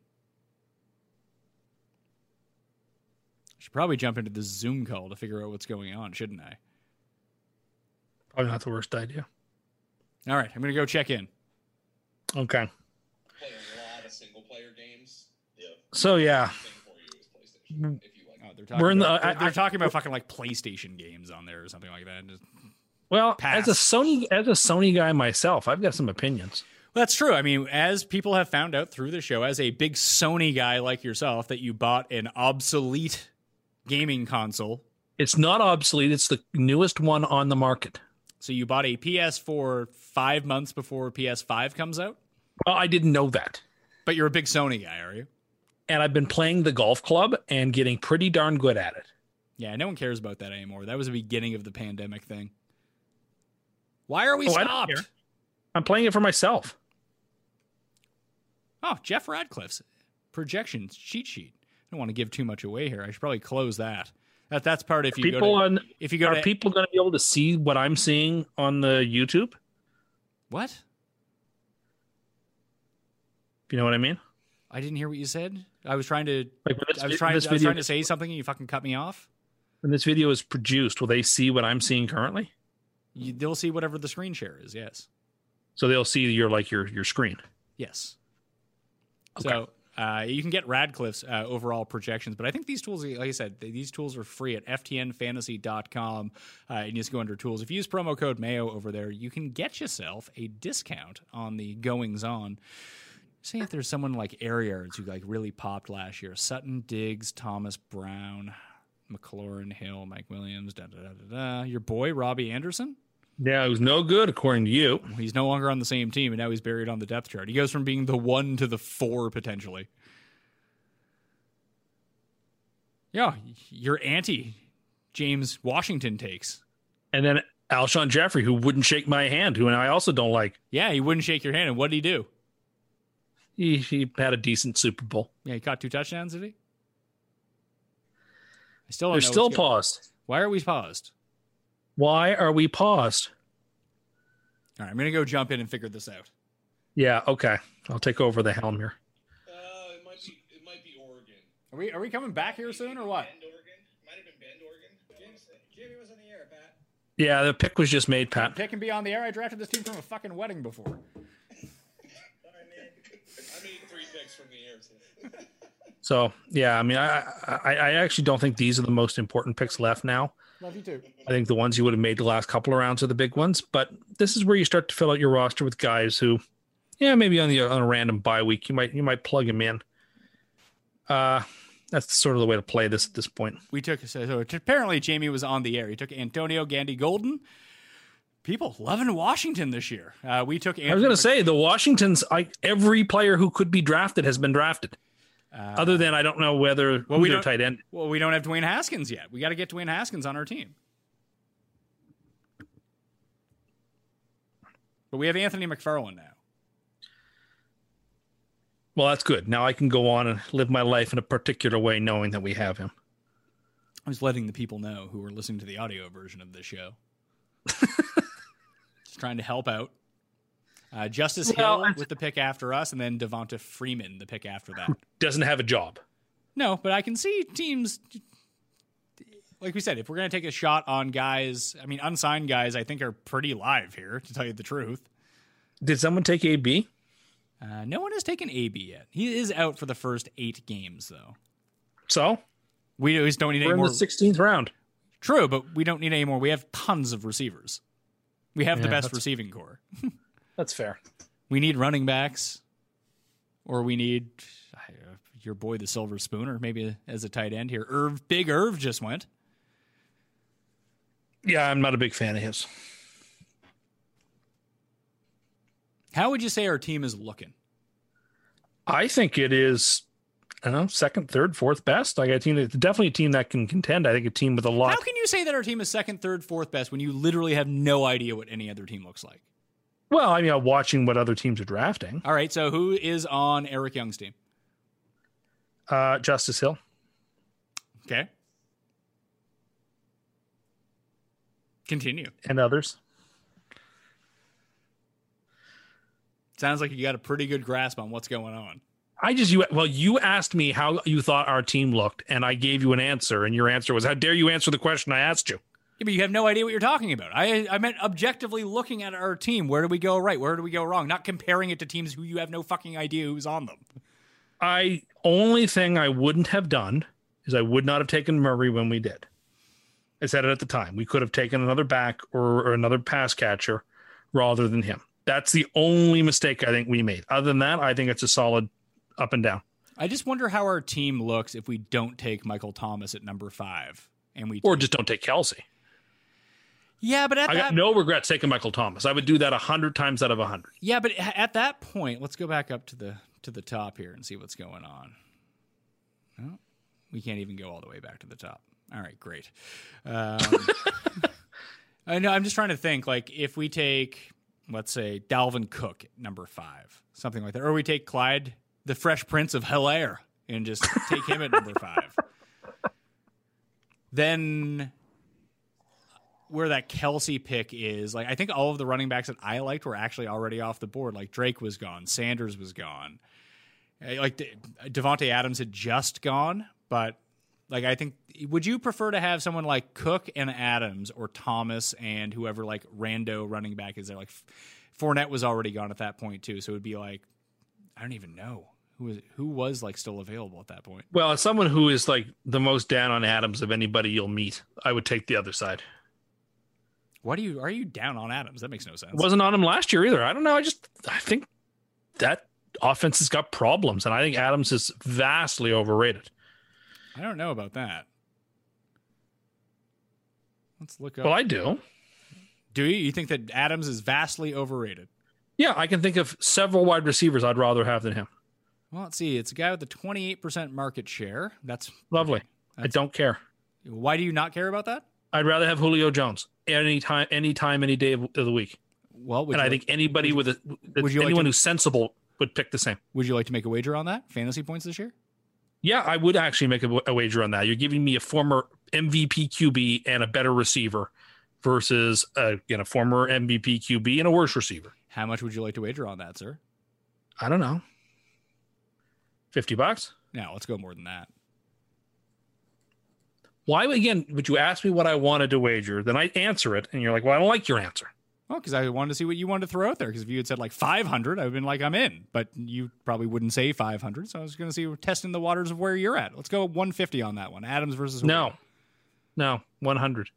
Speaker 3: I should probably jump into this Zoom call to figure out what's going on, shouldn't I?
Speaker 5: Probably not the worst idea.
Speaker 3: All right, I'm going to go check in.
Speaker 5: Okay.
Speaker 4: Play a lot of single player games. Yeah.
Speaker 5: So yeah,
Speaker 4: Thing for you is PlayStation. If you like.
Speaker 3: Oh, they're talking
Speaker 5: We're in
Speaker 3: about,
Speaker 5: the- I-
Speaker 3: they're, they're
Speaker 5: I-
Speaker 3: talking about fucking like PlayStation games on there or something like that. Just-
Speaker 5: well,
Speaker 3: Pass.
Speaker 5: as a Sony as a Sony guy myself, I've got some opinions.
Speaker 3: Well, that's true. I mean, as people have found out through the show, as a big Sony guy like yourself, that you bought an obsolete gaming console.
Speaker 5: It's not obsolete. It's the newest one on the market.
Speaker 3: So you bought a PS4 five months before PS5 comes out,
Speaker 5: Well, I didn't know that.
Speaker 3: but you're a big Sony guy, are you?
Speaker 5: And I've been playing the golf club and getting pretty darn good at it.
Speaker 3: Yeah, no one cares about that anymore. That was the beginning of the pandemic thing. Why are we
Speaker 5: Oh, I don't
Speaker 3: stopped?
Speaker 5: care. I'm playing it for myself.
Speaker 3: Oh, Jeff Radcliffe's projections cheat sheet. I don't want to give too much away here. I should probably close that. That that's part if you
Speaker 5: People
Speaker 3: go to,
Speaker 5: on
Speaker 3: if you go
Speaker 5: are
Speaker 3: to
Speaker 5: people going to be able to see what I'm seeing on the YouTube?
Speaker 3: what
Speaker 5: If you know what I mean?
Speaker 3: I didn't hear what you said. I was trying to
Speaker 5: Like when this,
Speaker 3: I was
Speaker 5: vid-
Speaker 3: trying,
Speaker 5: this
Speaker 3: I was
Speaker 5: video
Speaker 3: trying to say something and you fucking cut me off.
Speaker 5: when this video is produced, will they see what I'm seeing currently?
Speaker 3: You, they'll see whatever the screen share is. Yes.
Speaker 5: So they'll see your like your your screen.
Speaker 3: Yes. So uh, you can get Radcliffe's uh, overall projections, but I think these tools, like I said, th- these tools are free at ftnfantasy.com. Uh, and you just go under tools. If you use promo code Mayo over there, you can get yourself a discount on the goings on. See if there's someone like Ariards who like really popped last year. Sutton, Diggs, Thomas Brown, McLaurin, Hill, Mike Williams, da da da da da. Your boy Robbie Anderson.
Speaker 5: Yeah, it was no good according to you.
Speaker 3: He's no longer on the same team, and now he's buried on the depth chart. He goes from being the one to the four potentially. Yeah, your anti James Washington takes.
Speaker 5: And then Alshon Jeffrey, who wouldn't shake my hand, who and I also don't like.
Speaker 3: Yeah, he wouldn't shake your hand. And what did he do?
Speaker 5: He, he had a decent Super Bowl.
Speaker 3: Yeah, he caught two touchdowns, did he? I still don't
Speaker 5: They're
Speaker 3: know
Speaker 5: still
Speaker 3: what's going-
Speaker 5: paused.
Speaker 3: Why are we paused?
Speaker 5: Why are we paused?
Speaker 3: All right, I'm gonna go jump in and figure this out.
Speaker 5: Yeah, okay. I'll take over the helm here.
Speaker 4: Uh, it might be. It might be Oregon.
Speaker 3: Are we are we coming back here soon or what?
Speaker 4: Bend, Oregon. Might have been Bend, Oregon. James, Jimmy was in the air, Pat.
Speaker 5: Yeah, the pick was just made, Pat.
Speaker 3: Pick and be on the air. I drafted this team from a fucking wedding before.
Speaker 4: I made three picks from the air today.
Speaker 5: So yeah, I mean, I, I I actually don't think these are the most important picks left now.
Speaker 3: Love you too.
Speaker 5: I think the ones you would have made the last couple of rounds are the big ones. But this is where you start to fill out your roster with guys who, yeah, maybe on the on a random bye week you might you might plug them in. Uh that's sort of the way to play this at this point.
Speaker 3: we took so, so apparently Jamie was on the air. He took Antonio Gandy Golden. People loving Washington this year. Uh, we took.
Speaker 5: I was
Speaker 3: Anthony
Speaker 5: going to say the Washingtons. I every player who could be drafted has been drafted. Other than I don't know whether
Speaker 3: Uh, Well,
Speaker 5: who
Speaker 3: we
Speaker 5: their
Speaker 3: don't-
Speaker 5: tight end.
Speaker 3: Well, we don't have Dwayne Haskins yet. We got to get Dwayne Haskins on our team. But we have Anthony McFarland now.
Speaker 5: Well, that's good. Now I can go on and live my life in a particular way, knowing that we have him.
Speaker 3: I was letting the people know who were listening to the audio version of this show. Just trying to help out. Uh, Justice
Speaker 5: Well,
Speaker 3: Hill
Speaker 5: it's-
Speaker 3: with the pick after us, and then Devonta Freeman the pick after that.
Speaker 5: Doesn't have a job.
Speaker 3: No, but I can see teams. Like we said, if we're going to take a shot on guys, I mean, unsigned guys, I think are pretty live here, to tell you the truth.
Speaker 5: Did someone take AB?
Speaker 3: Uh, no one has taken AB yet. He is out for the first eight games, though.
Speaker 5: So
Speaker 3: We just don't need any
Speaker 5: we're in
Speaker 3: more.
Speaker 5: the 16th round.
Speaker 3: True, but we don't need any more. We have tons of receivers. We have the
Speaker 5: Yeah,
Speaker 3: best
Speaker 5: that's-
Speaker 3: receiving core.
Speaker 5: That's fair.
Speaker 3: We need running backs, or we need I- uh, your boy, the Silver Spoon, or maybe as a tight end here. Irv, big Irv just went.
Speaker 5: Yeah, I'm not a big fan of his.
Speaker 3: How would you say our team is looking?
Speaker 5: I think it is I don't know, second, third, fourth best. Like a team that definitely a team that can contend. I think a team with a lot.
Speaker 3: How can you say that our team is second, third, fourth best when you literally have no idea what any other team looks like?
Speaker 5: well, I mean, I'm watching what other teams are drafting.
Speaker 3: All right, so who is on Eric Young's team?
Speaker 5: Uh, Justice Hill.
Speaker 3: Okay. Continue.
Speaker 5: and others.
Speaker 3: Sounds like you got a pretty good grasp on what's going on.
Speaker 5: I just you well, you asked me how you thought our team looked, and I gave you an answer, and your answer was, "How dare you answer the question I asked you?"
Speaker 3: Yeah, but you have no idea what you're talking about. I I meant objectively looking at our team. Where do we go right? Where do we go wrong? Not comparing it to teams who you have no fucking idea who's on them.
Speaker 5: I only thing I wouldn't have done is I would not have taken Murray when we did. I said it at the time. We could have taken another back or, or another pass catcher rather than him. That's the only mistake I think we made. Other than that, I think it's a solid up and down.
Speaker 3: I just wonder how our team looks if we don't take Michael Thomas at number five and we
Speaker 5: Or just don't take Kelsey.
Speaker 3: yeah, but at
Speaker 5: I
Speaker 3: that
Speaker 5: got no regrets taking Michael Thomas. I would do that hundred times out of hundred.
Speaker 3: yeah, but a- at that point, let's go back up to the to the top here and see what's going on. No, we can't even go all the way back to the top. All right, great. Um, I know. I'm just trying to think. Like, if we take, let's say, Dalvin Cook at number five, something like that, or we take Clyde, the Fresh Prince of Hilaire, and just take him at number five, then where that Kelsey pick is, like, I think all of the running backs that I liked were actually already off the board. Like Drake was gone, Sanders was gone, Uh, like De- Devonte Adams had just gone, but like I think would you prefer to have someone like Cook and Adams or Thomas and whoever like rando running back is there like F- Fournette was already gone at that point too so it would be like I don't even know who was who was like still available at that point.
Speaker 5: Well, as someone who is like the most down on Adams of anybody you'll meet, I would take the other side.
Speaker 3: Why do you are you down on Adams? That makes no sense.
Speaker 5: I wasn't on him last year either. I don't know. I just I think that offense has got problems, and I think Adams is vastly overrated.
Speaker 3: I don't know about that. Let's look up.
Speaker 5: Well, I do.
Speaker 3: do you you think that Adams is vastly overrated?
Speaker 5: Yeah, I can think of several wide receivers I'd rather have than him.
Speaker 3: Well, let's see. It's a guy with a 28% market share. That's
Speaker 5: Lovely. I don't care.
Speaker 3: why do you not care about that?
Speaker 5: I'd rather have Julio Jones any time, any time, any day of of the week.
Speaker 3: Well, would
Speaker 5: and
Speaker 3: you
Speaker 5: I
Speaker 3: like-
Speaker 5: think anybody with a
Speaker 3: would you like
Speaker 5: anyone
Speaker 3: to-
Speaker 5: who's sensible would pick the same.
Speaker 3: Would you like to make a wager on that? Fantasy points this year?
Speaker 5: Yeah, I would actually make a, w- a wager on that. You're giving me a former MVP QB and a better receiver versus a, you know, former MVP QB and a worse receiver.
Speaker 3: How much would you like to wager on that, sir?
Speaker 5: I don't know. 50 bucks?
Speaker 3: No, let's go more than that.
Speaker 5: Why again would you ask me what I wanted to wager? Then I answer it and you're like, "Well, I don't like your answer."
Speaker 3: Well, because I wanted to see what you wanted to throw out there. Because if you had said like 500, I would have been like, I'm in. But you probably wouldn't say 500. So I was going to see, we're testing the waters of where you're at. Let's go 150 on that one. Adams versus.
Speaker 5: No. No, 100.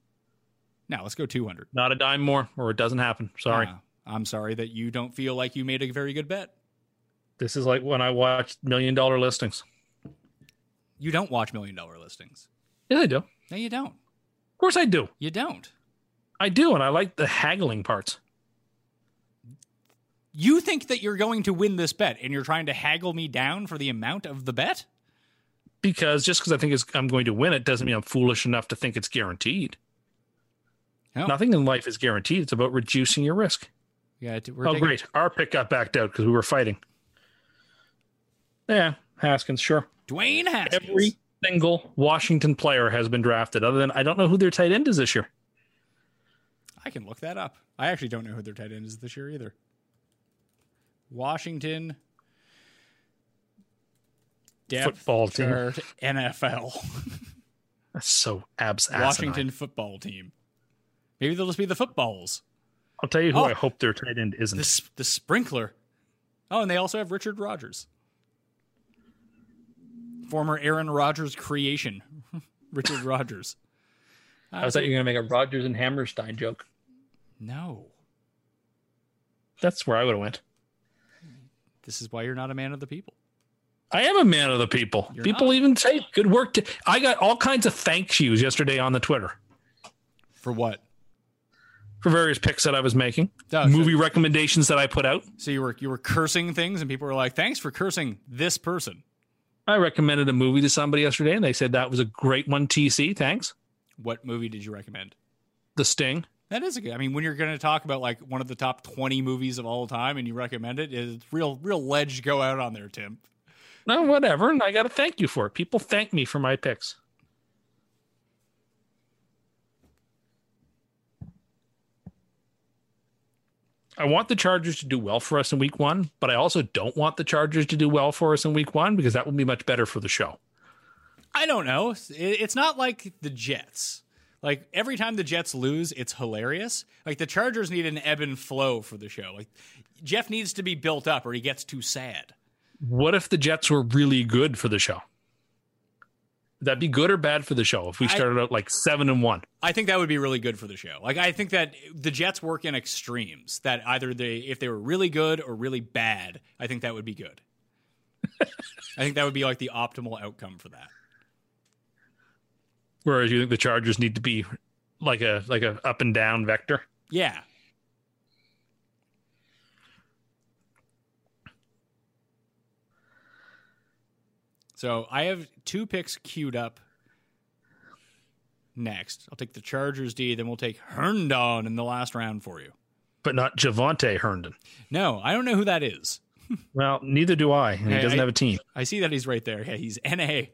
Speaker 3: No, let's go 200.
Speaker 5: Not a dime more or it doesn't happen. Sorry.
Speaker 3: Uh, I'm sorry that you don't feel like you made a very good bet.
Speaker 5: This is like when I watched million dollar listings.
Speaker 3: You don't watch million dollar listings.
Speaker 5: Yeah, I do. Of
Speaker 3: No, you don't.
Speaker 5: course I do.
Speaker 3: You don't.
Speaker 5: I do and I like the haggling parts.
Speaker 3: You think that you're going to win this bet and you're trying to haggle me down for the amount of the bet?
Speaker 5: because just because I think it's, I'm going to win it doesn't mean I'm foolish enough to think it's guaranteed.
Speaker 3: Oh.
Speaker 5: Nothing in life is guaranteed. It's about reducing your risk.
Speaker 3: Yeah, t- we're
Speaker 5: oh,
Speaker 3: taking-
Speaker 5: great. Our pick got backed out because we were fighting. Yeah, Haskins, sure.
Speaker 3: Dwayne Haskins.
Speaker 5: Every single Washington player has been drafted, other than I don't know who their tight end is this year.
Speaker 3: I can look that up. I actually don't know who their tight end is this year either. Washington depth
Speaker 5: Football team.
Speaker 3: chart NFL
Speaker 5: That's so abs.
Speaker 3: Washington football team. Maybe they'll just be the footballs.
Speaker 5: I'll tell you who
Speaker 3: Oh.
Speaker 5: I hope their tight end isn't.
Speaker 3: The s- the sprinkler. Oh, and they also have Richard Rogers, former Aaron Rodgers creation. Richard Rogers.
Speaker 5: I was thought you were going to make a Rodgers and Hammerstein joke.
Speaker 3: No,
Speaker 5: That's where I would have went.
Speaker 3: this is why you're not a man of the people.
Speaker 5: I am a man of the people.
Speaker 3: You're
Speaker 5: people
Speaker 3: not.
Speaker 5: even say good work. To, I got all kinds of thank yous yesterday on the Twitter
Speaker 3: For what?
Speaker 5: for various picks that I was making,
Speaker 3: Oh, sure.
Speaker 5: movie recommendations that I put out.
Speaker 3: So you were you were cursing things, and people were like, "Thanks for cursing this person."
Speaker 5: I recommended a movie to somebody yesterday, and they said that was a great one. TC, thanks.
Speaker 3: What movie did you recommend?
Speaker 5: The Sting.
Speaker 3: That is a good. I mean, when you're going to talk about like one of the top 20 movies of all time and you recommend it, it's real, real ledge to go out on there, Tim.
Speaker 5: No, whatever. And I got to thank you for it. People thank me for my picks. I want the Chargers to do well for us in week one, but I also don't want the Chargers to do well for us in week one because that will be much better for the show.
Speaker 3: I don't know. It- It's not like the Jets. Like every time the Jets lose, it's hilarious. Like the Chargers need an ebb and flow for the show. Like Jeff needs to be built up or he gets too sad.
Speaker 5: What if the Jets were really good for the show? Would that be good or bad for the show if we
Speaker 3: I-
Speaker 5: started out like seven and one?
Speaker 3: I think that would be really good for the show. Like I think that the Jets work in extremes. That either they if they were really good or really bad, I think that would be good. I think that would be like the optimal outcome for that.
Speaker 5: Whereas you think the Chargers need to be like a like a up and down vector.
Speaker 3: Yeah. So I have two picks queued up next. I'll take the Chargers D, then we'll take Herndon in the last round for you.
Speaker 5: but not Javante Herndon.
Speaker 3: No, I don't know who that is.
Speaker 5: Well, neither do I. and
Speaker 3: Hey,
Speaker 5: he doesn't
Speaker 3: I-
Speaker 5: have a team.
Speaker 3: I see that he's right there. Yeah, he's NA.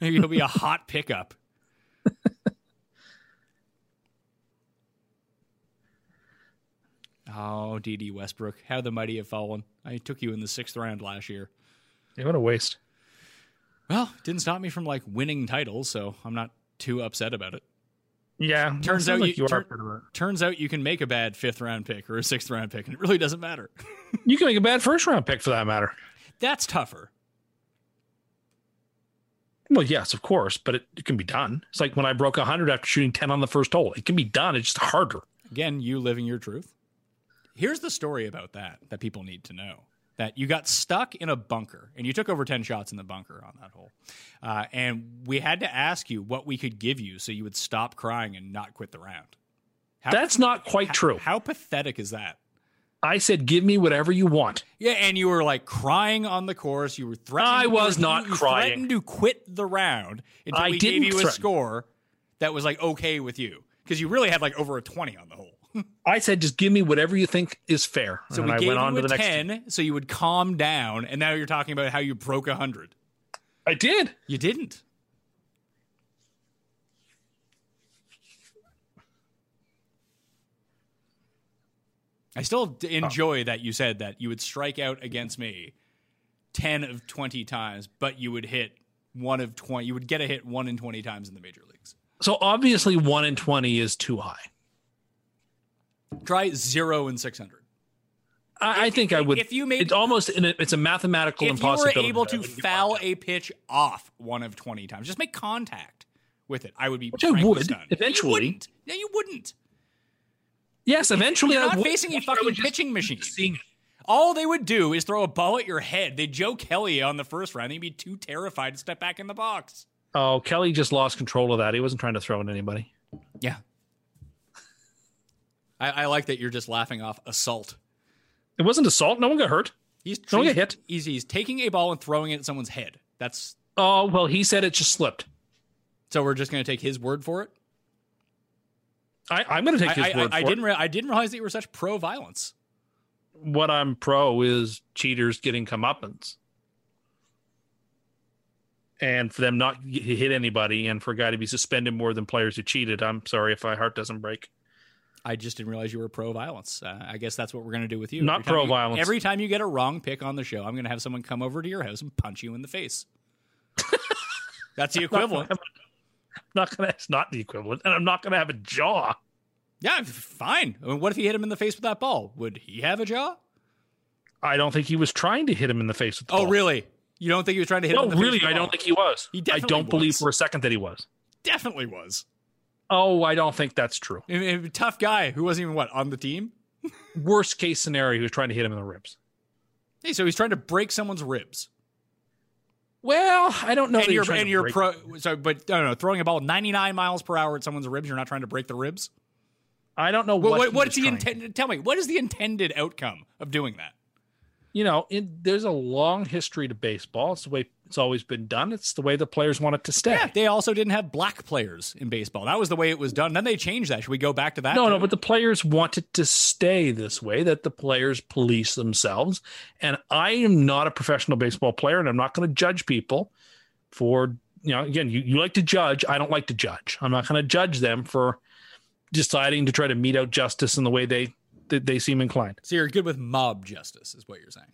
Speaker 3: Maybe he'll be a hot pickup. oh, DD Westbrook, how the mighty have fallen. I took you in the sixth round last year.
Speaker 5: Yeah, what a waste.
Speaker 3: Well, didn't stop me from like winning titles, so I'm not too upset about it.
Speaker 5: Yeah.
Speaker 3: Turns
Speaker 5: sounds
Speaker 3: out you-
Speaker 5: are
Speaker 3: turn-
Speaker 5: part of
Speaker 3: Turns out you can make a bad fifth round pick or a sixth round pick, and it really doesn't matter.
Speaker 5: it. you can make a bad first round pick for that matter.
Speaker 3: That's tougher.
Speaker 5: Well, yes, of course, but it, it can be done. It's like when I broke 100 after shooting 10 on the first hole. It can be done. It's just harder.
Speaker 3: Again, you living your truth. Here's the story about that that people need to know. That you got stuck in a bunker and you took over 10 shots in the bunker on that hole. Uh, and we had to ask you what we could give you so you would stop crying and not quit the round. How,
Speaker 5: That's not quite
Speaker 3: how-
Speaker 5: true.
Speaker 3: How pathetic is that?
Speaker 5: I said, give me whatever you want.
Speaker 3: Yeah, and you were like crying on the course. You were threatening.
Speaker 5: I was
Speaker 3: you-
Speaker 5: not
Speaker 3: you
Speaker 5: crying.
Speaker 3: Threatened to quit the round until
Speaker 5: I
Speaker 3: we
Speaker 5: didn't
Speaker 3: gave you a
Speaker 5: threaten.
Speaker 3: score that was like okay with you because you really had like over a twenty on the hole.
Speaker 5: I said, just give me whatever you think is fair.
Speaker 3: So
Speaker 5: and
Speaker 3: we
Speaker 5: I
Speaker 3: gave
Speaker 5: went
Speaker 3: you
Speaker 5: on
Speaker 3: a
Speaker 5: to the next.
Speaker 3: ten, so you would calm down, and now you're talking about how you broke a hundred.
Speaker 5: I did.
Speaker 3: You didn't. I still d-
Speaker 5: Oh.
Speaker 3: enjoy that you said that you would strike out against me ten of twenty times, but you would hit one of twenty. You would get a hit one in twenty times in the major leagues.
Speaker 5: So obviously, 1 in 20 is too high.
Speaker 3: Try zero and six hundred.
Speaker 5: I, I think I would.
Speaker 3: if you made-
Speaker 5: it's almost in a, it's a mathematical
Speaker 3: if you were
Speaker 5: impossibility.
Speaker 3: able
Speaker 5: but I
Speaker 3: to
Speaker 5: would give
Speaker 3: foul
Speaker 5: it.
Speaker 3: a pitch off one of 20 times, just make contact with it. I would be
Speaker 5: I
Speaker 3: frankly
Speaker 5: would,
Speaker 3: stunned.
Speaker 5: eventually.
Speaker 3: You wouldn't. No, you wouldn't.
Speaker 5: yes, eventually
Speaker 3: You're
Speaker 5: I
Speaker 3: not
Speaker 5: would.
Speaker 3: facing a
Speaker 5: I
Speaker 3: fucking
Speaker 5: would just-
Speaker 3: pitching machine.
Speaker 5: seeing it.
Speaker 3: All they would do is throw a ball at your head. They Joe Kelly on the first round. They'd be too terrified to step back in the box.
Speaker 5: Oh, Kelly just lost control of that. He wasn't trying to throw at anybody.
Speaker 3: Yeah. I, I like that you're just laughing off assault.
Speaker 5: It wasn't assault. No one got hurt.
Speaker 3: He's,
Speaker 5: Don't
Speaker 3: he's,
Speaker 5: get hit.
Speaker 3: He's, he's taking a ball and throwing it at someone's head. That's
Speaker 5: Oh well, he said it just slipped.
Speaker 3: so we're just going to take his word for it.
Speaker 5: I, I'm going to take his
Speaker 3: I, I,
Speaker 5: word
Speaker 3: I
Speaker 5: for
Speaker 3: didn't.
Speaker 5: it.
Speaker 3: Re- I didn't realize that you were such pro violence.
Speaker 5: What I'm pro is cheaters getting comeuppance, and for them not to get- hit anybody, and for a guy to be suspended more than players who cheated. I'm sorry if my heart doesn't break.
Speaker 3: I just didn't realize you were pro violence. Uh, I guess that's what we're going to do with you.
Speaker 5: Not
Speaker 3: Every time you-
Speaker 5: pro-violence.
Speaker 3: Every time you get a wrong pick on the show, I'm going to have someone come over to your house and punch you in the face. that's the equivalent.
Speaker 5: I'm not gonna. It's not the equivalent, and I'm not gonna have a jaw.
Speaker 3: Yeah, f- fine. I mean, what if he hit him in the face with that ball? Would he have a jaw?
Speaker 5: I don't think he was trying to hit him in the face with the
Speaker 3: Oh,
Speaker 5: ball.
Speaker 3: really? You don't think he was trying to hit
Speaker 5: No,
Speaker 3: him in the
Speaker 5: really,
Speaker 3: face? with
Speaker 5: I
Speaker 3: the
Speaker 5: don't
Speaker 3: ball?
Speaker 5: think he was.
Speaker 3: He
Speaker 5: I
Speaker 3: definitely
Speaker 5: don't believe
Speaker 3: was.
Speaker 5: for a second that he was.
Speaker 3: Definitely was.
Speaker 5: Oh, I don't think that's true.
Speaker 3: I mean, a tough guy who wasn't even what on the team.
Speaker 5: Worst case scenario, he was trying to hit him in the ribs.
Speaker 3: Hey, so he's trying to break someone's ribs.
Speaker 5: Well, I don't know.
Speaker 3: and you're and you're pro. So, but I don't know. Throwing a ball 99 miles per hour at someone's ribs, you're not trying to break the ribs.
Speaker 5: I don't know
Speaker 3: Well,
Speaker 5: what.
Speaker 3: what,
Speaker 5: he
Speaker 3: what
Speaker 5: was
Speaker 3: is the
Speaker 5: trying-
Speaker 3: intended? Tell me, what is the intended outcome of doing that?
Speaker 5: You know, in, there's a long history to baseball. It's the way It's always been done. It's the way the players want it to stay.
Speaker 3: Yeah, they also didn't have black players in baseball. That was the way it was done. Then they changed that. Should we go back to that?
Speaker 5: No,
Speaker 3: too?
Speaker 5: no, but the players want it to stay this way that the players police themselves. And I am not a professional baseball player and I'm not going to judge people for, you know, again, you, you like to judge. I don't like to judge. I'm not going to judge them for deciding to try to mete out justice in the way they, that they seem inclined.
Speaker 3: So you're good with mob justice, is what you're saying.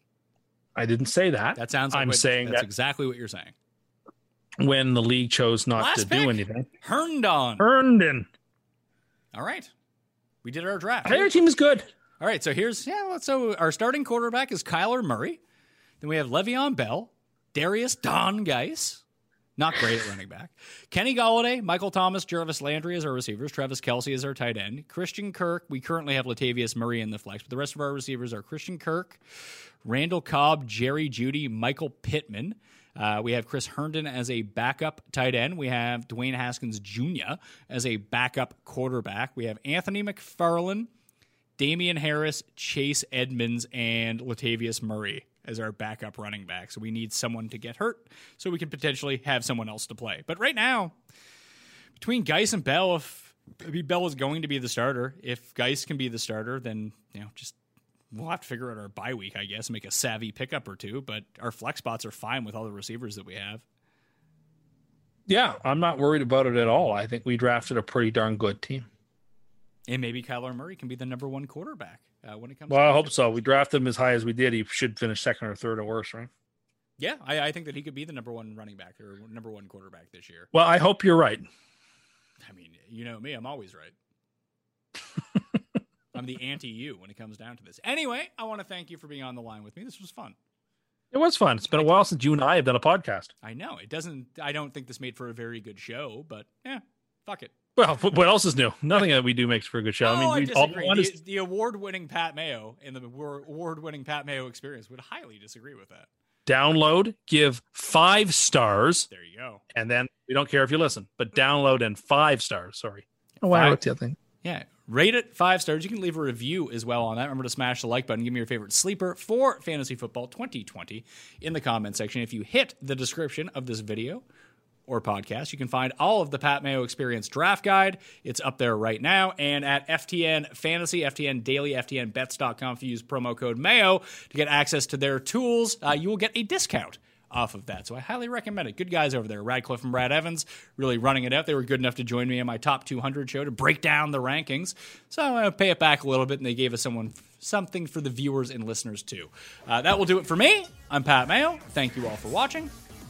Speaker 5: I didn't say that.
Speaker 3: That sounds. Like
Speaker 5: I'm
Speaker 3: what-
Speaker 5: saying
Speaker 3: that's
Speaker 5: that
Speaker 3: exactly what you're saying.
Speaker 5: when the league chose not
Speaker 3: Last
Speaker 5: to
Speaker 3: pick.
Speaker 5: do anything.
Speaker 3: Herndon.
Speaker 5: Herndon.
Speaker 3: All right, we did our draft.
Speaker 5: Their team is good.
Speaker 3: All right, so here's yeah. well, So our starting quarterback is Kyler Murray. Then we have Le'Veon Bell, Darius Don Geis, not great at running back. Kenny Galladay, Michael Thomas, Jarvis Landry as our receivers. Travis Kelsey is our tight end. Christian Kirk. We currently have Latavius Murray in the flex, but the rest of our receivers are Christian Kirk, Randall Cobb, Jerry Judy, Michael Pittman. Uh, we have Chris Herndon as a backup tight end. We have Dwayne Haskins Jr. as a backup quarterback. We have Anthony McFarlane. Damian Harris, Chase Edmonds, and Latavius Murray as our backup running back. So we need someone to get hurt so we can potentially have someone else to play. But right now, between Geis and Bell, if I mean, Bell is going to be the starter, if Geis can be the starter, then you know just we'll have to figure out our bye week, I guess, make a savvy pickup or two. But our flex spots are fine with all the receivers that we have.
Speaker 5: Yeah, I'm not worried about it at all. I think we drafted a pretty darn good team.
Speaker 3: And maybe Kyler Murray can be the number one quarterback uh, when it comes.
Speaker 5: Well,
Speaker 3: to
Speaker 5: I hope so. We drafted him as high as we did. He should finish second or third or worse, right?
Speaker 3: Yeah, I, I think that he could be the number one running back or number one quarterback this year.
Speaker 5: Well, I hope you're right.
Speaker 3: I mean, you know me, I'm always right. I'm the anti you when it comes down to this. Anyway, I want to thank you for being on the line with me. This was fun.
Speaker 5: It was fun. It's been a while since you and I have done a podcast.
Speaker 3: I know it doesn't, I don't think this made for a very good show, but yeah, fuck it.
Speaker 5: Well, what what else is new? Nothing that we do makes for a good show.
Speaker 3: No,
Speaker 5: I mean, we all
Speaker 3: disagree.
Speaker 5: want
Speaker 3: the,
Speaker 5: is
Speaker 3: the award winning Pat Mayo and the award winning Pat Mayo experience would highly disagree with that.
Speaker 5: download, give five stars,
Speaker 3: There you go.
Speaker 5: and then we don't care if you listen, but download and five stars. Sorry. Oh,
Speaker 3: Five-
Speaker 5: What's the other thing?
Speaker 3: Yeah. Rate it five stars. You can leave a review as well on that. Remember to smash the like button. Give me your favorite sleeper for fantasy football 2020 in the comment section. If you hit the description of this video or podcast, you can find all of the Pat Mayo Experience draft guide. It's up there right now. And at FTN Fantasy, FTN Daily, FTNBets.com, if you use promo code Mayo to get access to their tools, uh, you will get a discount off of that. So I highly recommend it. Good guys over there, Radcliffe and Brad Evans, really running it out. They were good enough to join me in my top 200 show to break down the rankings. So I'm going to pay it back a little bit, and they gave us someone something for the viewers and listeners too. Uh, that will do it for me. I'm Pat Mayo. Thank you all for watching.